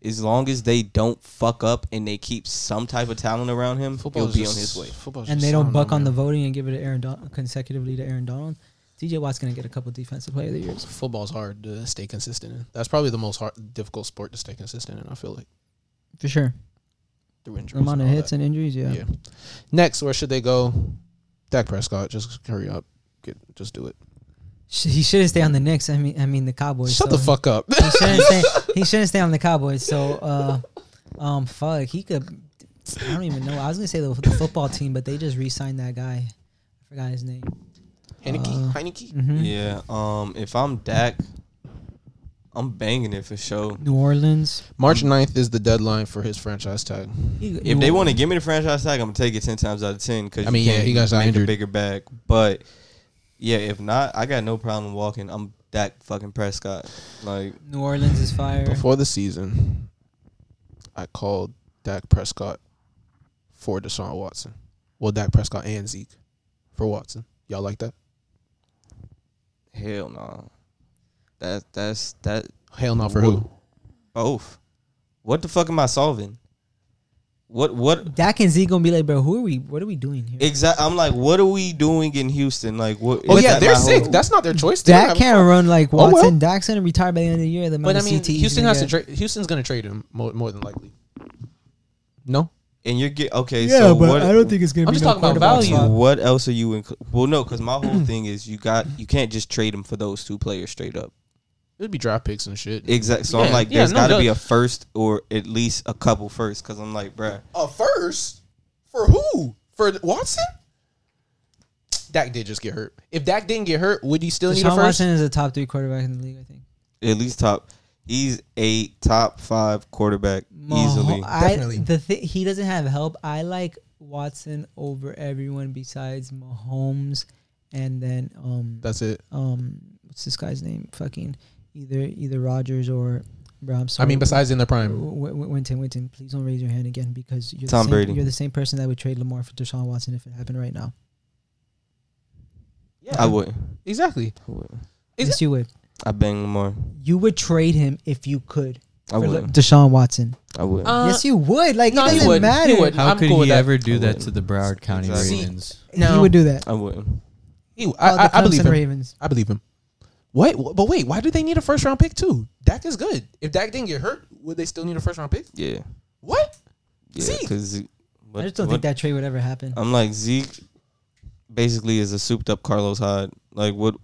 Speaker 3: As long as they don't fuck up and they keep some type of talent around him,
Speaker 2: Football
Speaker 3: he'll
Speaker 2: is
Speaker 3: be
Speaker 2: just-
Speaker 3: on his way.
Speaker 2: football's
Speaker 1: and
Speaker 2: just-
Speaker 1: they
Speaker 2: I
Speaker 1: don't
Speaker 2: know,
Speaker 1: buck on the
Speaker 2: man.
Speaker 1: voting and give it to Aaron Don- consecutively to Aaron Donald, TJ Watt's gonna get a couple defensive player of the years.
Speaker 2: Football's hard to stay consistent in. That's probably the most hard, difficult sport to stay consistent in. I feel like
Speaker 1: For sure.
Speaker 2: through injuries.
Speaker 1: The amount of
Speaker 2: and all
Speaker 1: hits
Speaker 2: that.
Speaker 1: and injuries, yeah.
Speaker 2: Yeah. Next, where should they go? Dak Prescott, just hurry up, get, just do it.
Speaker 1: Sh- He shouldn't stay on the Knicks. I mean, I mean the Cowboys.
Speaker 2: Shut
Speaker 1: so
Speaker 2: the fuck up.
Speaker 1: He shouldn't stay. He shouldn't stay on the Cowboys. So, uh, um, fuck, he could. I don't even know. I was gonna say the, the football team, but they just re-signed that guy. I forgot his name.
Speaker 2: Heineke,
Speaker 1: Uh,
Speaker 2: Heineke.
Speaker 1: hmm
Speaker 3: Yeah. Um if I'm Dak, I'm banging it for sure.
Speaker 1: New Orleans.
Speaker 2: March 9th is the deadline for his franchise tag.
Speaker 1: He-
Speaker 3: If
Speaker 1: New
Speaker 3: they
Speaker 1: Orleans.
Speaker 3: want to give me the franchise tag, I'm gonna take it ten times out of ten. Because
Speaker 2: I mean, yeah, he got
Speaker 3: make a
Speaker 2: injured.
Speaker 3: bigger bag. But yeah, if not, I got no problem walking. I'm that fucking Prescott. Like
Speaker 1: New Orleans is fire.
Speaker 2: Before the season, I called Dak Prescott for Deshaun Watson. Well, Dak Prescott and Zeke for Watson. Y'all like that?
Speaker 3: hell no. Nah. That that's that
Speaker 2: Hell no for who?
Speaker 3: both. What the fuck am I solving? What what
Speaker 1: Dak and Z gonna be like, bro, who are we? What are we doing here?
Speaker 3: exact? I'm like, what are we doing in Houston? Like what?
Speaker 2: Oh
Speaker 3: is
Speaker 2: yeah,
Speaker 3: that
Speaker 2: they're
Speaker 3: my whole-
Speaker 2: sick. That's not their choice. They
Speaker 1: Dak
Speaker 2: don't have-
Speaker 1: can't run like
Speaker 2: Oh, well.
Speaker 1: Watson. Dak's gonna retire by the end of the year. The
Speaker 2: But I
Speaker 1: amount of E
Speaker 2: mean,
Speaker 1: CTE he's
Speaker 2: Houston
Speaker 1: gonna
Speaker 2: has to.
Speaker 1: get.
Speaker 2: Tra- Houston's going to trade him more, more than likely. No,
Speaker 3: and you're get okay. so what,
Speaker 1: think it's gonna
Speaker 2: I'm just talking about
Speaker 1: quarterback
Speaker 2: value.
Speaker 1: swap.
Speaker 3: What else are you in? Well, no, because my whole thing is you got you can't just trade them for those two players straight up.
Speaker 2: it'd be draft picks and shit.
Speaker 3: Exactly. So
Speaker 2: Yeah,
Speaker 3: I'm like,
Speaker 2: yeah,
Speaker 3: there's
Speaker 2: no
Speaker 3: got to
Speaker 2: doubt.
Speaker 3: be a first or at least a couple first, because I'm like, bruh,
Speaker 2: A first for who? For Watson? Dak did just get hurt. If Dak didn't get hurt, would he still need a
Speaker 1: Deshaun
Speaker 2: first?
Speaker 1: Watson is a top three quarterback in the league. I think.
Speaker 3: at least top. He's a top five quarterback
Speaker 1: Mah-
Speaker 3: easily.
Speaker 1: I,
Speaker 2: Definitely.
Speaker 1: The thi- he doesn't have help. I like Watson over everyone besides Mahomes, and then um
Speaker 2: That's it.
Speaker 1: um what's this guy's name? Fucking either either Rogers or. Bro, I'm
Speaker 2: I
Speaker 1: sorry.
Speaker 2: mean, besides in the prime.
Speaker 1: W- W- Winton, Winton, please don't raise your hand again because you're
Speaker 3: Tom
Speaker 1: the same,
Speaker 3: Brady.
Speaker 1: You're the same person that would trade Lamar for Deshaun Watson if it happened right now.
Speaker 2: Yeah,
Speaker 3: I would.
Speaker 2: exactly. Is
Speaker 1: yes, you would.
Speaker 3: I bang Lamar.
Speaker 1: You would trade him if you could
Speaker 3: I
Speaker 1: for Um, Le-
Speaker 3: would.
Speaker 1: Deshaun Watson.
Speaker 3: I would.
Speaker 2: Uh,
Speaker 1: yes, you would. Like
Speaker 2: no,
Speaker 1: it
Speaker 2: he
Speaker 1: doesn't
Speaker 2: wouldn't. He
Speaker 1: matter. He would.
Speaker 2: wouldn't.
Speaker 4: How
Speaker 2: I'm
Speaker 4: could
Speaker 2: cool with
Speaker 4: he
Speaker 2: that.
Speaker 4: ever do
Speaker 3: I
Speaker 4: that
Speaker 3: wouldn't.
Speaker 4: to the Broward County
Speaker 3: Exactly.
Speaker 4: Ravens?
Speaker 2: No.
Speaker 1: do that.
Speaker 3: I would.
Speaker 2: Ew,
Speaker 1: Oh, the
Speaker 2: I, I, I believe
Speaker 1: Clemson
Speaker 2: him.
Speaker 1: Ravens.
Speaker 2: I believe him. Wait, wh- but wait, why do they need a first round pick too? Dak is good. If Dak didn't get hurt, would they still need a first round pick?
Speaker 3: Yeah.
Speaker 2: What?
Speaker 3: Yeah.
Speaker 2: Zeke.
Speaker 3: Because
Speaker 1: I just don't think that trade would ever happen.
Speaker 3: I'm like Zeke. Basically, is a souped up Carlos Hyde. Like what?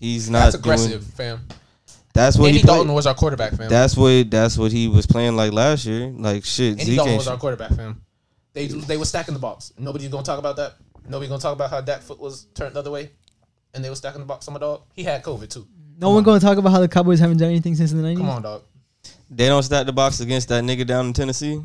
Speaker 3: He's not
Speaker 2: That's
Speaker 3: doing-
Speaker 2: aggressive, fam.
Speaker 3: That's what
Speaker 2: Andy
Speaker 3: he played.
Speaker 2: Dalton was our quarterback, fam.
Speaker 3: That's what that's what he was playing like last year. Like shit,
Speaker 2: Andy
Speaker 3: Zeke
Speaker 2: Dalton
Speaker 3: ain't.
Speaker 2: was our
Speaker 3: shit.
Speaker 2: quarterback, fam. They they were stacking the box. Nobody's gonna talk about that. Nobody's gonna talk about how that foot was turned the other way, and they were stacking the box. Some dog. He had COVID too.
Speaker 1: No one going to talk about how the Cowboys haven't done anything since the nineties.
Speaker 2: Come on, dog.
Speaker 3: They don't stack the box against that nigga down in Tennessee.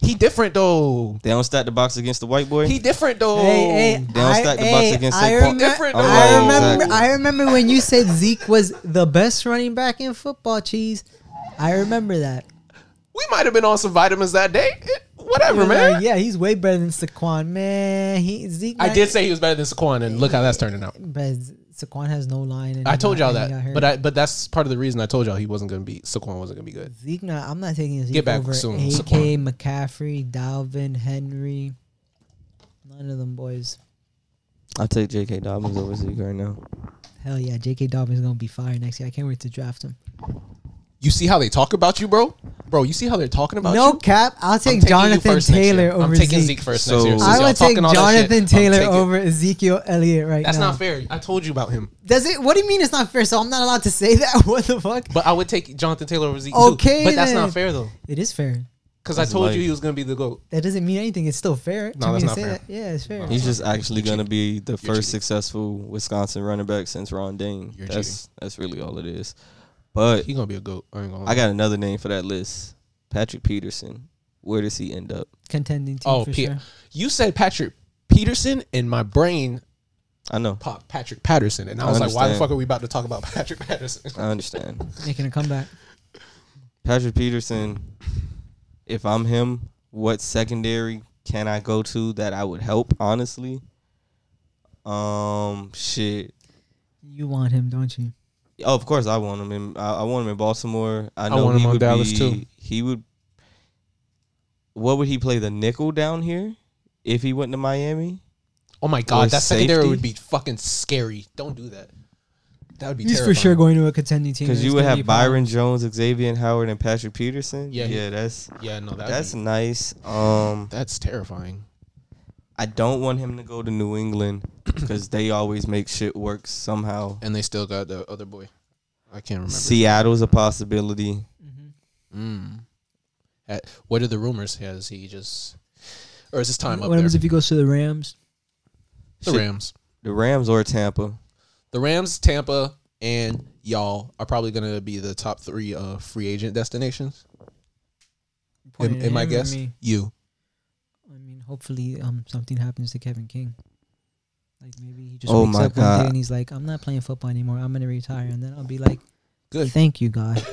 Speaker 2: He different though.
Speaker 3: They don't stack the box against the white boy.
Speaker 2: He different though.
Speaker 1: Hey, hey,
Speaker 3: They don't
Speaker 1: I,
Speaker 3: stack the
Speaker 1: hey,
Speaker 3: box against
Speaker 1: I,
Speaker 3: Saquon.
Speaker 1: remem-
Speaker 2: Different
Speaker 1: I
Speaker 3: though.
Speaker 1: remember.
Speaker 3: Exactly.
Speaker 1: I remember when you said Zeke was the best running back in football. Cheese. I remember that.
Speaker 2: We might have been on some vitamins that day. It- whatever,
Speaker 1: You're
Speaker 2: man.
Speaker 1: like, uh, yeah, he's way better than Saquon. Man, he Zeke.
Speaker 2: I
Speaker 1: might-
Speaker 2: did say he was better than Saquon, and look how that's turning out.
Speaker 1: but Saquon has no line. And
Speaker 2: I
Speaker 1: he
Speaker 2: told
Speaker 1: got-
Speaker 2: y'all
Speaker 1: and he got
Speaker 2: that,
Speaker 1: hurt.
Speaker 2: but I but that's part of the reason I told y'all he wasn't gonna be Saquon wasn't gonna be good.
Speaker 1: Zeke, not, I'm not taking Zeke
Speaker 2: Get back
Speaker 1: over
Speaker 2: soon,
Speaker 1: AK, McCaffrey, Dalvin, Henry. None of them boys.
Speaker 3: I'll take J.K. Dobbins over Zeke right now.
Speaker 1: Hell yeah, J.K. Dobbins gonna be fire next year. I can't wait to draft him.
Speaker 2: You see how they talk about you, bro? Bro, you see how they're talking about
Speaker 1: no
Speaker 2: you?
Speaker 1: cap, I'll
Speaker 2: I'm
Speaker 1: take
Speaker 2: taking you
Speaker 1: Jonathan
Speaker 2: first next
Speaker 1: Taylor
Speaker 2: year.
Speaker 1: over
Speaker 2: I'm taking
Speaker 1: Zeke.
Speaker 2: Zeke first
Speaker 3: So-
Speaker 2: next year. Since
Speaker 1: I
Speaker 2: y'all
Speaker 1: would take
Speaker 2: talking all that shit,
Speaker 1: Jonathan
Speaker 2: I'm
Speaker 1: Taylor
Speaker 2: taking-
Speaker 1: over Ezekiel Elliott right
Speaker 2: That's
Speaker 1: now.
Speaker 2: not fair. I told you about him.
Speaker 1: Does it? What do you mean it's not fair? So I'm not allowed to say that? What the fuck?
Speaker 2: But I would take Jonathan Taylor over Zeke
Speaker 1: Okay,
Speaker 2: too. But that's
Speaker 1: then.
Speaker 2: not fair though,
Speaker 1: It is fair.
Speaker 2: because I
Speaker 3: That's
Speaker 2: told
Speaker 3: life.
Speaker 2: you he was gonna be the goat.
Speaker 1: That doesn't mean anything. It's still fair to
Speaker 2: No,
Speaker 1: me
Speaker 2: that's
Speaker 1: to
Speaker 2: not
Speaker 1: say
Speaker 2: fair.
Speaker 1: that. Yeah, it's fair.
Speaker 3: He's just actually
Speaker 2: cheating.
Speaker 3: gonna be the first
Speaker 2: cheating.
Speaker 3: successful Wisconsin running back since Ron Dane.
Speaker 2: You're
Speaker 3: that's that's really all it is. But
Speaker 2: He gonna be a goat. I ain't gonna.
Speaker 3: I got another name for that list. Patrick Peterson. Where does he end up?
Speaker 1: Contending team
Speaker 2: Oh,
Speaker 1: for
Speaker 2: Pe-
Speaker 1: sure.
Speaker 2: you said Patrick Peterson, and my brain
Speaker 3: I know.
Speaker 2: popped Patrick Patterson, and I was
Speaker 3: I
Speaker 2: like, why the
Speaker 3: understand.
Speaker 2: fuck are we about to talk about Patrick Patterson?
Speaker 3: I understand.
Speaker 1: Making a comeback.
Speaker 3: Patrick Peterson, if I'm him, what secondary can I go to that I would help, honestly? Um shit.
Speaker 1: You want him, don't you?
Speaker 3: Oh, of course I want him in I, I want him in Baltimore. I know
Speaker 2: want
Speaker 3: he
Speaker 2: him on
Speaker 3: would
Speaker 2: Dallas,
Speaker 3: be-
Speaker 2: too.
Speaker 3: He would what would he play the nickel down here if he went to Miami?
Speaker 2: Oh my
Speaker 3: Or
Speaker 2: god, that secondary
Speaker 3: safety?
Speaker 2: would be fucking scary. Don't do that. That would be.
Speaker 1: He's for
Speaker 2: terrifying.
Speaker 1: sure going to a contending team.
Speaker 3: Because
Speaker 1: and
Speaker 3: you
Speaker 1: it's
Speaker 3: would
Speaker 1: gonna be a
Speaker 3: have
Speaker 1: problem.
Speaker 3: Byron Jones, Xavier Howard, and Patrick Peterson.
Speaker 2: Yeah,
Speaker 3: Yeah,
Speaker 2: he-
Speaker 3: yeah, that's
Speaker 2: Yeah, no, that'd
Speaker 3: that's
Speaker 2: that's
Speaker 3: nice. Um
Speaker 2: that's terrifying.
Speaker 3: I don't want him to go to New England because they always make shit work somehow.
Speaker 2: And they still got the other boy. I can't remember.
Speaker 3: Seattle's a possibility.
Speaker 1: Mm-hmm.
Speaker 2: Mm. At- what are the rumors? Has he just, or is his time
Speaker 1: What
Speaker 2: up there?
Speaker 1: happens if he goes to the Rams?
Speaker 2: The
Speaker 3: Shit,
Speaker 2: Rams,
Speaker 3: the Rams or Tampa.
Speaker 2: the Rams, Tampa, and y'all are probably gonna be the top three uh, free agent destinations. In,
Speaker 1: Pointing
Speaker 2: in my
Speaker 1: him or
Speaker 2: guess,
Speaker 1: me?
Speaker 2: you.
Speaker 1: I mean, hopefully, um, something happens to Kevin King. Like maybe he just
Speaker 3: Oh
Speaker 1: wakes
Speaker 3: my
Speaker 1: up one
Speaker 3: God.
Speaker 1: day and he's like, "I'm not playing football anymore. I'm gonna retire," and then I'll be like,
Speaker 2: Good.
Speaker 1: Thank you, God."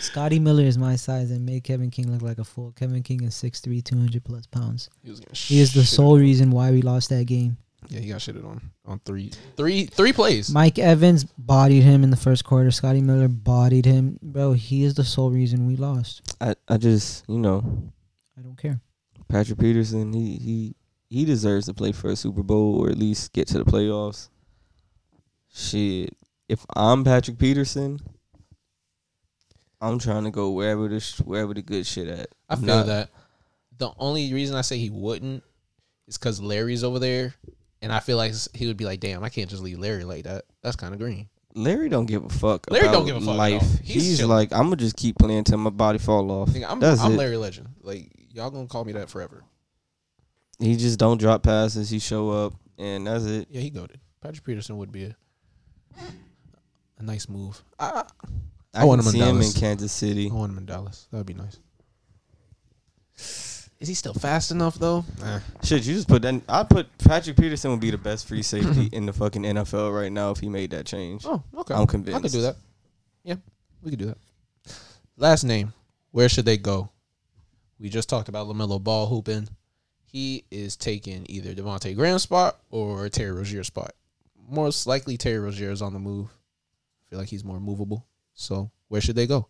Speaker 1: Scotty Miller is my size and made Kevin King look like a fool. Kevin King is 6'3", 200 plus pounds.
Speaker 2: He, was getting
Speaker 1: He is the
Speaker 2: shitted
Speaker 1: sole
Speaker 2: on.
Speaker 1: reason why we lost that game.
Speaker 2: Yeah, he got shitted on on three, three, three plays.
Speaker 1: Mike Evans bodied him in the first quarter. Scotty Miller bodied him. Bro, he is the sole reason we lost.
Speaker 3: I, I just you know
Speaker 1: I don't care.
Speaker 3: Patrick Peterson he he he deserves to play for a Super Bowl or at least get to the playoffs. Shit, if I'm Patrick Peterson, I'm trying to go wherever the sh- wherever the good shit at.
Speaker 2: I
Speaker 3: I'm
Speaker 2: feel
Speaker 3: not-
Speaker 2: that. The only reason I say he wouldn't is because Larry's over there, and I feel like he would be like, "Damn, I can't just leave Larry like that. That's kind of green."
Speaker 3: Larry don't give a fuck.
Speaker 2: Larry don't
Speaker 3: about
Speaker 2: give a fuck at
Speaker 3: Life.
Speaker 2: all. He's
Speaker 3: He's,
Speaker 2: chill.
Speaker 3: like, I'm gonna just keep playing till my body fall off.
Speaker 2: Nigga, I'm,
Speaker 3: That's
Speaker 2: I'm
Speaker 3: it.
Speaker 2: Larry Legend. Like y'all gonna call me that forever?
Speaker 3: He just don't drop passes. He show up, and that's it.
Speaker 2: Yeah, he goaded. Patrick Peterson would be a, a nice move. I,
Speaker 3: I,
Speaker 2: I want
Speaker 3: can
Speaker 2: him in
Speaker 3: see him in
Speaker 2: Dallas. Oh.
Speaker 3: Kansas City.
Speaker 2: I want him in Dallas. That'd be nice. Is he still fast enough though?
Speaker 3: Shit, you just put that. I put Patrick Peterson would be the best free safety in the fucking NFL right now if he made that change.
Speaker 2: Oh, okay.
Speaker 3: I'm convinced.
Speaker 2: I could do that. Yeah, we could do that. Last name. Where should they go? We just talked about LaMelo Ball hooping. He is taking either Devontae Graham's spot or Terry Rozier's spot. Most likely Terry Rozier is on the move. I feel like he's more movable. So where should they go?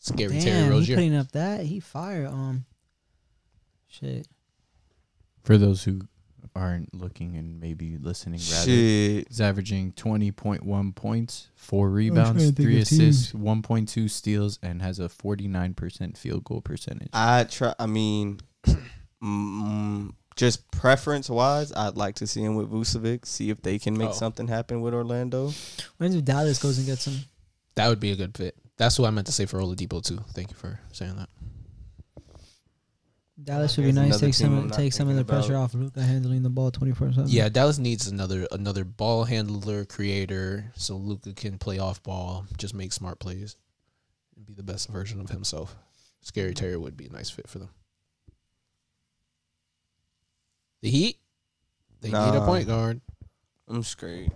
Speaker 2: Scary Terry
Speaker 1: Damn, he
Speaker 2: Rozier.
Speaker 1: putting up that. He fire. Um, shit.
Speaker 4: For those who aren't looking and maybe listening, rather,
Speaker 3: Shit,
Speaker 4: he's averaging 20.1 points, four
Speaker 1: trying to
Speaker 4: rebounds,
Speaker 1: think
Speaker 4: three
Speaker 1: of teams.
Speaker 4: assists, 1.2 steals, and has a 49% field goal percentage.
Speaker 3: I try. I mean, mm, just preference wise, I'd like to see him with Vucevic. See if they can make
Speaker 2: Oh.
Speaker 3: something happen with Orlando.
Speaker 1: When if Dallas goes and gets him?
Speaker 2: That would be a good fit. That's what I meant to say for Oladipo too. Thank you for saying that.
Speaker 1: Dallas would
Speaker 3: Uh,
Speaker 1: be
Speaker 3: here's
Speaker 1: nice.
Speaker 3: another
Speaker 1: Take
Speaker 3: team I'm
Speaker 1: some
Speaker 3: not
Speaker 1: take some of the
Speaker 3: thinking
Speaker 1: pressure off Luca handling the ball twenty four seven.
Speaker 2: Yeah, Dallas needs another another ball handler creator so Luca can play off ball, just make smart plays, and be the best version of himself. Scary Terry would be a nice fit for them. The Heat, they need a
Speaker 3: Nah.
Speaker 2: point guard.
Speaker 3: I'm screwed.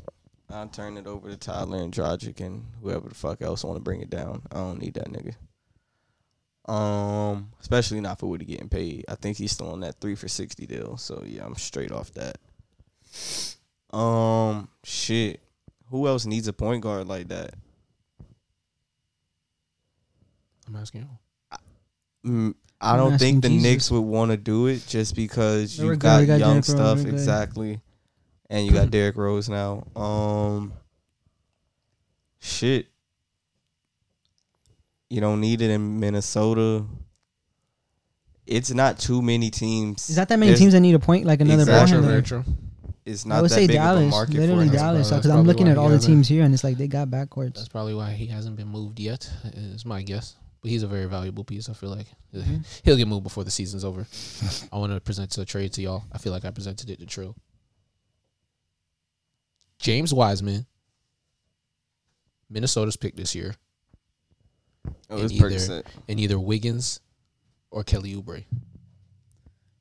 Speaker 3: I'll turn it over to Tyler and Drogic and whoever the fuck else want to bring it down. I don't need that nigga. Um, especially not for what he getting paid. I think he's still on that three for sixty deal. So yeah, I'm straight off that. Um, shit. Who else needs a point guard like that?
Speaker 2: I'm asking you.
Speaker 3: Mm, I
Speaker 1: I'm
Speaker 3: don't think
Speaker 1: asking
Speaker 3: the
Speaker 1: Jesus.
Speaker 3: Knicks would want to do it just because
Speaker 1: No,
Speaker 3: you
Speaker 1: we're good.
Speaker 3: got,
Speaker 1: We got
Speaker 3: young
Speaker 1: Derrick Rose.
Speaker 3: stuff
Speaker 1: We're good.
Speaker 3: exactly, and you got Derrick Rose now. Um, shit, you don't need it in Minnesota. It's not too many teams.
Speaker 1: Is that that many
Speaker 3: There's-
Speaker 1: teams that need a point like another
Speaker 3: Exactly.
Speaker 1: ball
Speaker 2: True,
Speaker 1: handler?
Speaker 2: very true.
Speaker 3: It's
Speaker 1: I
Speaker 3: not
Speaker 1: would
Speaker 3: that
Speaker 1: say
Speaker 3: big of a
Speaker 1: Dallas,
Speaker 3: market for
Speaker 1: literally
Speaker 3: it.
Speaker 2: That's
Speaker 1: Dallas,
Speaker 2: probably-
Speaker 1: because
Speaker 2: that's
Speaker 1: I'm
Speaker 2: probably
Speaker 1: looking
Speaker 2: why
Speaker 1: at all
Speaker 2: he
Speaker 1: the
Speaker 2: hasn't.
Speaker 1: teams here, and it's like they got backwards.
Speaker 2: That's probably why he hasn't been moved yet. Is my guess, but he's a very valuable piece. I feel like
Speaker 1: Mhm.
Speaker 2: he'll get moved before the season's over. I want to present a trade to y'all. I feel like I presented it to Trill. James Wiseman, Minnesota's pick this year,
Speaker 3: Oh, it's
Speaker 2: in either.
Speaker 3: Percocet.
Speaker 2: and either Wiggins or Kelly Oubre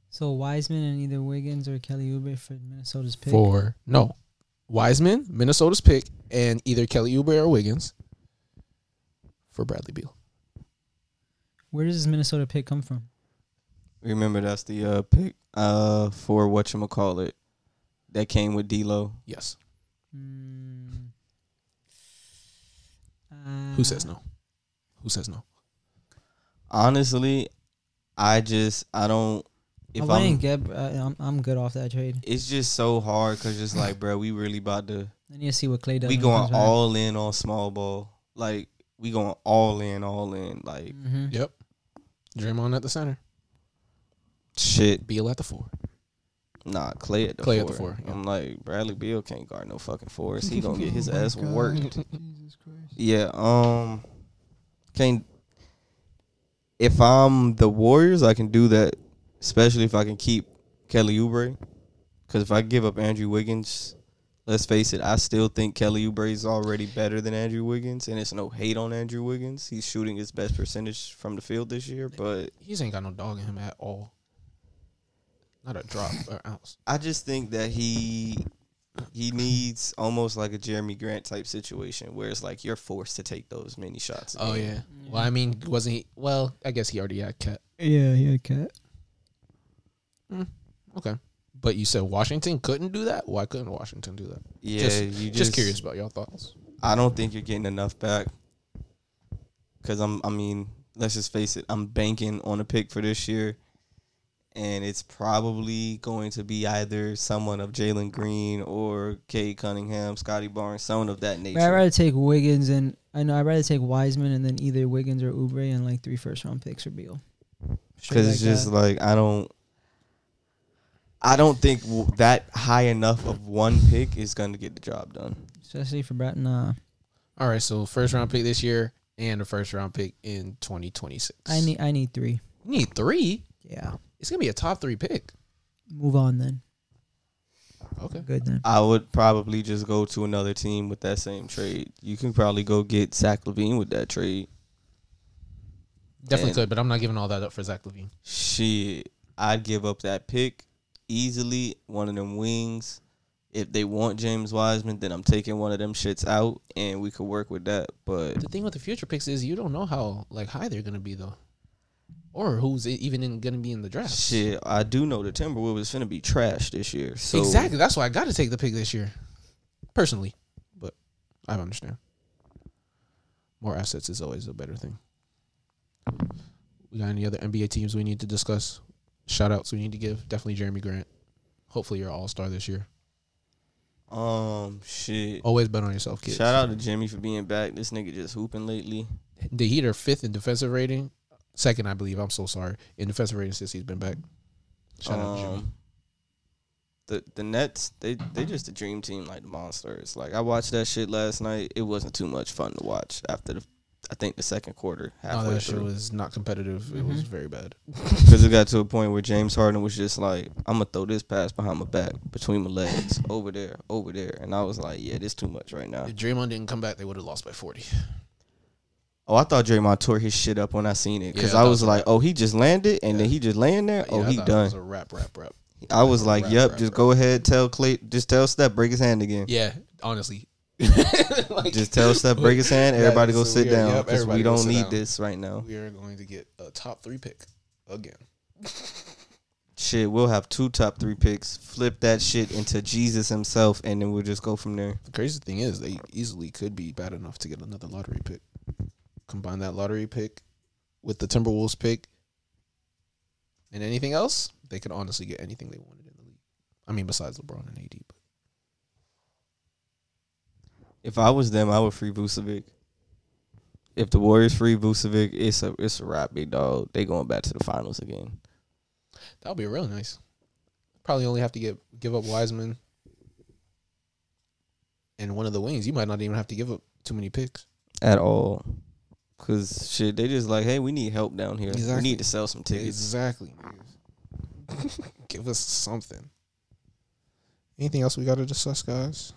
Speaker 1: So Wiseman and either Wiggins or Kelly Oubre for Minnesota's pick.
Speaker 2: for no Wiseman, Minnesota's pick, and either Kelly Oubre or Wiggins for Bradley Beal.
Speaker 1: Where does this Minnesota pick come from?
Speaker 3: Remember that's the uh, pick uh for what you call it that came with D'Lo.
Speaker 2: Yes.
Speaker 1: Mm.
Speaker 2: Who says
Speaker 1: Uh,
Speaker 2: no? Who says no?
Speaker 3: Honestly, I just I don't.
Speaker 1: I
Speaker 3: If
Speaker 1: wouldn't
Speaker 3: I'm,
Speaker 1: get. Uh, I'm I'm good off that trade.
Speaker 3: it's just so hard because just like, bro, we really about to
Speaker 1: I need to see what Clay does.
Speaker 3: we going all in on small ball. Like we going all in, all in. Like
Speaker 1: Mm-hmm.
Speaker 2: Yep. Draymond at the center,
Speaker 3: shit,
Speaker 2: Beal at the four.
Speaker 3: nah, Clay at the
Speaker 2: Clay
Speaker 3: four.
Speaker 2: at the four, yeah.
Speaker 3: I'm like Bradley Beal can't guard no fucking fours. He gonna get his ass
Speaker 2: Oh
Speaker 3: worked.
Speaker 1: Jesus Christ.
Speaker 3: Yeah. Um. Can't. If I'm the Warriors, I can do that. Especially if I can keep Kelly Oubre. Because if I give up Andrew Wiggins, let's face it, I still think Kelly Oubre is already better than Andrew Wiggins, and it's no hate on Andrew Wiggins. He's shooting his best percentage from the field this year, but
Speaker 2: He's ain't got no dog in him at all. Not a drop or ounce.
Speaker 3: I just think that he he needs almost like a Jeremy Grant type situation where it's like you're forced to take those many shots. a
Speaker 2: Oh
Speaker 3: game.
Speaker 2: yeah.
Speaker 1: Mm.
Speaker 2: Well, I mean, wasn't he? Well, I guess he already had cat.
Speaker 1: Yeah, yeah, cat.
Speaker 2: Okay, but you said Washington couldn't do that. Why couldn't Washington do that?
Speaker 3: yeah.
Speaker 2: Just-
Speaker 3: you
Speaker 2: Just curious about your thoughts.
Speaker 3: I don't think you're getting enough back. Cause I'm, I mean, let's just face it. I'm banking on a pick for this year, and it's probably going to be either someone of Jalen Green or Kay Cunningham, Scotty Barnes, someone of that nature.
Speaker 1: I'd rather take Wiggins and I know I'd rather take Wiseman and then either Wiggins or Oubre and like three first round picks or Beal. Straight
Speaker 3: Cause
Speaker 1: like
Speaker 3: it's just
Speaker 1: that.
Speaker 3: like I don't, I don't think w- that high enough of one pick is going to get the job done.
Speaker 1: especially for Brad. Nah,
Speaker 2: All right, so first round pick this year and a first round pick in twenty twenty six.
Speaker 1: I need I need three.
Speaker 2: you need three.
Speaker 1: Yeah,
Speaker 2: It's gonna be a top three pick.
Speaker 1: move on then.
Speaker 2: Okay.
Speaker 1: Good then.
Speaker 3: I would probably just go to another team with that same trade. You can probably go get Zach Levine with that trade.
Speaker 2: Definitely
Speaker 3: And-
Speaker 2: could, but I'm not giving all that up for Zach Levine.
Speaker 3: Shit, I'd give up that pick easily. One of them wings. If they want James Wiseman, then I'm taking one of them shits out, and we could work with that. But
Speaker 2: The thing with the future picks is you don't know how like high they're gonna be though, or who's e- even in, gonna be in the draft.
Speaker 3: shit, I do know the Timberwolves is finna be trash this year. So
Speaker 2: exactly. That's why I got to take the pick this year, personally. But I understand. More assets is always a better thing. We got any other NBA teams we need to discuss? Shout outs we need to give. Definitely Jeremy Grant. Hopefully you're an all star this year.
Speaker 3: Um, shit.
Speaker 2: Always bet on yourself, kids.
Speaker 3: Shout out to Jimmy for being back. This nigga just hooping lately.
Speaker 2: the Heat are fifth in defensive rating. Second, I believe. I'm so sorry. In defensive rating since he's been back. Shout out to Jimmy.
Speaker 3: Um, the the Nets they they just a dream team like the monsters. Like I watched that shit last night. It wasn't too much fun to watch after the I think the second quarter
Speaker 2: No,
Speaker 3: halfway
Speaker 2: that shit
Speaker 3: through
Speaker 2: was not competitive. It was
Speaker 3: Mm-hmm.
Speaker 2: very bad.
Speaker 3: because it got to a point where James Harden was just like I'm gonna throw this pass behind my back between my legs over there over there and I was like yeah this too much right now.
Speaker 2: If Draymond didn't come back, they would have lost by forty.
Speaker 3: Oh I thought Draymond tore his shit up when I seen it because
Speaker 2: Yeah, I
Speaker 3: I
Speaker 2: thought
Speaker 3: was
Speaker 2: so.
Speaker 3: like oh he just landed and then
Speaker 2: Yeah.
Speaker 3: he just laying there oh
Speaker 2: Yeah, I
Speaker 3: he
Speaker 2: thought it
Speaker 3: done.
Speaker 2: was a rap, rap, rap.
Speaker 3: I was like
Speaker 2: Rap,
Speaker 3: yep
Speaker 2: rap,
Speaker 3: just
Speaker 2: rap.
Speaker 3: go ahead tell Clay just tell Steph break his hand again.
Speaker 2: Yeah, honestly. Like,
Speaker 3: Just tell Steph break his hand.
Speaker 2: That
Speaker 3: Everybody
Speaker 2: is
Speaker 3: go
Speaker 2: so
Speaker 3: sit
Speaker 2: weird.
Speaker 3: down
Speaker 2: Yep,
Speaker 3: because we
Speaker 2: everybody go
Speaker 3: don't
Speaker 2: sit
Speaker 3: need
Speaker 2: down.
Speaker 3: this right now.
Speaker 2: we are going to get a top three pick again.
Speaker 3: Shit, we'll have two top three picks. Flip that shit into Jesus himself, and then we'll just go from there.
Speaker 2: The crazy thing is, they easily could be bad enough to get another lottery pick. Combine that lottery pick with the Timberwolves pick and anything else, they could honestly get anything they wanted in the league. I mean, besides LeBron and AD. But
Speaker 3: If I was them, I would free Vucevic. If the Warriors free Vucevic, it's a it's a wrap, big dog. They going back to the finals again.
Speaker 2: that would be really nice. Probably only have to get give up Wiseman and one of the wings. You might not even have to give up too many picks.
Speaker 3: At all. Cause shit, they just like, hey, we need help down here. We
Speaker 2: Exactly.
Speaker 3: need to sell some tickets.
Speaker 2: Exactly. niggas. Give us something. Anything else we got to discuss, guys?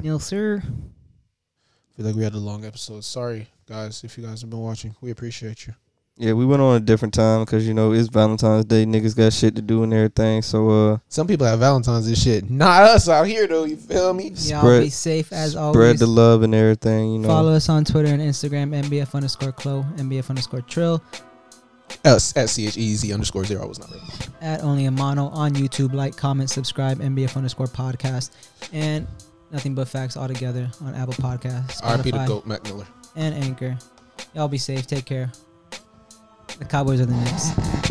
Speaker 1: No, sir.
Speaker 2: I feel like we had a long episode. Sorry, guys, if you guys have been watching. We appreciate you.
Speaker 3: Yeah, we went on a different time because you know it's Valentine's Day. Niggas got shit to do and everything. So uh
Speaker 2: Some people have Valentine's and shit. Not us out here, though. You feel me?
Speaker 1: Y'all
Speaker 3: Spread-
Speaker 1: be safe as
Speaker 3: spread
Speaker 1: always.
Speaker 3: the love and everything. You know,
Speaker 1: Follow us on Twitter and Instagram, MBF underscore Clo, MBF underscore Trill,
Speaker 2: Us at CHEZ E underscore zero. I was not ready.
Speaker 1: at Only a Mono on YouTube. Like, comment, subscribe, MBF underscore podcast, and nothing but facts all together on Apple Podcasts,
Speaker 2: RP to
Speaker 1: Spotify,
Speaker 2: GOAT, Mac Miller.
Speaker 1: and Anchor. Y'all be safe. Take care. The Cowboys are the next.